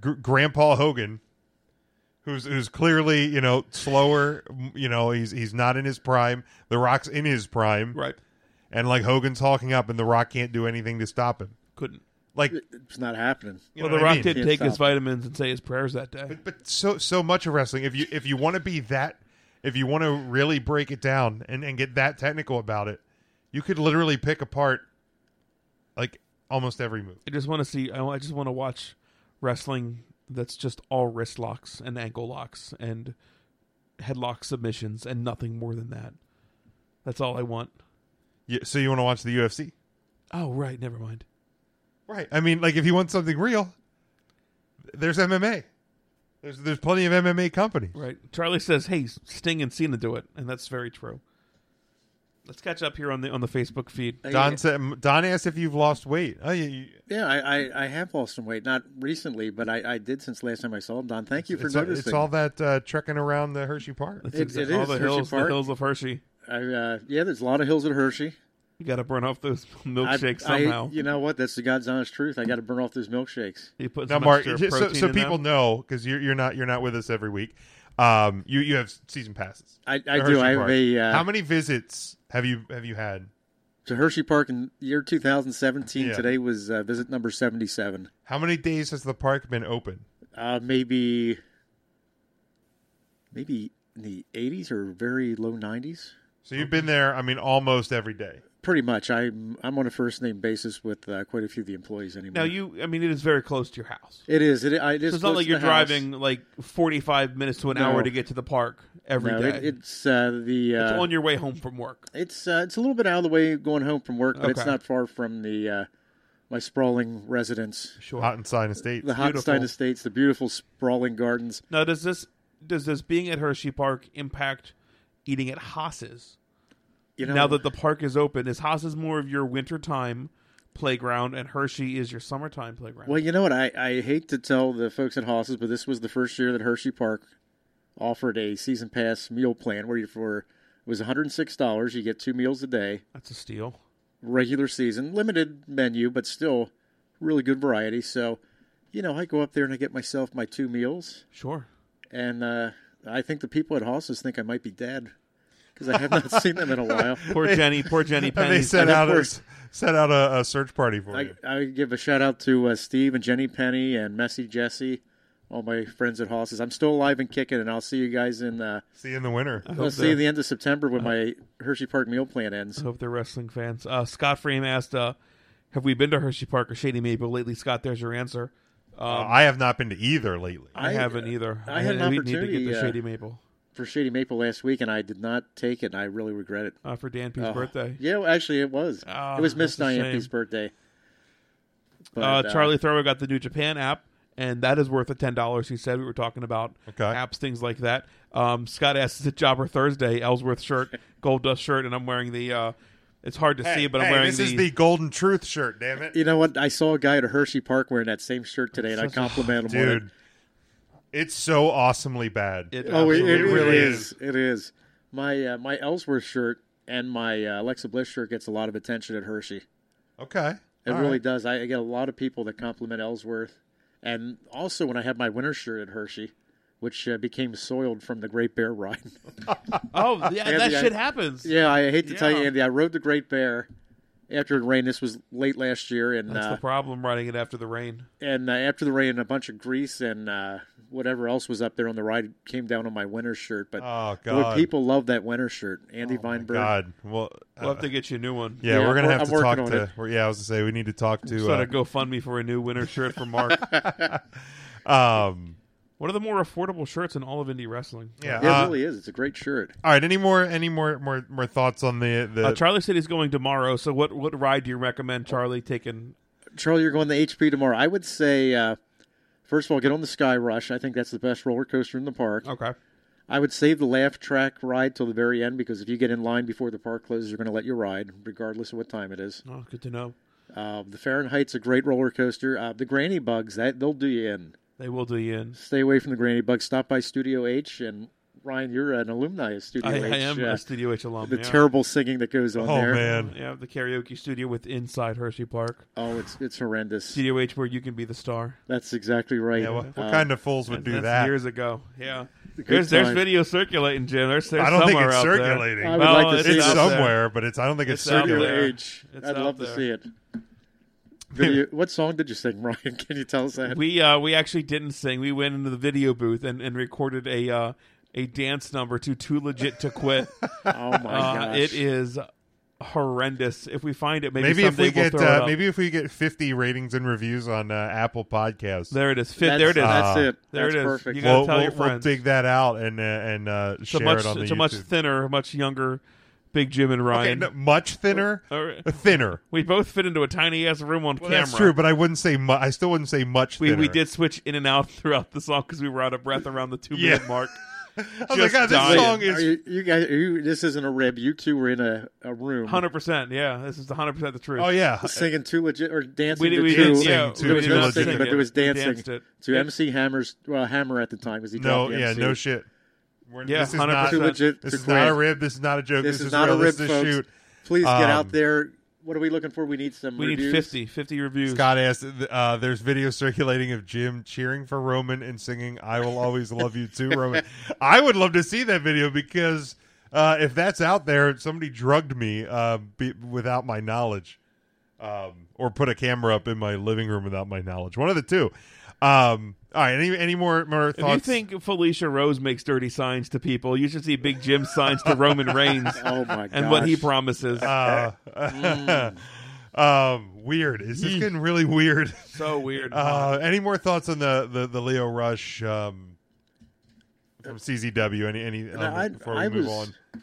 S8: Gr- Grandpa Hogan, who's who's clearly you know slower, m- you know he's he's not in his prime. The Rock's in his prime,
S10: right?
S8: And like Hogan's talking up, and The Rock can't do anything to stop him.
S10: Couldn't
S8: like
S9: it's not happening.
S10: well, the Rock did take his vitamins and say his prayers that day.
S8: But, but so so much of wrestling. If you if you want to be that, if you want to really break it down and and get that technical about it, you could literally pick apart like almost every move.
S10: I just want to see. I, I just want to watch wrestling that's just all wrist locks and ankle locks and headlock submissions and nothing more than that. That's all I want.
S8: Yeah, so you want to watch the UFC?
S10: Oh right, never mind.
S8: Right. I mean, like if you want something real, there's MMA. There's there's plenty of MMA companies.
S10: Right. Charlie says, "Hey, Sting and Cena do it," and that's very true. Let's catch up here on the on the Facebook feed.
S8: Don said, Don asked if you've lost weight. Oh, you, you-
S9: Yeah, I, I, I have lost some weight, not recently, but I, I did since last time I saw him. Don, thank you for
S8: it's, all-
S9: noticing.
S8: it's all that uh, trekking around the Hershey Park.
S9: It- It's- it all is the Hershey hills- the Park. hills
S10: of Hershey.
S9: I, uh, yeah, there's a lot of hills at Hershey.
S10: You got to burn off those milkshakes
S9: I- I-
S10: somehow.
S9: you know what? That's the God's honest truth. I got to burn off those milkshakes.
S10: You put
S8: now, Mark, just so, so people know because you're you're not you're not with us every week. Um, you you have season passes.
S9: I- I
S8: to
S9: do.
S8: Hershey
S9: I have
S8: Park.
S9: a, uh,
S8: How many visits have you have you had?
S9: to Hershey Park in year 2017.
S8: Yeah.
S9: Today was uh, visit number 77.
S8: How many days has the park been open?
S9: Uh, maybe, maybe in the 80s or very low 90s.
S8: So you've been there. I mean, almost every day.
S9: Pretty much. I'm I'm on a first name basis with uh, quite a few of the employees anymore.
S10: Now you, I mean, it is very close to your house.
S9: It is. It, I- it is
S10: So it's not
S9: close
S10: like
S9: to
S10: you're
S9: the house.
S10: driving like 45 minutes to an
S9: No.
S10: hour to get to the park every day.
S9: No, it- it's uh, the uh,
S10: It's on your way home from work.
S9: It's uh, it's a little bit out of the way going home from work, but it's
S10: Okay.
S9: not far from the uh, my sprawling residence.
S10: Sure.
S8: Hottenstein Estates.
S9: The Hottenstein
S10: Beautiful.
S9: Estates, the beautiful sprawling gardens.
S10: Now, does this does this being at Hershey Park impact eating at Haas's?
S9: You know-
S10: now that the park is open, is Haas's more of your wintertime playground and Hershey is your summertime playground?
S9: Well, you know what? I, I hate to tell the folks at Hosses, but this was the first year that Hershey Park offered a season pass meal plan where you for it was $106. You get two meals a day.
S10: That's a steal.
S9: Regular season, limited menu, but still really good variety. So, you know, I go up there and I get myself my two meals.
S10: Sure.
S9: And uh, I think the people at Hosses think I might be dead because I have not seen them in a while.
S10: Poor Jenny, poor Jenny
S8: Have they
S10: Penny.
S8: set
S9: And of
S8: out a,
S9: course-
S8: set out a, a search party for
S9: I,
S8: you?
S9: I give a shout out to uh, Steve and Jenny Penny and Messy Jesse, all my friends at Hosses. I'm still alive and kicking, and I'll see you guys in. Uh,
S8: See you in the winter. I
S9: I'll
S10: hope
S9: see you
S10: so.
S9: the end of September when my Hershey Park meal plan ends.
S10: I hope they're wrestling fans. Uh, Scott Frame asked, uh, "Have we been to Hershey Park or Shady Maple lately?" Scott, there's your answer. Um,
S8: Uh, I have not been to either lately.
S10: I haven't either.
S9: I had an
S10: we
S9: opportunity
S10: need to get to
S9: uh,
S10: Shady Maple.
S9: for Shady Maple last week, and I did not take it. and I really regret it.
S10: Uh, for Dan P's birthday.
S9: Yeah, well, actually, it was.
S10: Ah,
S9: it was Miss
S10: that's a
S9: Diane
S10: shame.
S9: P's birthday. But,
S10: uh, Charlie Thurlow got the New Japan app, and that is worth a ten dollars. He said we were talking about apps, things like that. Um, Scott asks, "Is it Jobber Thursday?" Ellsworth shirt, Gold Dust shirt, and I'm wearing the. Uh, it's hard to see, but I'm wearing
S8: this is the Golden Truth shirt. Damn it,
S9: You know what? I saw a guy at a Hershey Park wearing that same shirt today, and I
S8: Such a-
S9: complimented him on it.
S8: dude. It's so awesomely bad.
S9: oh, it, it
S8: It really
S9: is. It is. My uh, my Ellsworth shirt and my uh, Alexa Bliss shirt gets a lot of attention at Hershey.
S8: Okay.
S9: It
S8: All
S9: really
S8: right.
S9: does. I, I get a lot of people that compliment Ellsworth, and also when I have my winter shirt at Hershey, which uh, became soiled from the Great Bear ride.
S10: Oh, yeah, that
S9: Andy, I-
S10: shit happens.
S9: Yeah, I hate to tell you,
S10: Yeah.
S9: Andy, I rode the Great Bear after it rained. This was late last year, and
S10: That's
S9: uh,
S10: the problem riding it after the rain.
S9: and uh, after the rain, a bunch of grease and uh, whatever else was up there on the ride came down on my winter shirt. But
S8: Oh,
S9: boy,
S8: God.
S9: people love that winter shirt, Andy Weinberg.
S8: God, well,
S10: We'll have to get you a new one.
S8: Uh, Yeah, we're gonna
S9: I'm-
S8: have
S9: I'm
S8: to
S9: working
S8: talk
S9: on
S8: to.
S9: it.
S8: we're- Yeah, I was gonna say we need to talk to.
S10: Start
S8: Uh,
S10: a GoFundMe for a new winter shirt for Mark.
S8: um,
S10: One of the more affordable shirts in all of indie wrestling.
S8: Yeah,
S9: it
S8: uh,
S9: really is. It's a great shirt.
S8: all right. Any more? Any more? More? More thoughts on the the?
S10: Uh, Charlie said he's going tomorrow. So, what what ride do you recommend Charlie taking?
S9: Charlie, you're going to HP tomorrow. I would say uh, First of all, get on the Sky Rush. I think that's the best roller coaster in the park.
S10: Okay.
S9: I would save the laugh track ride till the very end because if you get in line before the park closes, they're going to let you ride, regardless of what time it is.
S10: Oh, good to know.
S9: Uh, the Fahrenheit's a great roller coaster. Uh, the Granny Bugs, that they'll do you in.
S10: They will do you in.
S9: Stay away from the Granny Bugs. Stop by Studio H and Ryan, you're an alumni of Studio
S10: I,
S9: H.
S10: I am
S9: uh,
S10: a Studio H alum.
S9: The
S10: yeah. Oh,
S9: terrible singing that goes
S8: Oh,
S9: on there.
S10: Yeah, the karaoke studio with inside Hershey Park.
S9: Oh, it's it's horrendous.
S10: Studio H where you can be the star.
S9: That's exactly right.
S8: Yeah,
S9: Uh,
S8: what- what kind of fools would
S10: that-
S8: do
S10: Uh,
S8: that?
S10: that's Years ago. Yeah.
S8: Good
S10: There's, there's
S8: time.
S10: video circulating, Jim. There's, there's
S8: I don't think
S10: somewhere
S8: it's
S10: out there.
S8: circulating. I would
S10: Well,
S8: like to see
S10: out
S8: it.
S10: there.
S8: somewhere, but it's- I don't think it's
S10: out
S9: Studio
S10: there.
S9: H.
S10: It's
S9: I'd
S10: out
S9: love
S10: there.
S9: to see it. Video, what song did you sing, Ryan? Can you tell us that?
S10: We uh, we actually didn't sing. We went into the video booth and, and recorded a uh, a dance number to "Too Legit to Quit." oh my
S8: gosh.
S10: It is horrendous. If we find it, maybe,
S8: Maybe, if
S10: someday
S8: we get
S10: we'll throw it
S8: uh,
S10: up.
S8: maybe if we get 50 ratings and reviews on uh, Apple Podcasts.
S10: There it is. Fit- That's- there it is.
S8: Uh,
S10: that's it. There That's it is. perfect. You gotta
S8: we'll,
S10: tell
S8: we'll,
S10: your friends.
S8: We'll dig that out and uh, and uh,
S10: It's a
S8: share
S10: much
S8: it on the
S10: it's
S8: YouTube.
S10: a much thinner, much younger. Big Jim and Ryan, Oh,
S8: no, much thinner,
S10: All right.
S8: thinner.
S10: We both fit into a tiny ass room on
S8: Well,
S10: camera.
S8: that's true, but I wouldn't say. Mu- I still wouldn't say much.
S10: We,
S8: thinner.
S10: we did switch in and out throughout the song because we were out of breath around the two minute
S8: Yeah.
S10: mark. I
S8: was like, God, this song is-
S9: Are you, you guys, are you, this isn't a rib. You two were in a, a room.
S10: hundred percent. Yeah, this is the hundred percent the truth.
S8: Oh,
S9: singing too legit or dancing
S10: We did-
S9: to
S10: we
S9: too.
S10: did sing Yeah, to
S9: there was
S10: Too
S9: no
S10: Legit.
S9: singing, but there was
S10: We
S9: dancing
S10: danced it.
S9: to
S10: Yeah.
S9: MC Hammer's well, Hammer at the time was he?
S8: No,
S9: called the
S8: yeah,
S9: MC.
S8: no shit. We're-
S9: Yeah,
S8: this is not.
S9: 100%. Too legit
S8: this
S9: to
S8: is not a
S9: quit.
S8: rib. This is not a joke.
S9: This,
S8: is,
S9: is not
S8: real.
S9: a rib,
S8: This is
S9: folks.
S8: shoot.
S9: Please get
S8: Um,
S9: out there. What are we looking for? We need some.
S10: We need
S9: reviews.
S10: 50, 50 reviews.
S8: Scott asked, uh, "There's video circulating of Jim cheering for Roman and singing "I Will Always Love You Too," Roman. I would love to see that video because uh, if that's out there, somebody drugged me uh, be, without my knowledge, um, or put a camera up in my living room without my knowledge. One of the two. Um, all right. Any any more more
S10: If you
S8: thoughts?
S10: think Felicia Rose makes dirty signs to people, you should see Big Jim signs to Roman Reigns.
S8: Oh, my
S10: And what he
S8: gosh.
S10: promises.
S8: Uh,
S9: Mm.
S8: um, weird. Is this
S10: Yeesh.
S8: getting really weird?
S10: So weird.
S8: Uh, any more thoughts on the the, the Leo Rush um, from CZW? Any any
S9: And
S8: on-
S9: I,
S8: before we
S9: I
S8: move
S9: was,
S8: on?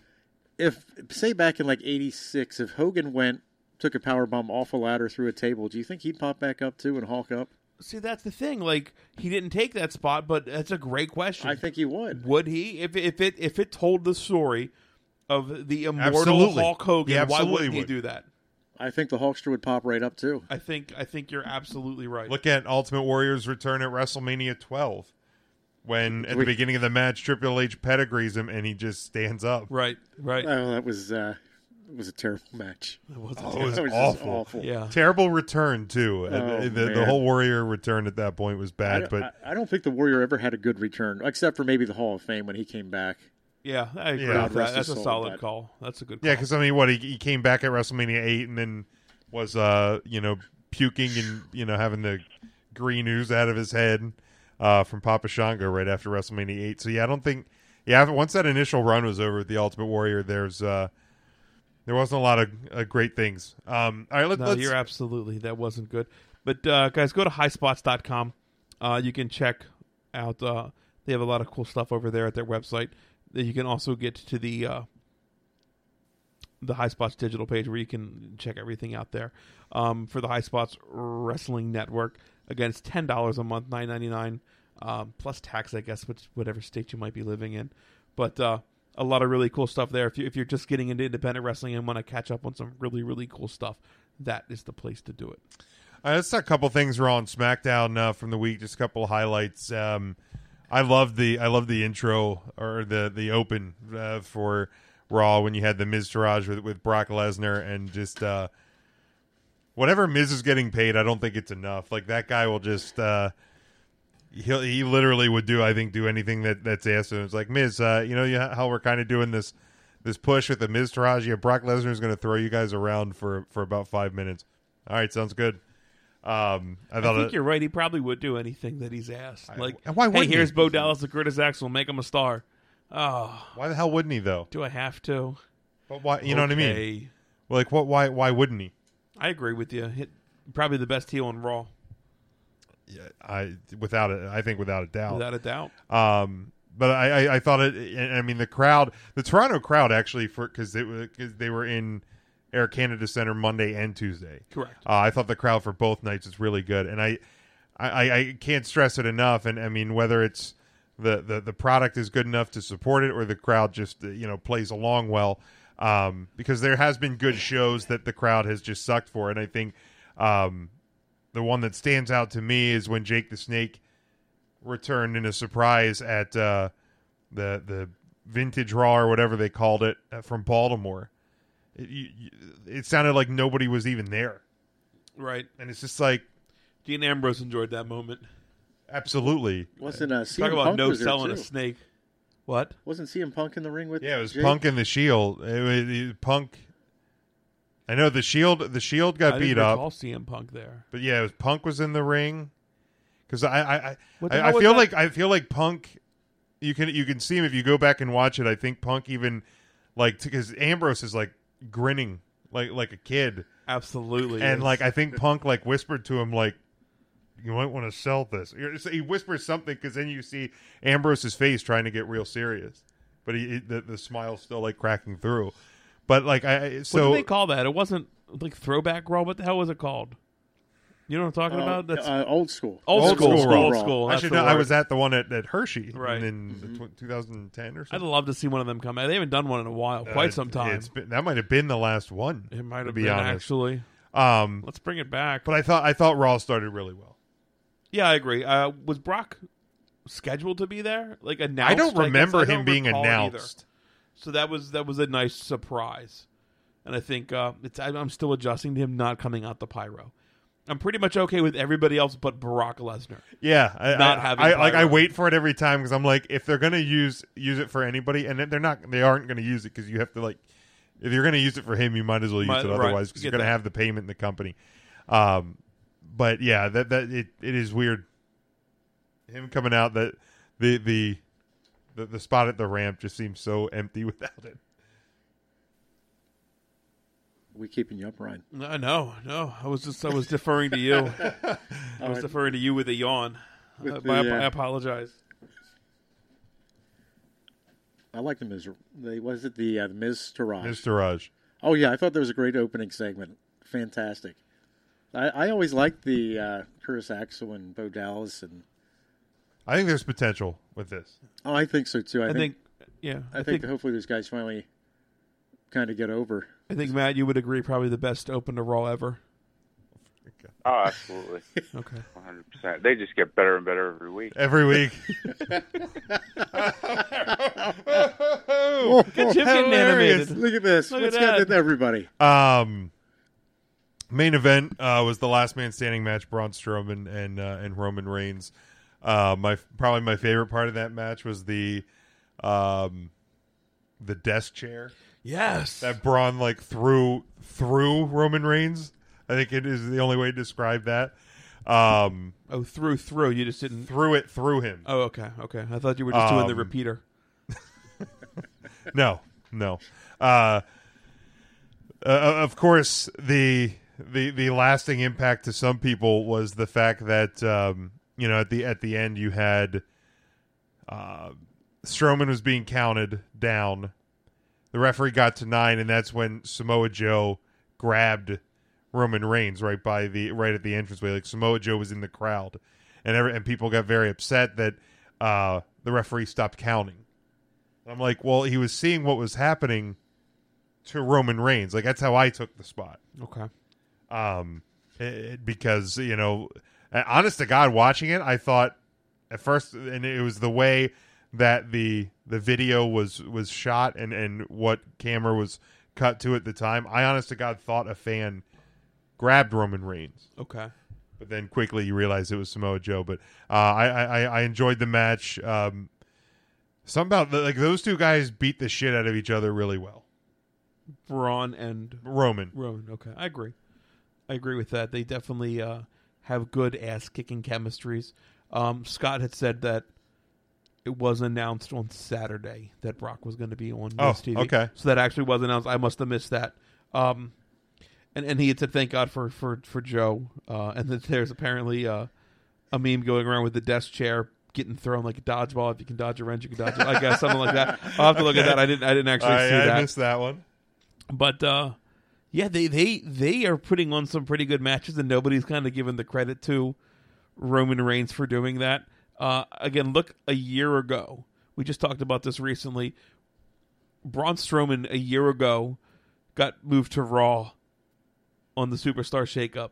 S9: if say back in like '86, if Hogan went took a power bomb off a ladder through a table, do you think he'd pop back up too and Hulk up?
S10: See, that's the thing. Like he didn't take that spot, but that's a great question. I
S9: think he would.
S10: Would he? If if it if it told the story of the immortal
S9: Absolutely.
S10: Hulk Hogan,
S9: He
S10: why
S9: absolutely
S10: wouldn't he
S9: would.
S10: do that?
S9: I think the Hulkster would pop right up too.
S10: I think I think you're absolutely right.
S8: Look at Ultimate Warrior's return at WrestleMania 12, when at
S9: We-
S8: the beginning of the match, Triple H pedigrees him and he just stands up.
S10: Right, right.
S9: Oh, that was uh, it was a terrible match. It
S10: was,
S8: Oh, it was,
S9: just
S8: awful. terrible return too.
S9: Oh,
S8: the, the- the
S9: man.
S8: whole Warrior return at that point was
S9: I
S8: bad,
S9: don't-
S8: but
S9: I, I don't think the Warrior ever had a good return, except for maybe the Hall of Fame when he came back.
S10: Yeah, I agree
S8: Yeah.
S10: with that.
S8: Rest
S10: That's
S8: his
S10: a
S8: soul,
S10: solid
S8: but-
S10: call. That's a good. Call.
S8: Yeah, because I mean, what he, he came back at WrestleMania eight and then was uh you know puking and you know having the green ooze out of his head uh from Papa Shango right after WrestleMania eight. So yeah, I don't think yeah after- once that initial run was over with the Ultimate Warrior, there's uh there wasn't a lot of uh, great things. Um, all right, let,
S10: no,
S8: let's
S10: you're absolutely that wasn't good. But uh, guys, go to highspots.com. Uh, you can check out. Uh, they have a lot of cool stuff over there at their website. That You can also get to the uh, the High Spots digital page where you can check everything out there um, for the High Spots Wrestling Network. Again, it's ten dollars a month, nine ninety nine um, plus tax, I guess, which whatever state you might be living in. But uh, a lot of really cool stuff there. If you if you're just getting into independent wrestling and want to catch up on some really really cool stuff, that is the place to do it.
S8: Uh, that's a couple things were on SmackDown uh, from the week. Just a couple of highlights. Um, I love the I love the intro or the the open uh, for Raw when you had the Miz Taraj with, with Brock Lesnar and just uh, whatever Miz is getting paid. I don't think it's enough. Like that guy will just uh, he he literally would do I think do anything that that's asked of him. It's like Miz, uh, you know you, how we're kind of doing this this push with the Miz Taraj. Yeah, Brock Lesnar is going to throw you guys around for for about five minutes. All right, sounds good. Um, I
S10: I,
S8: thought
S10: think
S8: it-
S10: you're right. He probably would do anything that he's asked. Like,
S8: and why
S10: hey,
S8: wouldn't he?
S10: here's Bo Dallas, the Curtis Axel, make him a star. Oh,
S8: why the hell wouldn't he though?
S10: do I have to?
S8: But why? You know what I
S10: Okay.
S8: mean? Like what? Why? Why wouldn't he?
S10: I agree with you. Hit, probably the best heel on Raw.
S8: I without it, I think without a doubt,
S10: Without a doubt.
S8: Um, but I, I, I thought it. and I mean, the crowd, the Toronto crowd, actually, for because they were cause they were in Air Canada Center Monday and Tuesday.
S10: Correct.
S8: Uh, I thought the crowd for both nights was really good, and I, I, I, I can't stress it enough. And I mean, whether it's the, the, the product is good enough to support it or the crowd just, uh, you know, plays along well. Um, because there has been good shows that the crowd has just sucked for. And I think um, the one that stands out to me is when Jake the Snake returned in a surprise at uh, the the vintage raw or whatever they called it uh, from Baltimore. It, you, you- it sounded like nobody was even there.
S10: Right.
S8: And it's just like
S10: Dean Ambrose enjoyed that moment.
S8: Absolutely.
S9: Wasn't uh, CM
S10: Talk about
S9: Punk
S10: no
S9: was there,
S10: selling a
S9: too.
S10: snake. What?
S9: Wasn't CM Punk in the ring with?
S8: Yeah, it was
S9: Jake?
S8: Punk and the Shield. It was- it- Punk. I know the Shield. The Shield got
S10: I
S8: beat
S10: didn't
S8: up.
S10: recall CM Punk there.
S8: But yeah, it was Punk was in the ring because I I I,
S10: What
S8: I,
S10: the hell
S8: I
S10: was
S8: feel
S10: that?
S8: like I feel like Punk. You can you can see him if you go back and watch it. I think Punk even like because Ambrose is like grinning like like a kid,
S10: absolutely,
S8: and
S10: is.
S8: like I think Punk like whispered to him like. You might want to sell this. So He whispers something because then you see Ambrose's face trying to get real serious, but he, he- the, the smile's still like cracking through. But like I so
S10: what did they call that? It wasn't like throwback raw. What the hell was it called? You know what I'm talking
S8: Oh,
S9: Uh,
S10: about? That's
S9: uh, old school.
S10: Old, school.
S8: Raw.
S10: Old school.
S8: I
S10: that's
S8: should
S10: the
S8: know. I
S10: word.
S8: was at the one at, at Hershey,
S10: Right.
S8: In the tw- 2010 or
S10: I'd
S8: something.
S10: love to see one of them come out. They haven't done one in a while, quite
S8: Uh,
S10: some time.
S8: it's been- that might have been the last one. It
S10: might
S8: to
S10: have
S8: be
S10: been,
S8: honest.
S10: actually.
S8: Um,
S10: Let's bring it back.
S8: but I thought I thought Raw started really well.
S10: Yeah, I agree. Uh, was Brock scheduled to be there? Like announced?
S8: I don't
S10: guess
S8: remember
S10: I
S8: him
S10: don't
S8: being
S10: recall either.
S8: announced.
S10: So that was that was a nice surprise, and I think uh, it's I, I'm still adjusting to him not coming out the pyro. I'm pretty much okay with everybody else but Brock Lesnar.
S8: Yeah, I,
S10: not
S8: I-
S10: having
S8: I, like I
S10: pyro.
S8: wait for it every time because I'm like, if they're gonna use use it for anybody, and they're not, they aren't gonna use it because you have to like, if you're gonna use it for him, you might as well use
S10: Might-
S8: it
S10: right,
S8: otherwise because
S10: get
S8: you're gonna
S10: that.
S8: have the payment in the company. Um, but yeah, that that it, it is weird. Him coming out that the the the, the spot at the ramp just seems so empty without it.
S9: We keeping you up, Ryan?
S10: No, no, no. I was just I was deferring to you. I
S9: All
S10: was
S9: right.
S10: deferring to you with a yawn.
S9: With
S10: I,
S9: the,
S10: I,
S9: uh,
S10: I apologize.
S9: I like the Miz. They was it the uh, the Miz Taraj.
S8: Miz Taraj.
S9: Oh yeah, I thought there was a great opening segment. Fantastic. I, I always liked the uh, Curtis Axel and Bo Dallas, and
S8: I think there's potential with this.
S9: oh, I think so too. I,
S10: I
S9: think,
S10: yeah,
S9: I,
S10: I
S9: think,
S10: think-
S9: hopefully these guys finally kind of get over.
S10: I think Matt, you would agree, probably the best open to Raw ever.
S12: Oh, absolutely.
S10: Okay.
S12: 100%. They just get better and better every week.
S8: Every week.
S12: Look
S10: at Jim getting
S9: Hilarious.
S10: animated.
S9: Look at this.
S10: Look at
S9: What's
S10: that.
S9: happening to everybody?
S8: Um, main event uh, was the last man standing match: Braun Strowman and uh, and Roman Reigns. Uh, my probably my favorite part of that match was the um, the desk chair.
S10: Yes.
S8: that Braun like threw through Roman Reigns. I think it is the only way to describe that. Um,
S10: oh, through through you just didn't
S8: threw it through him.
S10: Oh, okay, okay. I thought you were just doing the
S8: Um,
S10: repeater.
S8: no, no. Uh, uh, of course, the the the lasting impact to some people was the fact that um, you know at the at the end you had uh, Strowman was being counted down. The referee got to nine, and that's when Samoa Joe grabbed Roman Reigns right by the right at the entranceway. Like Samoa Joe was in the crowd, and every, and people got very upset that uh, the referee stopped counting. And I'm like, well, he was seeing what was happening to Roman Reigns. Like that's how I took the spot.
S10: Okay.
S8: Um, it- because you know, uh, honest to God, watching it, I thought at first, and it was the way that the the video was was shot and and what camera was cut to at the time. I honest to God thought a fan grabbed Roman Reigns.
S10: Okay.
S8: But then quickly you realize it was Samoa Joe. But uh, I, I I- I enjoyed the match. Um, some about the, like those two guys beat the shit out of each other really well.
S10: Braun and
S8: Roman.
S10: Roman. Okay, I agree. I agree with that. They definitely uh, have good ass kicking chemistries. Um, Scott had said that it was announced on Saturday that Brock was going to be on
S8: Oh,
S10: Miz TV.
S8: okay.
S10: So that actually was announced. I must have missed that. Um, and and he had said thank God for for for Joe. Uh, and that there's apparently uh, a meme going around with the desk chair. Getting thrown like a dodgeball. If you can dodge a wrench, you can dodge. It. I guess something like that. I'll have to look at that. I didn't. I didn't actually
S8: I-
S10: see
S8: I
S10: that.
S8: missed that one.
S10: But uh, yeah, they they they are putting on some pretty good matches, and nobody's kind of given the credit to Roman Reigns for doing that. Uh, again, look a year ago. We just talked about this recently. Braun Strowman a year ago got moved to Raw on the Superstar Shakeup,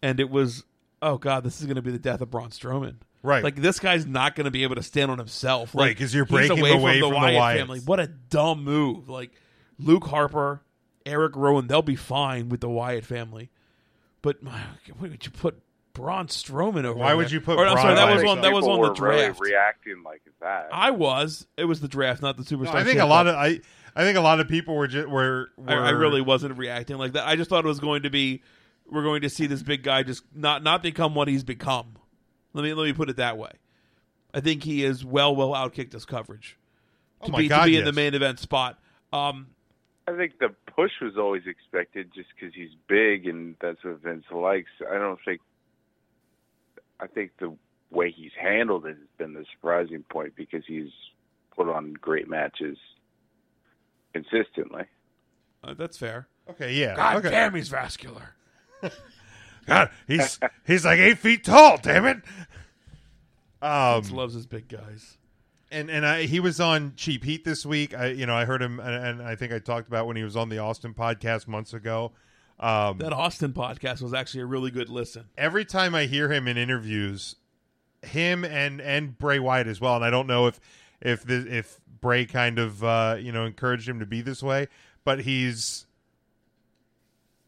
S10: and it was oh god, this is going to be the death of Braun Strowman.
S8: Right.
S10: like this guy's not going to be able to stand on himself.
S8: Right,
S10: Like,
S8: 'cause you're
S10: he's
S8: breaking
S10: away,
S8: away
S10: from,
S8: from the
S10: the Wyatt
S8: Wyatts.
S10: family. What a dumb move! Like Luke Harper, Eric Rowan, they'll be fine with the Wyatt family. But my, why would you put Braun Strowman over?
S8: Why would
S10: there?
S8: you put
S10: Or, I'm
S8: Braun
S10: sorry, that was
S8: Strowman?
S10: on that was
S12: People
S10: on the
S12: were really
S10: draft.
S12: reacting like that.
S10: I was. It was the draft, not the superstar.
S8: I think a
S10: shakeup.
S8: lot of I I think a lot of people were just were, were
S10: I, I really wasn't reacting like that. I just thought it was going to be we're going to see this big guy just not not become what he's become. Let me let me put it that way. I think he is well well outkicked his coverage
S8: Oh
S10: to
S8: my
S10: be
S8: God,
S10: to be in the
S8: yes.
S10: main event spot. Um,
S12: I think the push was always expected just because he's big and that's what Vince likes. I don't think. I think the way he's handled it has been the surprising point because he's put on great matches consistently.
S10: uh, that's fair.
S8: Okay, yeah.
S10: God
S8: okay.
S10: damn, he's vascular.
S8: God, he's he's like eight feet tall. Damn it. Um,
S10: Vince loves his big guys.
S8: and and I, he was on Cheap Heat this week. I you know I heard him, and, and I think I talked about when he was on the Austin podcast months ago. Um,
S10: That Austin podcast was actually a really good listen.
S8: every time I hear him in interviews, him and and Bray Wyatt as well. And I don't know if if the, if Bray kind of uh, you know encouraged him to be this way, but he's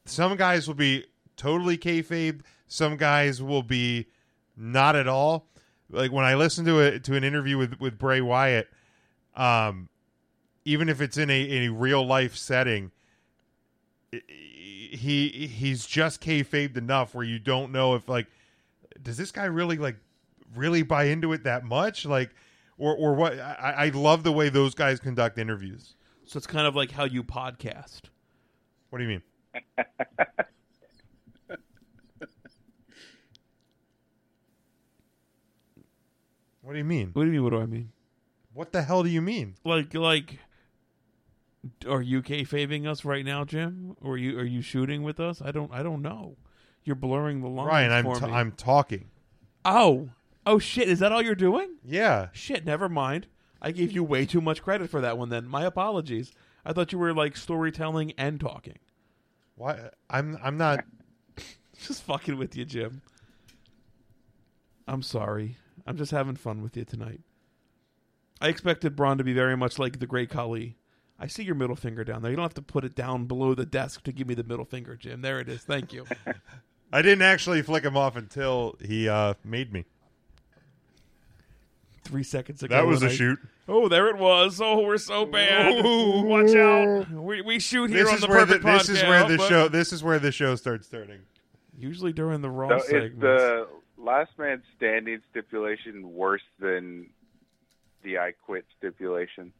S8: some guys will be totally kayfabe, some guys will be not at all. Like when I listen to it to an interview with with Bray Wyatt, um, even if it's in a in a real life setting, he he's just kayfabed enough where you don't know if like does this guy really like really buy into it that much like or or what I, I love the way those guys conduct interviews.
S10: So it's kind of like how you podcast.
S8: What do you mean? what do you mean?
S10: What do you mean? What do I mean?
S8: What the hell do you mean?
S10: Like like, are you kayfabing us right now, Jim? Or are you are you shooting with us? I don't I don't know. You're blurring the lines.
S8: Ryan, I'm
S10: for
S8: t-
S10: me.
S8: I'm talking.
S10: Oh. Oh shit, is that all you're doing?
S8: Yeah.
S10: Shit, never mind. I gave you way too much credit for that one then. My apologies. I thought you were like storytelling and talking.
S8: Why I'm I'm not
S10: Just fucking with you, Jim. I'm sorry. I'm just having fun with you tonight. I expected Braun to be very much like the great Kali. I see your middle finger down there. You don't have to put it down below the desk to give me the middle finger, Jim. There it is. Thank you.
S8: I didn't actually flick him off until he uh made me.
S10: Three seconds ago.
S8: That was
S10: when
S8: a
S10: I-
S8: shoot.
S10: Oh, there it was. Oh, we're so bad.
S8: Ooh.
S10: Watch out. We, we shoot here
S8: This
S10: on
S8: is
S10: the
S8: where the,
S10: perfect
S8: this is where
S10: podcast,
S8: the
S10: but-
S8: show this is where the show starts turning.
S10: Usually during the raw
S12: So is
S10: segments.
S12: the last man standing stipulation worse than the I quit stipulation?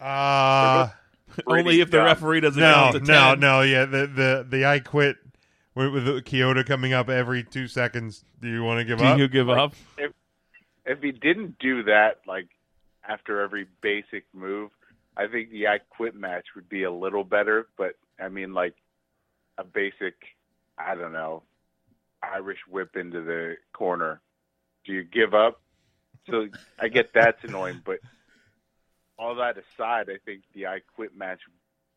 S8: Uh
S10: Only if the
S12: Pretty dumb.
S10: referee doesn't
S8: no,
S10: count to
S8: no,
S10: 10.
S8: no. Yeah, the the the I quit with, with the Kyoto coming up every two seconds. Do you want to give
S10: Do
S8: up?
S10: you give up?
S12: if if he didn't do that, like after every basic move, I think the I quit match would be a little better. But I mean, like a basic, I don't know, Irish whip into the corner. Do you give up? So I get that's annoying, but all that aside, I think the I quit match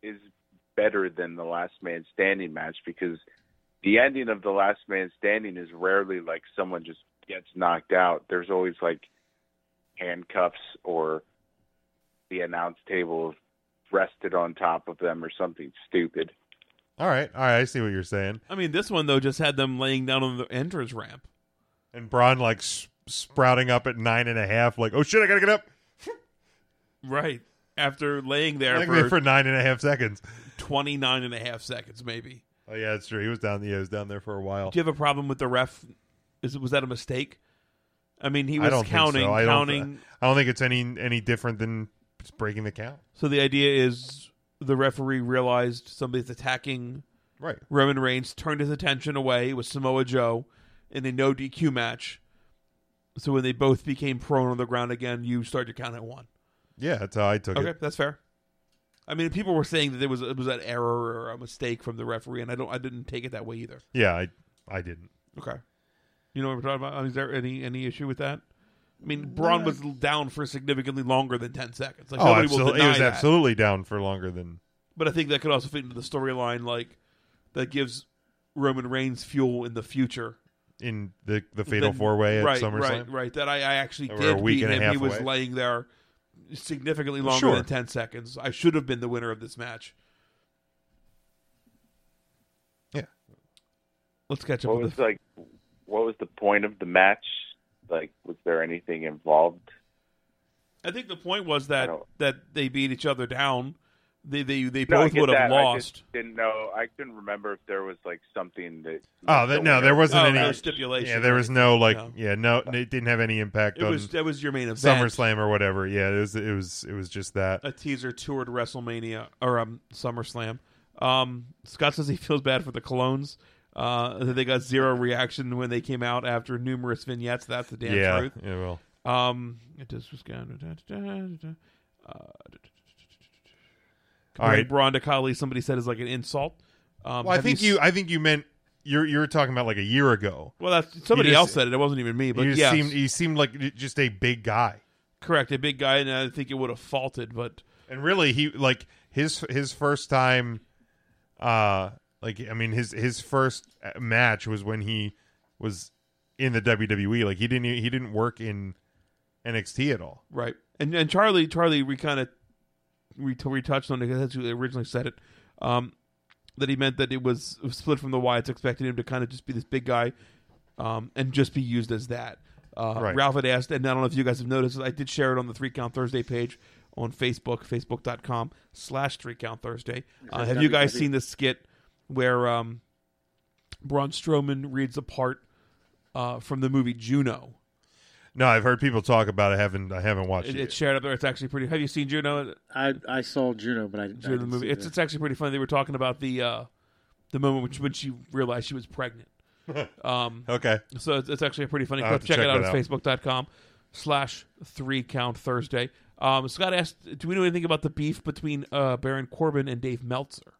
S12: is better than the last man standing match because the ending of the last man standing is rarely like someone just gets knocked out. There's always like handcuffs or the announce table rested on top of them or something stupid.
S8: All right, all right. I see what you're saying.
S10: I mean, this one though just had them laying down on the entrance ramp.
S8: And Braun like s- sprouting up at nine and a half. Like, oh shit, I gotta get up.
S10: Right. After laying there
S8: Like, for,
S10: for,
S8: nine and a half seconds.
S10: 29 and a half seconds, maybe.
S8: Oh yeah, that's true. He was down. Yeah, he was down there for a while.
S10: Do you have a problem with the ref? Is Was that a mistake? I mean, he
S8: I
S10: was
S8: don't
S10: counting,
S8: think so. I don't-
S10: counting.
S8: I don't think it's any any different than just breaking the count.
S10: So the idea is the referee realized somebody's attacking
S8: Right.
S10: Roman Reigns, turned his attention away with Samoa Joe in a no DQ match. So when they both became prone on the ground again, you start your count at one.
S8: Yeah, that's how I took
S10: Okay,
S8: it.
S10: that's fair. I mean, people were saying that there was it was an error or a mistake from the referee, and I don't I didn't take it that way either.
S8: Yeah, I I didn't.
S10: Okay. You know what we're talking about? Is there any any issue with that? I mean, Braun was down for significantly longer than ten seconds. Like
S8: Mm, oh,
S10: nobody will
S8: absolutely.
S10: deny
S8: He was
S10: that.
S8: absolutely down for longer than.
S10: But I think that could also fit into the storyline, like that gives Roman Reigns fuel in the future.
S8: In the- the Fatal
S10: Then-
S8: Four-Way at
S10: right,
S8: SummerSlam?
S10: right, right. That I, I actually
S8: Or a
S10: did
S8: week
S10: beat
S8: and a
S10: him.
S8: half
S10: he was
S8: away.
S10: laying there significantly longer
S8: Sure.
S10: than ten seconds. I should have been the winner of this match.
S8: Yeah.
S10: Let's catch up.
S12: What
S10: with
S12: was like? What was the point of the match? Like, was there anything involved?
S10: I think the point was that that they beat each other down. They they they
S12: No, I
S10: both
S12: get
S10: would have
S12: that. I
S10: lost.
S12: just didn't know. I couldn't remember if there was like something that.
S8: Oh, that, no, there wasn't any
S10: stipulation
S8: Yeah, there
S10: or
S8: was no like. Yeah, no, it didn't have any impact
S10: It
S8: on.
S10: was- that was your main event.
S8: SummerSlam or whatever. Yeah, it was. It was. It was just that.
S10: a teaser toured WrestleMania or um, SummerSlam. Um, Scott says he feels bad for the Colones. Uh, that they got zero reaction when they came out after numerous vignettes. That's the damn
S8: Yeah,
S10: truth.
S8: yeah, well.
S10: Um, it just was kind of.
S8: All right.
S10: Braun to Kali, somebody said is like an insult. Um,
S8: well, I
S10: have you
S8: think you, I think you meant you're. You were talking about like a year ago.
S10: Well, that's somebody
S8: You just-
S10: else said it. It wasn't even me, but
S8: you just
S10: yes.
S8: seemed. You seemed like just a big guy.
S10: Correct, a big guy, and I think it would have faulted, but
S8: and really he like his his first time uh like i mean his his first uh, match was when he was in the WWE like he didn't e- he didn't work in NXT at all
S10: right. And and Charlie Charlie we kind of we retouched on it because that's who originally said it. Um, that he meant that it was, it was split from the Wyatts, expected him to kind of just be this big guy, um, and just be used as that. Uh,
S8: Right.
S10: Ralph had asked, and I don't know if you guys have noticed, I did share it on the Three Count Thursday page on Facebook, facebook.com slash Three Count Thursday. Uh, have you guys
S8: WWE?
S10: seen this skit where um, Braun Strowman reads a part uh, from the movie Juno?
S8: no i've heard people talk about it I haven't i haven't watched
S10: It,
S8: it,
S10: it's shared up there. It's actually pretty. Have you seen Juno?
S9: I I saw Juno, but I, didn't. I
S10: Juno the
S9: didn't
S10: movie.
S9: see
S10: It's
S9: that.
S10: it's actually pretty funny. They were talking about the uh, the moment which when she realized she was pregnant. um,
S8: Okay.
S10: So it's, it's actually a pretty funny
S8: I'll have to
S10: clip. Check,
S8: check
S10: it out
S8: that
S10: on
S8: out.
S10: Facebook.com slash Three Count Thursday. Um, Scott asked, "Do we know anything about the beef between uh, Baron Corbin and Dave Meltzer?"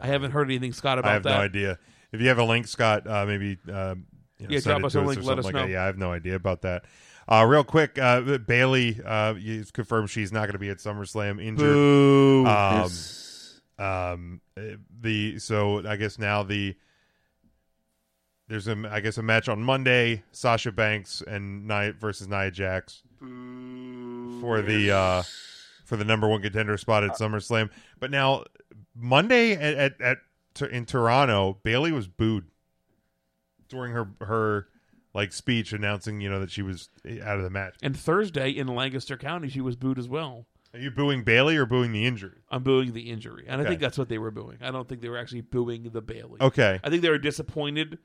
S10: I haven't heard anything, Scott, about
S8: i have
S10: that.
S8: no idea if you have a link scott uh maybe uh you know,
S10: Yeah,
S8: send
S10: drop
S8: it
S10: us
S8: to
S10: a
S8: us
S10: link,
S8: or
S10: let
S8: something
S10: us
S8: like
S10: know.
S8: that. yeah i have no idea about that uh, real quick, uh, Bailey uh, is confirmed she's not going to be at SummerSlam injured.
S10: Boo.
S8: Um,
S10: Yes.
S8: um, uh, the so I guess now the there's a I guess a match on Monday, Sasha Banks and Nia versus Nia Jax for the uh, for the number one contender spot at SummerSlam. But now Monday at at, at Tur- in Toronto, Bailey was booed during her her like speech announcing you know that she was eh, out of the match.
S10: And Thursday in Lancaster County, she was booed as well.
S8: Are you booing Bailey or booing the injury?
S10: I'm booing the injury, and I
S8: Okay.
S10: think that's what they were booing. I don't think they were actually booing the Bailey.
S8: Okay.
S10: I think they were disappointed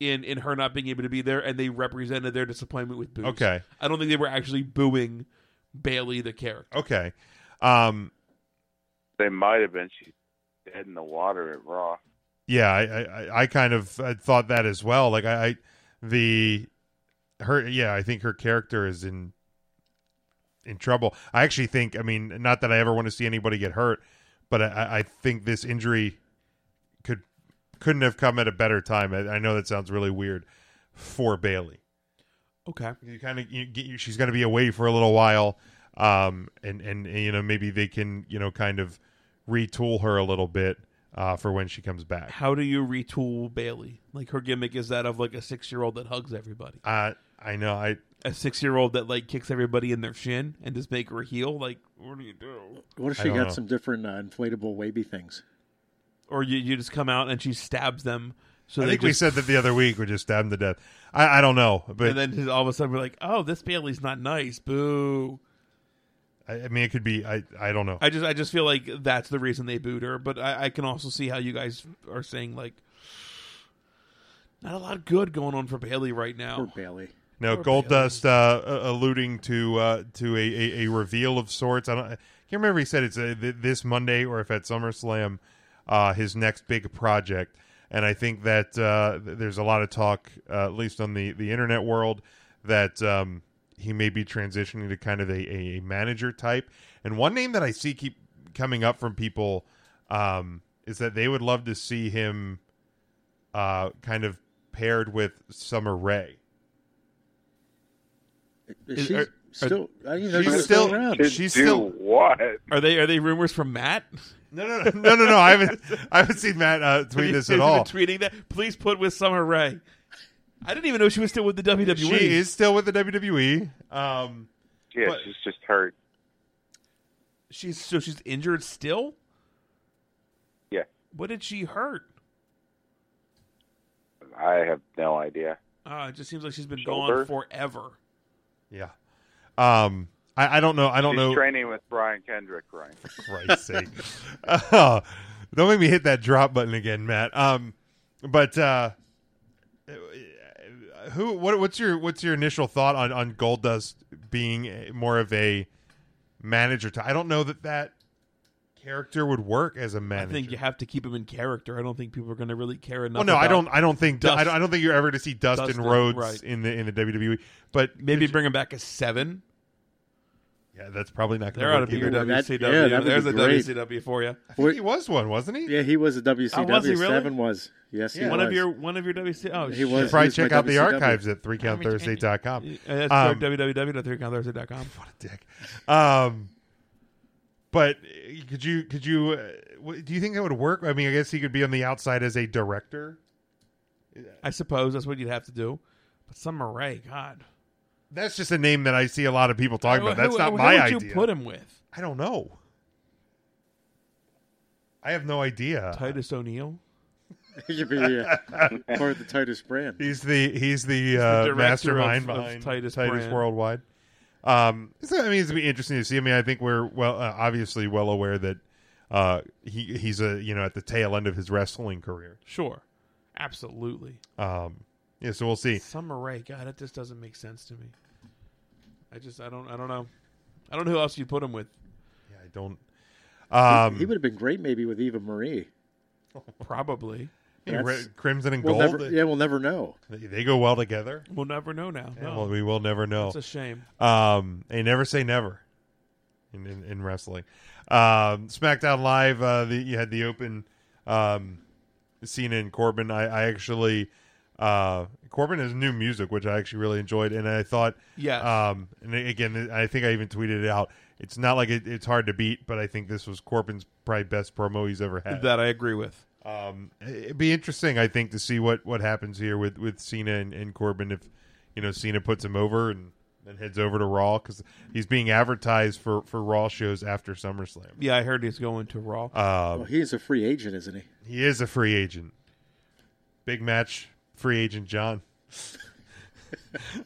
S10: in in her not being able to be there, and they represented their disappointment with boos.
S8: Okay.
S10: I don't think they were actually booing Bailey the character.
S8: Okay, um,
S12: They might have been. She's dead in the water at Raw.
S8: Yeah, I I, I- I kind of uh, thought that as well. Like I, I the her yeah, I think her character is in in trouble. I actually think I mean not that I ever want to see anybody get hurt, but I- I, I think this injury could couldn't have come at a better time. I, I know that sounds really weird for Bailey.
S10: Okay.
S8: You kind of you, get- you, she's going to be away for a little while, um, and, and and, you know maybe they can you know kind of retool her a little bit uh, for when she comes back.
S10: How do you retool Bailey? Like her gimmick is that of like a six year old that hugs everybody.
S8: Uh, I know. I
S10: a six year old that like kicks everybody in their shin and just make her heal. Like what do you do?
S9: What if she got some different uh, inflatable wavy things?
S10: Or you, you just come out and she stabs them. So
S8: I
S10: they
S8: think we
S10: just-
S8: said that the other week. We just stabbed him to death. I, I don't know, but
S10: and then all of a sudden we're like, oh, this Bailey's not nice. Boo.
S8: I, I mean, it could be. I I don't know.
S10: I just I just feel like that's the reason they booed her. But I, I can also see how you guys are saying like, not a lot of good going on for Bailey right now. Poor
S9: Bailey.
S8: no, Gold Dust uh, a- alluding to uh, to a, a, a reveal of sorts. I don't. I can't remember. If he said it's uh th- this Monday or if at SummerSlam, uh, his next big project. And I think that uh, th- there's a lot of talk, uh, at least on the the internet world, that um, he may be transitioning to kind of a, a manager type. And one name that I see keep coming up from people um, is that they would love to see him uh, kind of paired with Summer Rae.
S9: She's still. I didn't know
S8: she's
S9: she was
S8: still-
S9: still around.
S8: she's She's still-
S12: what?
S10: Are they are they rumors from Matt?
S8: No, no, no, no, no. I haven't, I haven't seen Matt uh, tweet this at all.
S10: Tweeting that, please put with Summer Rae. I didn't even know she was still with the E. WWE.
S8: She is still with the WWE. Um,
S12: yeah,
S10: but-
S12: she's just hurt.
S10: She's so she's injured still.
S12: Yeah.
S10: What did she hurt?
S12: I have no idea.
S10: Uh, it just seems like she's been
S12: Shoulder?
S10: gone forever.
S8: Yeah. Um, I, I don't know. I don't
S12: she's
S8: know.
S12: Training with Brian Kendrick, Ryan.
S8: Christ's sake. Uh, don't make me hit that drop button again, Matt. Um, but uh, who? What, what's your what's your initial thought on on Goldust being a- more of a manager? To, I don't know that that character would work as a
S10: I
S8: manager.
S10: think you have to keep him in character. I don't think people are going to really care enough.
S8: well, no, I
S10: about
S8: don't. I don't think. I,
S10: Dust.
S8: don't, I don't think you're ever going to see Dustin,
S10: Dustin,
S8: Rhodes
S10: right.
S8: in the in the WWE. But
S10: maybe bring him back as seven.
S8: Yeah, that's probably not.
S10: There
S8: gonna
S10: ought to
S8: work
S10: be your
S8: either.
S10: WCW. There's a WCW for you.
S8: I think he was one, wasn't he?
S9: Yeah, he was a WCW.
S10: Oh, was he really?
S9: Seven was. Yes, he
S10: one
S9: was.
S10: of your one of your WC. Oh,
S9: He
S10: shit.
S9: was-
S8: You should probably check out the archives at 3countthursday.com.
S10: Uh, That's
S8: Um,
S10: um, www.3countthursday.com. What
S8: a dick. Um, but uh, could you could you uh, w- do you think that would work? I mean, I guess he could be on the outside as a director.
S10: I suppose that's what you'd have to do. But Summer Rae, God,
S8: That's just a name that I see a lot of people talking about.
S10: Who-
S8: That's
S10: who-
S8: not
S10: who
S8: my
S10: would
S8: idea.
S10: You put him with
S8: I don't know. I have no idea.
S10: Titus O'Neil.
S9: He could be uh, part of the Titus brand.
S8: He's the he's the,
S9: the
S8: uh,
S9: director
S8: mastermind
S9: of- of
S8: behind
S9: Titus Brand.
S8: Worldwide. Um, so, I mean, it's gonna be interesting to see. I mean, I think we're well, uh, obviously, well aware that uh, he he's a you know at the tail end of his wrestling career.
S10: Sure, absolutely.
S8: Um, yeah, so we'll see.
S10: Summer Rae, God, that just doesn't make sense to me. I just, I don't, I don't know. I don't know who else you put him with.
S8: Yeah, I don't.
S9: he,
S8: Um,
S9: would have been great maybe with Eva Marie.
S10: Probably.
S8: Yeah,
S9: That's-
S8: Red- Crimson and
S9: we'll
S8: Gold?
S9: never- yeah, we'll never know.
S8: they, they go well together.
S10: We'll never know now.
S8: Yeah,
S10: no.
S8: well, we will never know.
S10: That's a shame.
S8: Um, they never say never in in, in wrestling. Um, SmackDown Live, uh, the, you had the open um, Cena and Corbin. I, I actually uh, Corbin has new music, which I actually really enjoyed, and I thought,
S10: Yes.
S8: Um, and again, I think I even tweeted it out. It's not like it, it's hard to beat, but I think this was Corbin's probably best promo he's ever had.
S10: That I agree with.
S8: Um, it'd be interesting, I think, to see what what happens here with with Cena and, and Corbin if you know Cena puts him over and then heads over to Raw because he's being advertised for for Raw shows after SummerSlam.
S10: Yeah, I heard he's going to Raw.
S8: Um,
S9: well, he's a free agent, isn't he?
S8: he is a free agent. Big match, free agent John.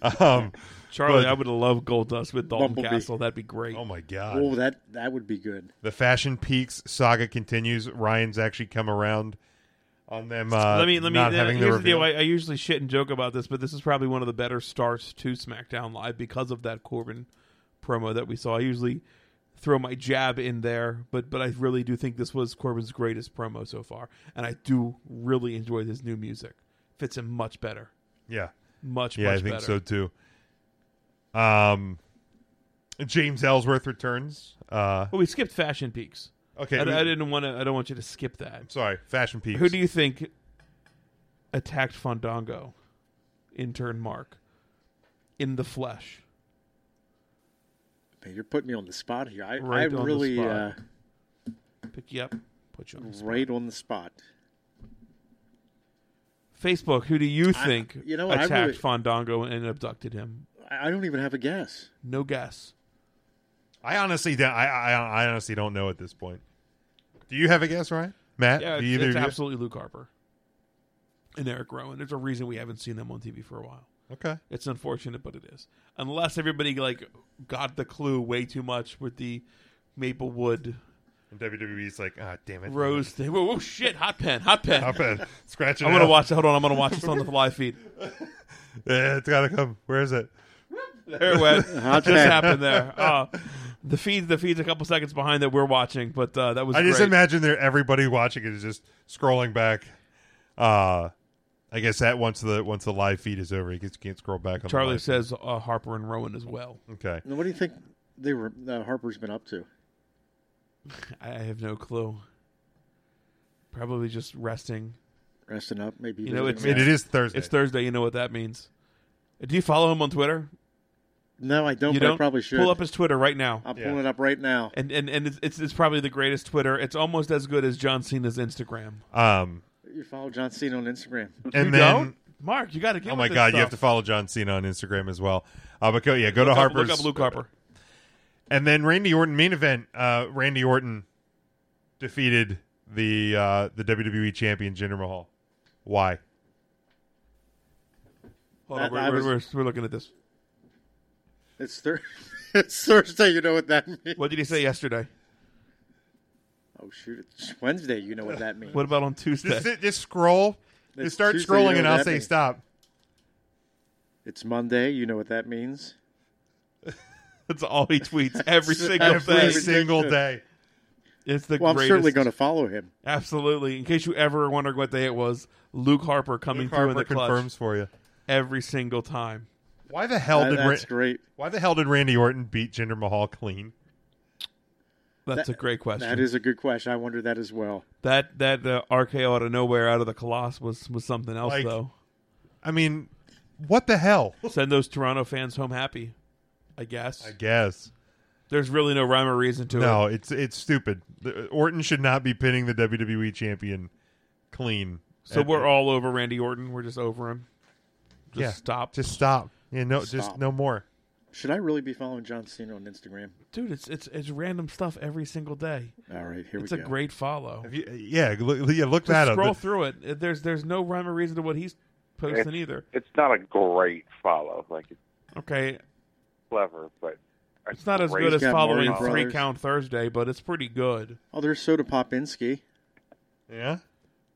S8: um,
S10: Charlie,
S8: but-
S10: I would love Goldust with Dalton
S9: Bumblebee.
S10: Castle. That'd be great.
S8: Oh my God.
S9: Oh, that that would be good.
S8: the Fashion Peaks saga continues. Ryan's actually come around on them. Uh,
S10: let me let me.
S8: not
S10: uh,
S8: having the
S10: here's the deal.
S8: reveal.
S10: I, I usually shit and joke about this, but this is probably one of the better starts to SmackDown Live because of that Corbin promo that we saw. I usually throw my jab in there, but but I really do think this was Corbin's greatest promo so far, and I do really enjoy his new music. Fits him much better.
S8: Yeah.
S10: much
S8: Yeah,
S10: much
S8: I think
S10: better.
S8: so too. Um James Ellsworth returns. Uh
S10: Well, we skipped Fashion Peaks.
S8: Okay,
S10: I,
S8: we-
S10: I didn't want to. I don't want you to skip that.
S8: sorry, Fashion Peaks.
S10: Who do you think attacked Fandango? Intern Mark in the flesh.
S9: Man, you're putting me on the spot here. I,
S10: Right
S9: I
S10: on the
S9: really
S10: spot.
S9: uh,
S10: Pick you up. Put you on the spot.
S9: right on the spot.
S10: Facebook. Who do you
S9: I-
S10: think
S9: you know what, I
S10: attacked
S9: really-
S10: Fandango and abducted him?
S9: I I don't even have a guess.
S10: No guess.
S8: I honestly don't I, I I honestly don't know at this point. Do you have a guess, Ryan? Matt?
S10: yeah,
S8: do
S10: it's,
S8: either
S10: it's
S8: of you-
S10: absolutely Luke Harper and Eric Rowan. There's a reason we haven't seen them on TV for a while.
S8: Okay.
S10: it's unfortunate, but it is. Unless everybody like got the clue way too much with the Maplewood
S8: And WWE's like, ah damn it.
S10: Rose thing. Whoa, whoa, shit! Hot pen, hot pen,
S8: Hot pen. Scratch it
S10: I'm gonna
S8: out.
S10: watch. Hold on, I'm gonna watch this on the live feed.
S8: Yeah, it's gotta come. Where is it?
S10: There it went.
S8: Hot
S10: just
S8: pen.
S10: happened there. Uh, the feed, the feed's a couple seconds behind that we're watching, but uh, that was.
S8: I just
S10: great.
S8: imagine there everybody watching it is just scrolling back. Uh I guess that once the once the live feed is over, you just can't scroll back on the
S10: Charlie
S8: live
S10: says uh, Harper and Rowan as well.
S8: Okay.
S9: Now, what do you think they were uh, Harper's been up to?
S10: I I have no clue. Probably just resting.
S9: resting up. Maybe
S10: You know, it's,
S9: visiting
S10: it's-
S9: that.
S10: It's Thursday. You know what that means. Do you follow him on Twitter?
S9: No, I don't.
S10: You
S9: but
S10: don't?
S9: I probably should
S10: Pull up his Twitter right now.
S9: I'm pulling it up right now.
S10: And and and it's, it's it's probably the greatest Twitter. It's almost as good as John Cena's Instagram.
S8: Um,
S9: You follow John Cena on Instagram,
S8: and then
S10: Mark, you got to get.
S8: oh my
S10: with this
S8: God, you have to
S10: stuff.
S8: follow John Cena on Instagram as well. Uh, but go, yeah, go
S10: Look
S8: to
S10: up-
S8: Harper's.
S10: Look up Luke Harper.
S8: And then Randy Orton main event. Uh, Randy Orton defeated the uh, the WWE champion Jinder Mahal. Why?
S10: Hold
S9: That-
S10: on, we're,
S9: I
S10: we're,
S9: was-
S10: we're, we're looking at this.
S9: It's Thur- it's Thursday. You know what that means.
S10: What did he say yesterday?
S9: Oh shoot! It's Wednesday. You know what that means.
S10: What about on Tuesday?
S8: Just, sit- just scroll.
S9: It's
S8: just start
S9: Tuesday, you
S8: scrolling,
S9: know
S8: and
S9: what
S8: I'll
S9: that
S8: say
S9: means.
S8: stop.
S9: It's Monday. You know what that means.
S10: That's all he tweets every single
S9: Every
S10: day.
S9: single day.
S10: It's the
S9: well, I'm
S10: greatest.
S9: certainly going to follow him.
S10: Absolutely. In case you ever wondered what day it was, Luke Harper coming
S8: Luke
S10: through in
S8: Harper
S10: the clutch
S8: confirms for you
S10: every single time.
S8: Why the hell
S9: That-
S8: did
S9: that's great.
S8: Why the hell did Randy Orton beat Jinder Mahal clean?
S9: That-
S10: That's a great question.
S9: That is a good question. I wonder that as well.
S10: that that uh, RKO out of nowhere out of the Colossus was was something else
S8: Like-
S10: though.
S8: I mean, what the hell?
S10: Send those Toronto fans home happy. I guess.
S8: I guess.
S10: There's really no rhyme or reason to
S8: no,
S10: it.
S8: it's it's stupid. The- Orton should not be pinning the WWE champion clean.
S10: So
S8: At-
S10: we're all over Randy Orton. We're just over him. Just
S8: yeah,
S10: stop.
S8: Just stop. Yeah, no, just
S9: Stop.
S8: no more.
S9: Should I really be following John Cena on Instagram?
S10: Dude, it's it's it's random stuff every single day.
S9: All right, here
S10: it's
S9: we
S10: a
S9: go.
S10: great follow.
S8: Have you- yeah, look, yeah, look
S10: Just
S8: that
S10: scroll
S8: up.
S10: through it. There's there's no rhyme or reason to what he's posting either.
S12: It's not a great follow. Like it's
S10: Okay,
S12: clever, but a
S10: it's not as
S12: great
S10: good as
S9: He's got
S10: following
S9: Mario
S10: Three
S9: Brothers.
S10: Count Thursday, but it's pretty good.
S9: Oh, there's Soda Popinski.
S8: Yeah.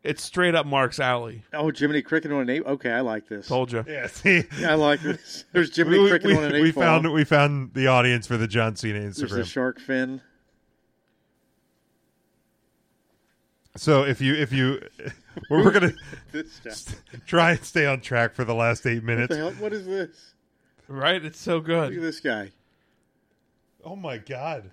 S10: It's straight up Mark's alley.
S9: Oh, Jiminy Cricket on an ape. Okay, I like this.
S10: Told you.
S8: Yeah, see,
S9: Yeah, I like this. There's Jiminy
S8: we, we-
S9: Cricket
S8: we-
S9: on an ape.
S8: we found
S9: farm.
S8: we found the audience for the John Cena
S9: There's the
S8: Instagram.
S9: shark fin.
S8: so if you if you we're gonna
S9: This stuff.
S8: try and stay on track for the last eight
S9: What
S8: minutes.
S9: the hell? What is this?
S10: Right? It's so
S9: Look at
S10: good.
S9: this guy.
S8: Oh my god!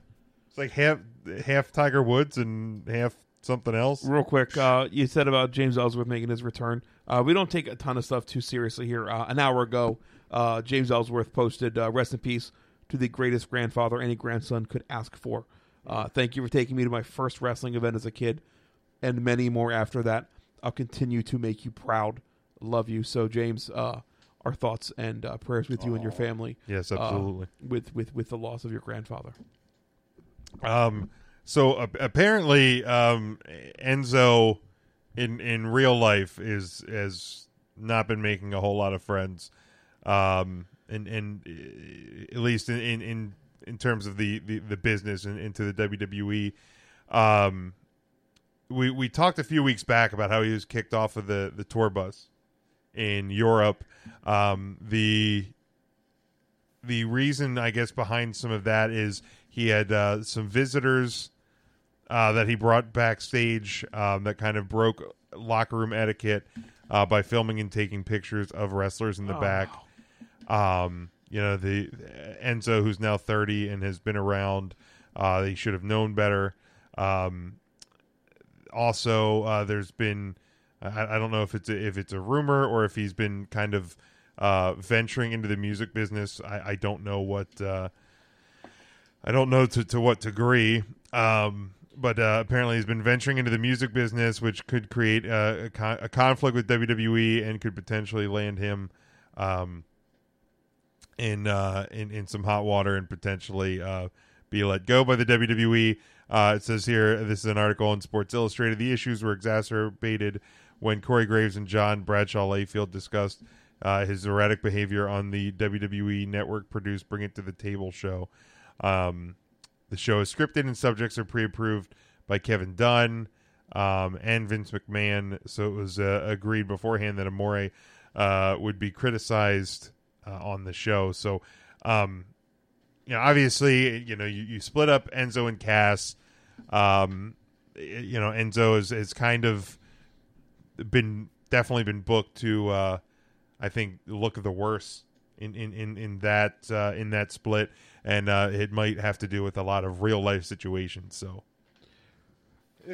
S8: It's like half half Tiger Woods and half something else.
S10: Real quick, uh, you said about James Ellsworth making his return. Uh, we don't take a ton of stuff too seriously here. Uh, an hour ago, uh, James Ellsworth posted uh, "Rest in peace" to the greatest grandfather any grandson could ask for. Uh, thank you for taking me to my first wrestling event as a kid, and many more after that. I'll continue to make you proud. Love you so, James. Uh, our thoughts and uh, prayers with you and your family.
S8: Yes,
S10: uh,
S8: absolutely.
S10: with with with the loss of your grandfather.
S8: Um, so a- apparently, um, Enzo in in real life is has not been making a whole lot of friends. Um, and and uh, at least in in in, in terms of the the, the business and into the WWE. Um, we we talked a few weeks back about how he was kicked off of the the tour bus in Europe. Um, the the reason I guess behind some of that is he had uh, some visitors uh, that he brought backstage um, that kind of broke locker room etiquette uh, by filming and taking pictures of wrestlers in the
S10: Oh,
S8: back. Um, you know the Enzo, who's now thirty and has been around. Uh, he should have known better. Um, also uh, there's been I, I don't know if it's a, if it's a rumor or if he's been kind of uh, venturing into the music business. I, I don't know what uh, I don't know to, to what degree. Um, but uh, apparently, he's been venturing into the music business, which could create uh, a, con- a conflict with WWE and could potentially land him um, in uh, in in some hot water and potentially uh, be let go by the WWE. Uh, it says here, this is an article in Sports Illustrated. The issues were exacerbated when Corey Graves and John Bradshaw Layfield discussed uh, his erratic behavior on the WWE network produced Bring It to the Table show. Um, the show is scripted and subjects are pre-approved by Kevin Dunn um, and Vince McMahon. So it was uh, agreed beforehand that Amore uh, would be criticized uh, on the show. So, um, you know, obviously, you know, you, you split up Enzo and Cass. Um, y- you know, Enzo is, is kind of been definitely been booked to uh I think look the worse in in in, in that uh, in that split and uh it might have to do with a lot of real life situations so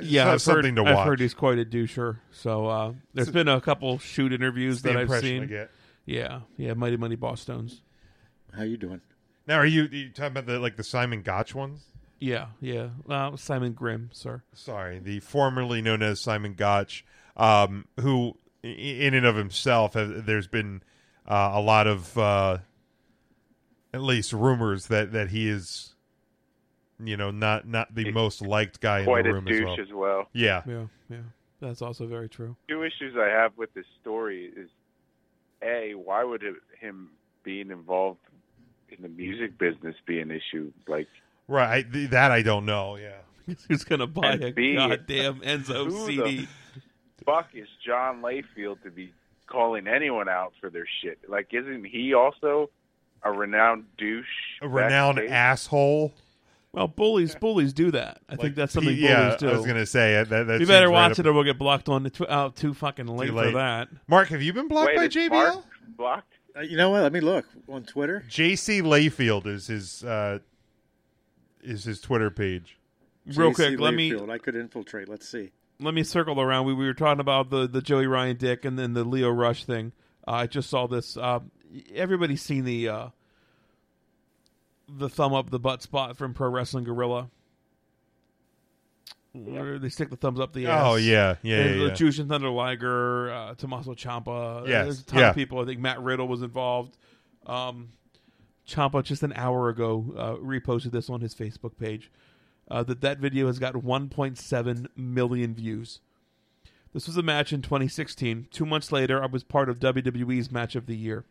S10: Yeah, I've
S8: something
S10: heard,
S8: to watch.
S10: I've heard he's quite a doucher. So uh, there's
S8: It's-
S10: been a couple shoot interviews
S8: it's the
S10: that I've
S8: impression I
S10: seen.
S8: get.
S10: Yeah, yeah, Mighty Money Boss Stones.
S9: How you doing?
S8: Now, are you, are you talking about the like the Simon Gotch ones?
S10: Yeah, yeah. Uh, Simon Grimm, sir.
S8: Sorry, the formerly known as Simon Gotch, um, who i- in and of himself, have, there's been uh, a lot of uh, at least rumors that that he is, you know, not not the most liked guy
S12: quite
S8: in the
S12: a
S8: room
S12: douche
S8: as well.
S12: as well.
S8: Yeah,
S10: yeah, yeah. That's also very true.
S12: Two issues I have with this story is a why would it, him being involved in the music business be an issue? Like
S8: right. I, th- that I don't know. Yeah,
S10: who's gonna buy
S12: And
S10: a
S12: B,
S10: goddamn Enzo
S12: who
S10: CD?
S12: The fuck is John Layfield to be calling anyone out for their shit? Like, isn't he also a renowned douche?
S8: a renowned
S12: backstage?
S8: asshole.
S10: Well, bullies, bullies do that. I think that's something
S8: yeah,
S10: bullies do.
S8: I was gonna say uh, that. that
S10: you better
S8: seems right
S10: watch
S8: up-
S10: it, or we'll get blocked on the tw- out too fucking late,
S8: late.
S10: for that.
S8: Mark, have you been blocked by JBL?
S12: blocked?
S9: Uh, you know what? Let me look on Twitter.
S8: JC Layfield is his uh, is his Twitter page.
S10: Real
S9: JC
S10: quick, let me-
S9: Layfield. I could infiltrate. Let's see.
S10: Let me circle around. We, we were talking about the, the Joey Ryan dick and then the Leo Rush thing. Uh, I just saw this. Uh, everybody's seen the uh, the thumb up the butt spot from Pro Wrestling Gorilla. Where they stick the thumbs up the ass.
S8: Oh, yeah. Yeah,
S10: And
S8: yeah, yeah.
S10: Jushin Thunder Liger, uh, Tommaso Ciampa. Uh,
S8: Yes,
S10: There's a ton
S8: yeah.
S10: of people. I think Matt Riddle was involved. Um, Ciampa just an hour ago uh, reposted this on his Facebook page. Uh, that that video has got 1.7 million views. This was a match in 2016. Two months later, I was part of WWE's Match of the Year.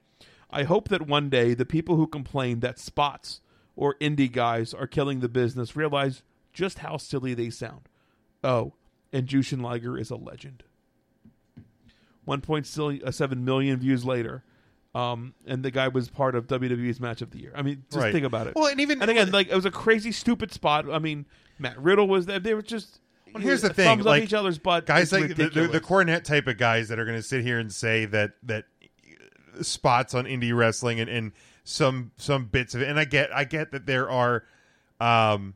S10: I hope that one day the people who complain that spots or indie guys are killing the business realize just how silly they sound. Oh, and Jushin Liger is a legend. 1.7 uh, million views later, um, and the guy was part of WWE's Match of the Year. I mean, just
S8: Right.
S10: think about it.
S8: Well, and even-
S10: and again, like it was a crazy, stupid spot. I mean, Matt Riddle was there. They were just
S8: Well, here's the thing,
S10: thumbs up
S8: like
S10: each other's butt.
S8: guys
S10: It's
S8: like the, the,
S10: ridiculous.
S8: the cornet type of guys that are going to sit here and say that that spots on indie wrestling and, and some some bits of it. And I get I get that there are um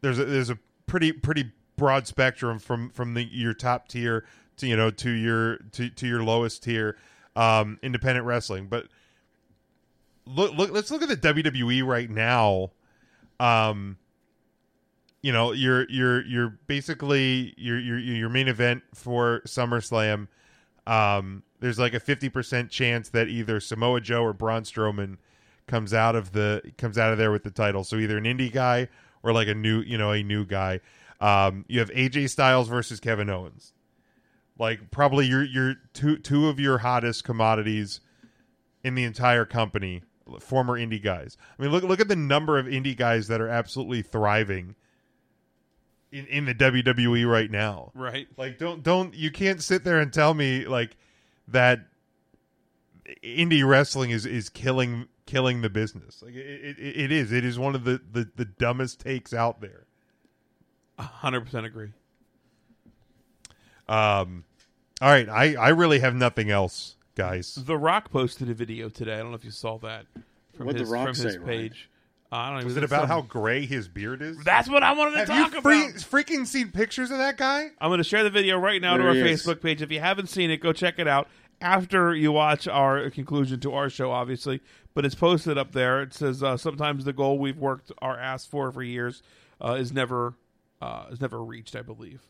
S8: there's a, there's a pretty pretty broad spectrum from from the your top tier to you know to your to to your lowest tier um independent wrestling, but look look let's look at the WWE right now. Um you know, you're you're you're basically your your your main event for SummerSlam. Um there's like a 50% chance that either Samoa Joe or Braun Strowman comes out of the comes out of there with the title. So either an indie guy or like a new, you know, a new guy. Um you have AJ Styles versus Kevin Owens. Like probably your your two two of your hottest commodities in the entire company, former indie guys. I mean, look look at the number of indie guys that are absolutely thriving in in the WWE right now.
S10: Right.
S8: Like don't don't you can't sit there and tell me like that indie wrestling is is killing killing the business. Like it it, it is. It is one of the, the the dumbest takes out there.
S10: 100% agree.
S8: Um all right, I I really have nothing else, guys.
S10: The Rock posted a video today. I don't know if you saw that from
S8: What'd The
S10: his,
S8: Rock
S10: from his
S8: say, Ryan?
S10: page. I don't know.
S8: Was it about how gray his beard is?
S10: That's what I wanted to
S8: Have
S10: talk
S8: you
S10: about.
S8: free- Freaking seen pictures of that guy?
S10: I'm going to share the video right now
S8: There
S10: to our
S8: he is.
S10: Facebook page. If you haven't seen it, go check it out after you watch our conclusion to our show, obviously. But it's posted up there. It says uh, sometimes the goal we've worked our ass for for years uh, is never uh, is never reached, I believe,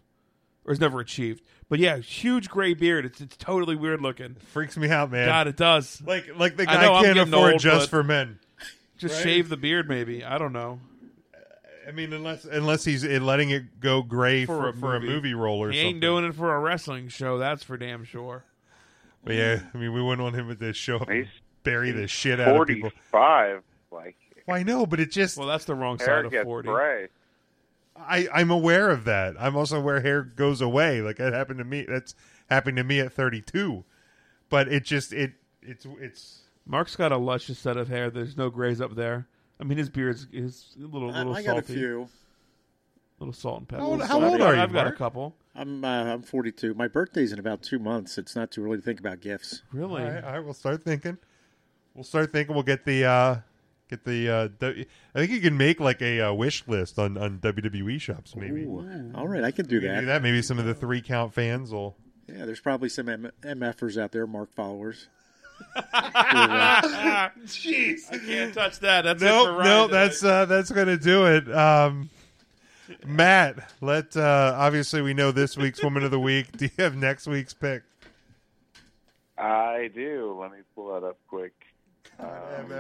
S10: or is never achieved. But yeah, huge gray beard. It's it's totally weird looking.
S8: freaks me out, man.
S10: God, it does.
S8: Like like the
S10: I
S8: guy
S10: know I'm
S8: can't
S10: getting
S8: afford
S10: old,
S8: just
S10: but
S8: for men.
S10: Just
S8: Right?
S10: shave the beard, maybe. I don't know.
S8: I mean, unless unless he's uh, letting it go gray for, for, a, movie. role or
S10: he
S8: something.
S10: ain't doing it for a wrestling show. That's for damn sure.
S8: But yeah, I mean, we wouldn't want him with this show. up and bury the shit out of people.
S12: Forty-five, like
S8: Well, I know, but it just
S10: well, that's the wrong
S12: hair
S10: side of
S12: gets
S10: forty.
S12: gray.
S8: I I'm aware of that. I'm also aware hair goes away. Like that happened to me. That's happened to me at 32. But it just it it's it's
S10: Mark's got a luscious set of hair. There's no grays up there. I mean, his beard's is a little
S9: I-
S10: little
S9: I got a
S10: salty.
S9: few.
S10: Little salt and pepper.
S9: How old-
S10: Little
S9: how
S10: salt.
S9: old
S10: I've
S9: are
S10: got-
S9: you,
S10: I've got a
S9: Mark?
S10: couple.
S9: I'm uh, I'm 42. My birthday's in about two months. It's not too early to think about gifts.
S10: Really?
S8: All right, all right, we'll start thinking. We'll start thinking. We'll get the uh Get the. Uh, w- I think you can make like a uh, wish list on on WWE shops. Maybe.
S9: All right, I can do
S8: You
S9: that.
S8: do that. Maybe some of the three count fans will.
S9: Yeah, there's probably some M- MFers out there, Mark followers.
S10: Jeez, I can't touch that. That's
S8: nope,
S10: it for Ryan
S8: nope.
S10: today.
S8: That's uh, that's gonna do it. Um, Matt, let uh, obviously we know this week's woman of the week. Do you have next week's pick?
S12: I do. Let me pull that up quick. Um,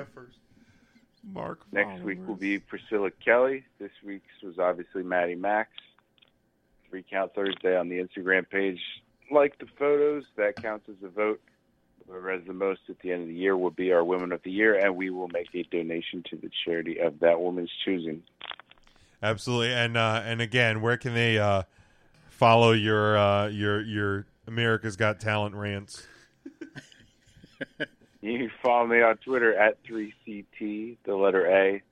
S10: Mark.
S8: Oh,
S12: next week will be Priscilla Kelly. This week's was obviously Maddie Max. Three count Thursday on the Instagram page. Like the photos, that counts as a vote. Whoever has the most at the end of the year will be our Women of the Year, and we will make a donation to the charity of that woman's choosing.
S8: Absolutely. And uh, and again, where can they uh, follow your uh, your your America's Got Talent rants?
S12: You can follow me on Twitter at 3CT, the letter A.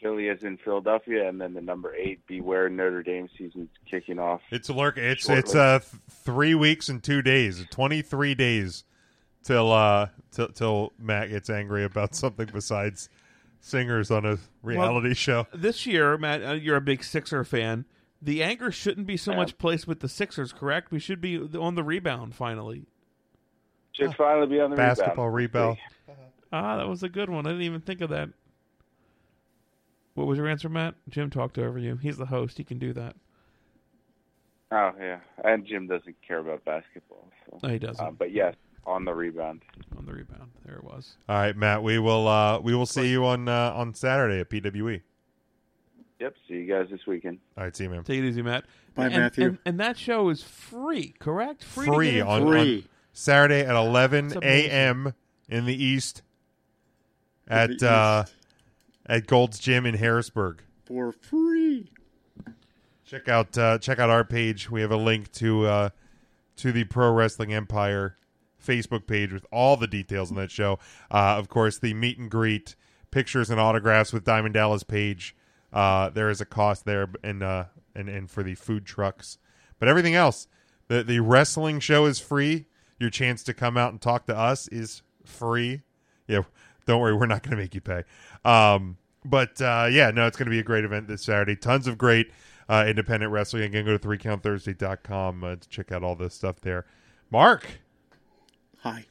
S12: Philly is in Philadelphia, and then the number eight, beware Notre Dame season's kicking off.
S8: It's lurk. It's
S12: shortly.
S8: it's uh th- three weeks and two days, twenty three days till uh till till Matt gets angry about something besides singers on a reality
S10: Well,
S8: show.
S10: This year, Matt, uh, you're a big Sixer fan. The anger shouldn't be so much placed with the Sixers, correct? We should be on the rebound finally.
S12: Should finally be on the
S8: Basketball
S12: rebound.
S8: rebound.
S10: Ah, that was a good one. I didn't even think of that. What was your answer, Matt? Jim talked over you. He's the host. He can do that.
S12: Oh yeah, and Jim doesn't care about basketball. So.
S10: No, he doesn't.
S12: Uh, but yes, on the rebound.
S10: On the rebound, there it was.
S8: All right, Matt. We will uh we will see you on uh, on Saturday at PWE.
S12: Yep. See you guys this weekend.
S8: All right, see you, man.
S10: Take it easy, Matt.
S8: Bye,
S10: and,
S8: Matthew.
S10: And, and that show is free, correct? Free, to get
S8: Free
S10: in
S8: on,
S10: for?
S8: on Saturday at eleven
S10: That's amazing.
S8: a.m. in the East
S9: In
S8: at
S9: the
S8: uh at Gold's Gym in Harrisburg.
S9: For free.
S8: check out uh, check out our page. We have a link to uh, to the Pro Wrestling Empire Facebook page with all the details on that show. Uh, of course, the meet and greet, pictures and autographs with Diamond Dallas Page. Uh, there is a cost there, and uh, and and for the food trucks, but everything else, the the wrestling show is free. Your chance to come out and talk to us is free. Yeah, don't worry, we're not going to make you pay. Um, but uh, yeah, no, it's going to be a great event this Saturday. Tons of great uh, independent wrestling. Again, go to 3countthursday.com uh, to check out all this stuff there. Mark,
S9: Hi.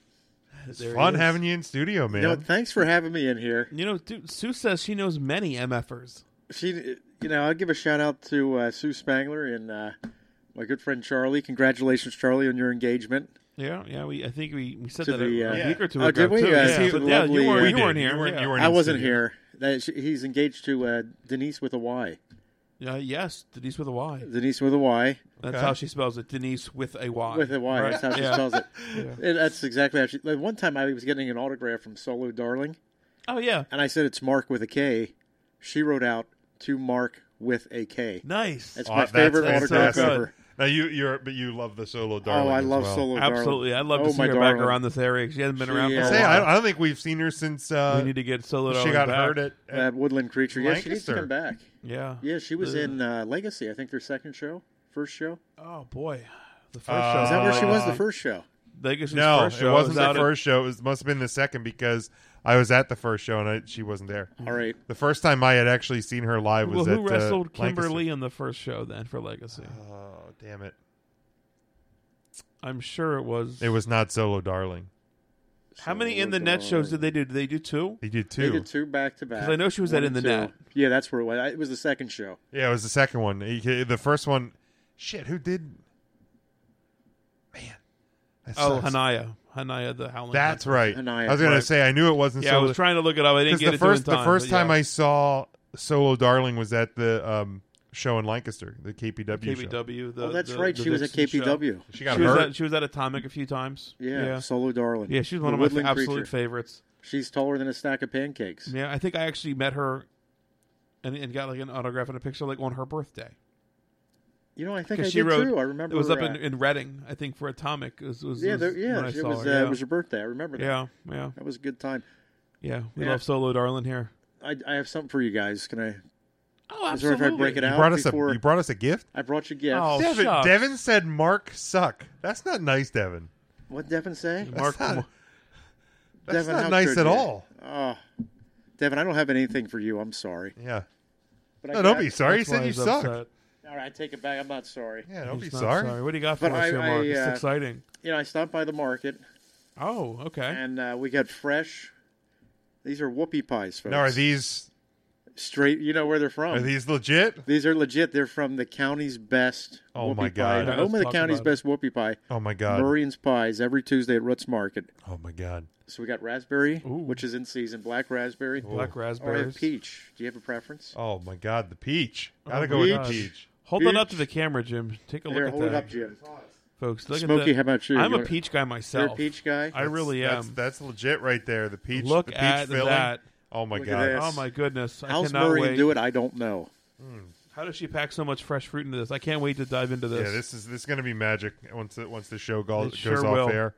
S8: it's
S10: There he
S8: fun
S10: is.
S8: having you in studio, man.
S9: You know, thanks for having me in here.
S10: You know, dude, Sue says she knows many MFers.
S9: She, you know, I'll give a shout out to uh, Sue Spangler and uh, my good friend Charlie. Congratulations, Charlie, on your engagement.
S10: Yeah, yeah. We I think we, we said
S9: To
S10: that
S9: the,
S10: a, a
S9: uh,
S10: week or two
S9: oh,
S10: ago.
S9: did we?
S10: Too.
S9: Uh,
S10: Yeah,
S9: to the
S10: but yeah,
S9: lovely,
S10: you,
S9: uh,
S10: weren't, you weren't here. yeah.
S9: I wasn't here. That- she- he's engaged to uh, Denise with a Y.
S10: Uh, yes, Denise with a Y.
S9: Denise with a Y.
S10: That's
S9: Okay.
S10: how she spells it. Denise with a Y.
S9: With a Y,
S10: Right.
S9: that's how she
S10: Yeah.
S9: spells it.
S10: Yeah.
S9: And that's exactly how she. Like one time, I was getting an autograph from Solo Darling.
S10: Oh yeah.
S9: And I said it's Mark with a K. She wrote out to Mark with a K. Oh,
S10: Nice.
S9: That's
S8: Aw,
S9: my favorite
S8: that's
S9: autograph
S8: fantastic.
S9: ever.
S8: Now you you're but you love the solo darling.
S9: oh, I
S8: as
S9: love
S8: well.
S9: Solo Darling.
S10: Absolutely. I'd love
S9: oh,
S10: to see
S9: my
S10: her
S9: darling.
S10: back around this area. She hasn't been around
S9: She, uh,
S10: for a
S8: Say,
S10: while.
S8: I, I don't think we've seen her since uh,
S10: we need to get Solo
S8: she
S10: Darling
S8: got
S10: back.
S8: hurt at, at
S9: that woodland creature. Yeah, she needs to
S8: Lancaster.
S9: come back.
S10: Yeah.
S9: Yeah, she was
S10: Ugh.
S9: in uh, Legacy. I think their second show, first show.
S10: Oh boy, the first
S8: Uh,
S10: show.
S9: Is that where she was? The first show.
S10: Vegas'
S8: no,
S10: first show
S8: it wasn't
S10: was
S8: the
S10: out at-
S8: first show. It was, must have been the second because I was at the first show and I, she wasn't there.
S9: All right.
S8: The first time I had actually seen her live
S10: Well,
S8: was
S10: who
S8: at
S10: wrestled
S8: uh,
S10: Kimberly
S8: Lancaster.
S10: in the first show then for Legacy?
S8: Oh damn it!
S10: I'm sure it was.
S8: It was not Solo Darling.
S10: How many in the net shows did they do? Did they do two?
S8: They did
S9: They
S8: two.
S9: did two back to back.
S10: 'Cause I know she was at
S9: One
S10: In the
S9: and two.
S10: Net.
S9: Yeah, that's where it was. It was the second show.
S8: Yeah, it was the second one. He- The first one, shit. Who did? Man, that
S10: Oh,
S8: sucks.
S10: Hanaya, Hanaya the Howling.
S8: That's
S10: Hunter.
S8: right. I was gonna say I knew it wasn't.
S10: Yeah,
S8: Solo.
S10: I was trying to look it up. I didn't
S8: 'Cause
S10: get
S8: the
S10: it
S8: first.
S10: to in time,
S8: the first
S10: but
S8: time
S10: yeah.
S8: I saw Solo Darling was at the um, show in Lancaster, the KPW. Show.
S10: KPW. The,
S9: Oh, that's
S10: the-
S9: right.
S10: the
S9: She was at
S10: Vixen show.
S9: KPW. She got
S10: was
S9: hurt.
S10: at- she was at Atomic a few times.
S9: Yeah, Solo Darling.
S10: Yeah, she's
S9: The
S10: one of my
S9: woodland
S10: absolute
S9: creature.
S10: favorites.
S9: She's taller than a stack of pancakes.
S10: Yeah, I think I actually met her, and, and got like an autograph and a picture like on her birthday.
S9: You know, I think I
S10: 'Cause
S9: did
S10: she wrote,
S9: too. I remember.
S10: it was up
S9: uh,
S10: in, in Reading, I think, for Atomic. It was, was,
S9: yeah,
S10: was
S9: there, yeah,
S10: when I
S9: it
S10: saw
S9: was.
S10: her,
S9: uh,
S10: yeah.
S9: It was her birthday. I remember. That.
S10: Yeah, yeah.
S9: That was a good time.
S10: Yeah, we
S9: Yeah.
S10: love Solo Darling here.
S9: I, I have something for you guys. Can I?
S10: Oh,
S9: Is there if I break it
S8: You
S9: out
S8: brought us
S9: before-
S8: a. You brought us a gift.
S9: I brought you gifts.
S10: Oh,
S8: Devin,
S10: shucks.
S8: Devin said Mark suck. That's not nice, Devin.
S9: What Devin say?
S8: Mark- not- that's
S9: Devin,
S8: not
S9: how
S8: nice
S9: could
S8: at
S9: you?
S8: all.
S9: Oh, Devin, I don't have anything for you. I'm sorry.
S8: Yeah.
S9: But
S8: No, don't be sorry. He That's said why you he's sucked. upset.
S9: All right, I take it back. I'm not sorry.
S8: Yeah, don't He's be not sorry. sorry. What do you got for
S9: But
S8: us
S9: I-
S8: here,
S9: I,
S8: Mark? It's
S9: uh,
S8: exciting.
S9: You know, I stopped by the market.
S10: Oh, okay.
S9: And uh, we got fresh. These are whoopie pies, folks.
S8: Now, are these
S9: straight? You know where they're from.
S8: Are these legit?
S9: These are legit. They're from the county's best.
S8: Oh,
S9: whoopie
S8: my
S9: Pie.
S8: God.
S9: The
S8: Yeah,
S9: home of
S8: let's
S9: the
S8: talk
S9: county's
S8: about it.
S9: best whoopie pie.
S8: Oh, my God.
S9: Murray's pies every Tuesday at Roots Market.
S8: Oh my God.
S9: So we got raspberry, which is in season. Black raspberry.
S10: Black
S9: Or I have
S10: raspberries.
S9: peach. Do you have a preference?
S8: Oh my God, the peach. Gotta
S10: Oh
S8: go
S10: my
S8: with
S10: gosh.
S8: the peach.
S10: Hold it up to the camera, Jim. Take a
S9: Here,
S10: look
S9: hold
S10: at
S9: it
S10: that.
S9: up, Jim.
S10: Folks, look at
S9: Smokey,
S10: that.
S9: how about you?
S10: I'm
S9: You
S10: a
S9: wanna-
S10: peach guy myself.
S9: You're a peach guy?
S10: I really
S8: That's-
S10: am.
S8: That's legit right there. The peach.
S10: Look
S8: the peach
S10: at
S8: filling.
S10: that.
S8: Oh my
S10: Look at
S8: God.
S10: this. Oh, my goodness. I
S9: How's
S10: cannot
S9: Murray
S10: wait.
S9: do it? I don't know.
S10: How does she pack so much fresh fruit into this? I can't wait to dive into this.
S8: Yeah, this is this is going to be magic once the, once the show go,
S10: It
S8: goes
S10: sure
S8: off
S10: will.
S8: air.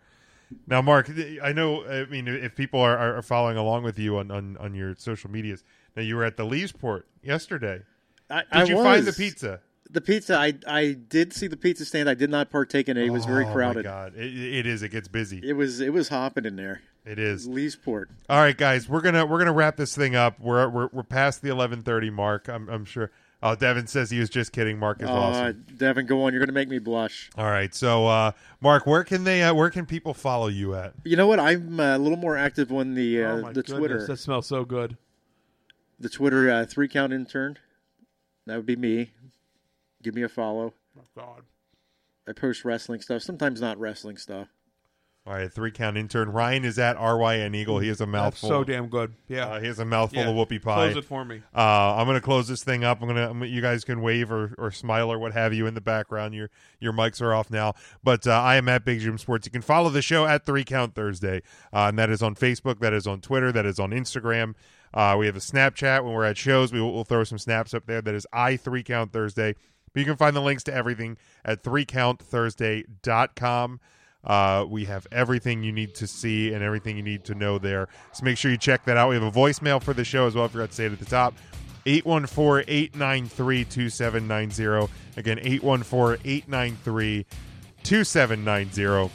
S8: Now, Mark, th- I know. I mean, if people are, are following along with you on, on, on your social medias, now you were at the Leesport yesterday.
S9: I,
S8: Did
S9: I
S8: you find the
S9: was.
S8: pizza?
S9: The pizza, I I did see the pizza stand. I did not partake in it. It was very
S8: Oh, my
S9: crowded.
S8: God, it, it is. It gets busy.
S9: It was it was hopping in there.
S8: It is
S9: Leesport.
S8: All right, guys, we're gonna we're gonna wrap this thing up. We're we're, we're past the eleven thirty mark. I'm I'm sure. Oh, Devin says he was just kidding. Mark is
S9: Uh,
S8: awesome.
S9: Devin, go on. You're going to make me blush.
S8: All right, so uh, Mark, where can they uh, where can people follow you at?
S9: You know what? I'm uh, a little more active on the uh,
S10: Oh my
S9: the
S10: goodness,
S9: Twitter.
S10: that smells so good.
S9: the Twitter uh, three count intern. That would be me. Give me a follow.
S10: Oh, God.
S9: I post wrestling stuff. Sometimes not wrestling stuff.
S8: All right, three count intern Ryan is at RYN Eagle. He is a mouthful.
S10: so damn good. Yeah.
S8: uh, he has a mouthful
S10: Yeah.
S8: of whoopie pie.
S10: Close it for me.
S8: Uh, I'm gonna close this thing up. I'm gonna I'm, you guys can wave or, or smile or what have you in the background. Your your mics are off now. But uh, I am at Big Jim Sports. You can follow the show at Three Count Thursday, uh, and that is on Facebook, that is on Twitter, that is on Instagram. Uh, we have a Snapchat when we're at shows. We will we'll throw some snaps up there. That is I Three Count Thursday. But you can find the links to everything at threecounthursday.com. Uh, we have everything you need to see and everything you need to know there. So make sure you check that out. We have a voicemail for the show as well. I forgot to say it at the top. 814 893 2790. Again, 814 893 2790.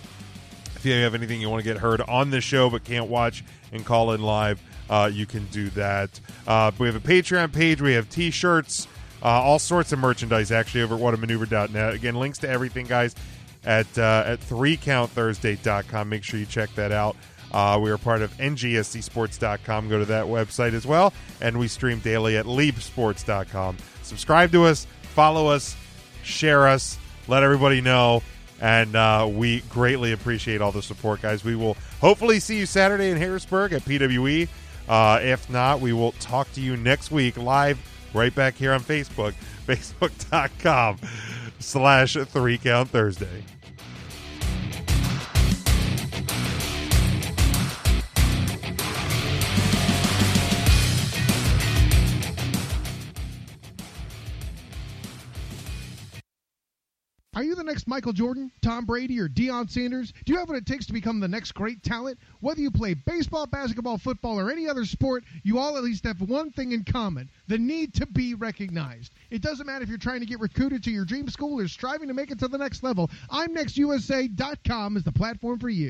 S8: If you have anything you want to get heard on the show but can't watch and call in live, uh, you can do that. Uh, we have a Patreon page. We have T-shirts, uh, all sorts of merchandise actually over at whatamaneuver.net. Again, links to everything, guys, at uh, at 3countthursday.com. Make sure you check that out. Uh, we are part of ngscsports.com. Go to that website as well. And we stream daily at leapsports.com. Subscribe to us, follow us, share us, let everybody know. And uh, we greatly appreciate all the support, guys. We will hopefully see you Saturday in Harrisburg at PWE. Uh, if not, we will talk to you next week live right back here on Facebook, facebook.com slash three count Thursday.
S1: Are you the next Michael Jordan, Tom Brady, or Deion Sanders? Do you have what it takes to become the next great talent? Whether you play baseball, basketball, football, or any other sport, you all at least have one thing in common the need to be recognized. It doesn't matter if you're trying to get recruited to your dream school or striving to make it to the next level, I'mNextUSA.com is the platform for you.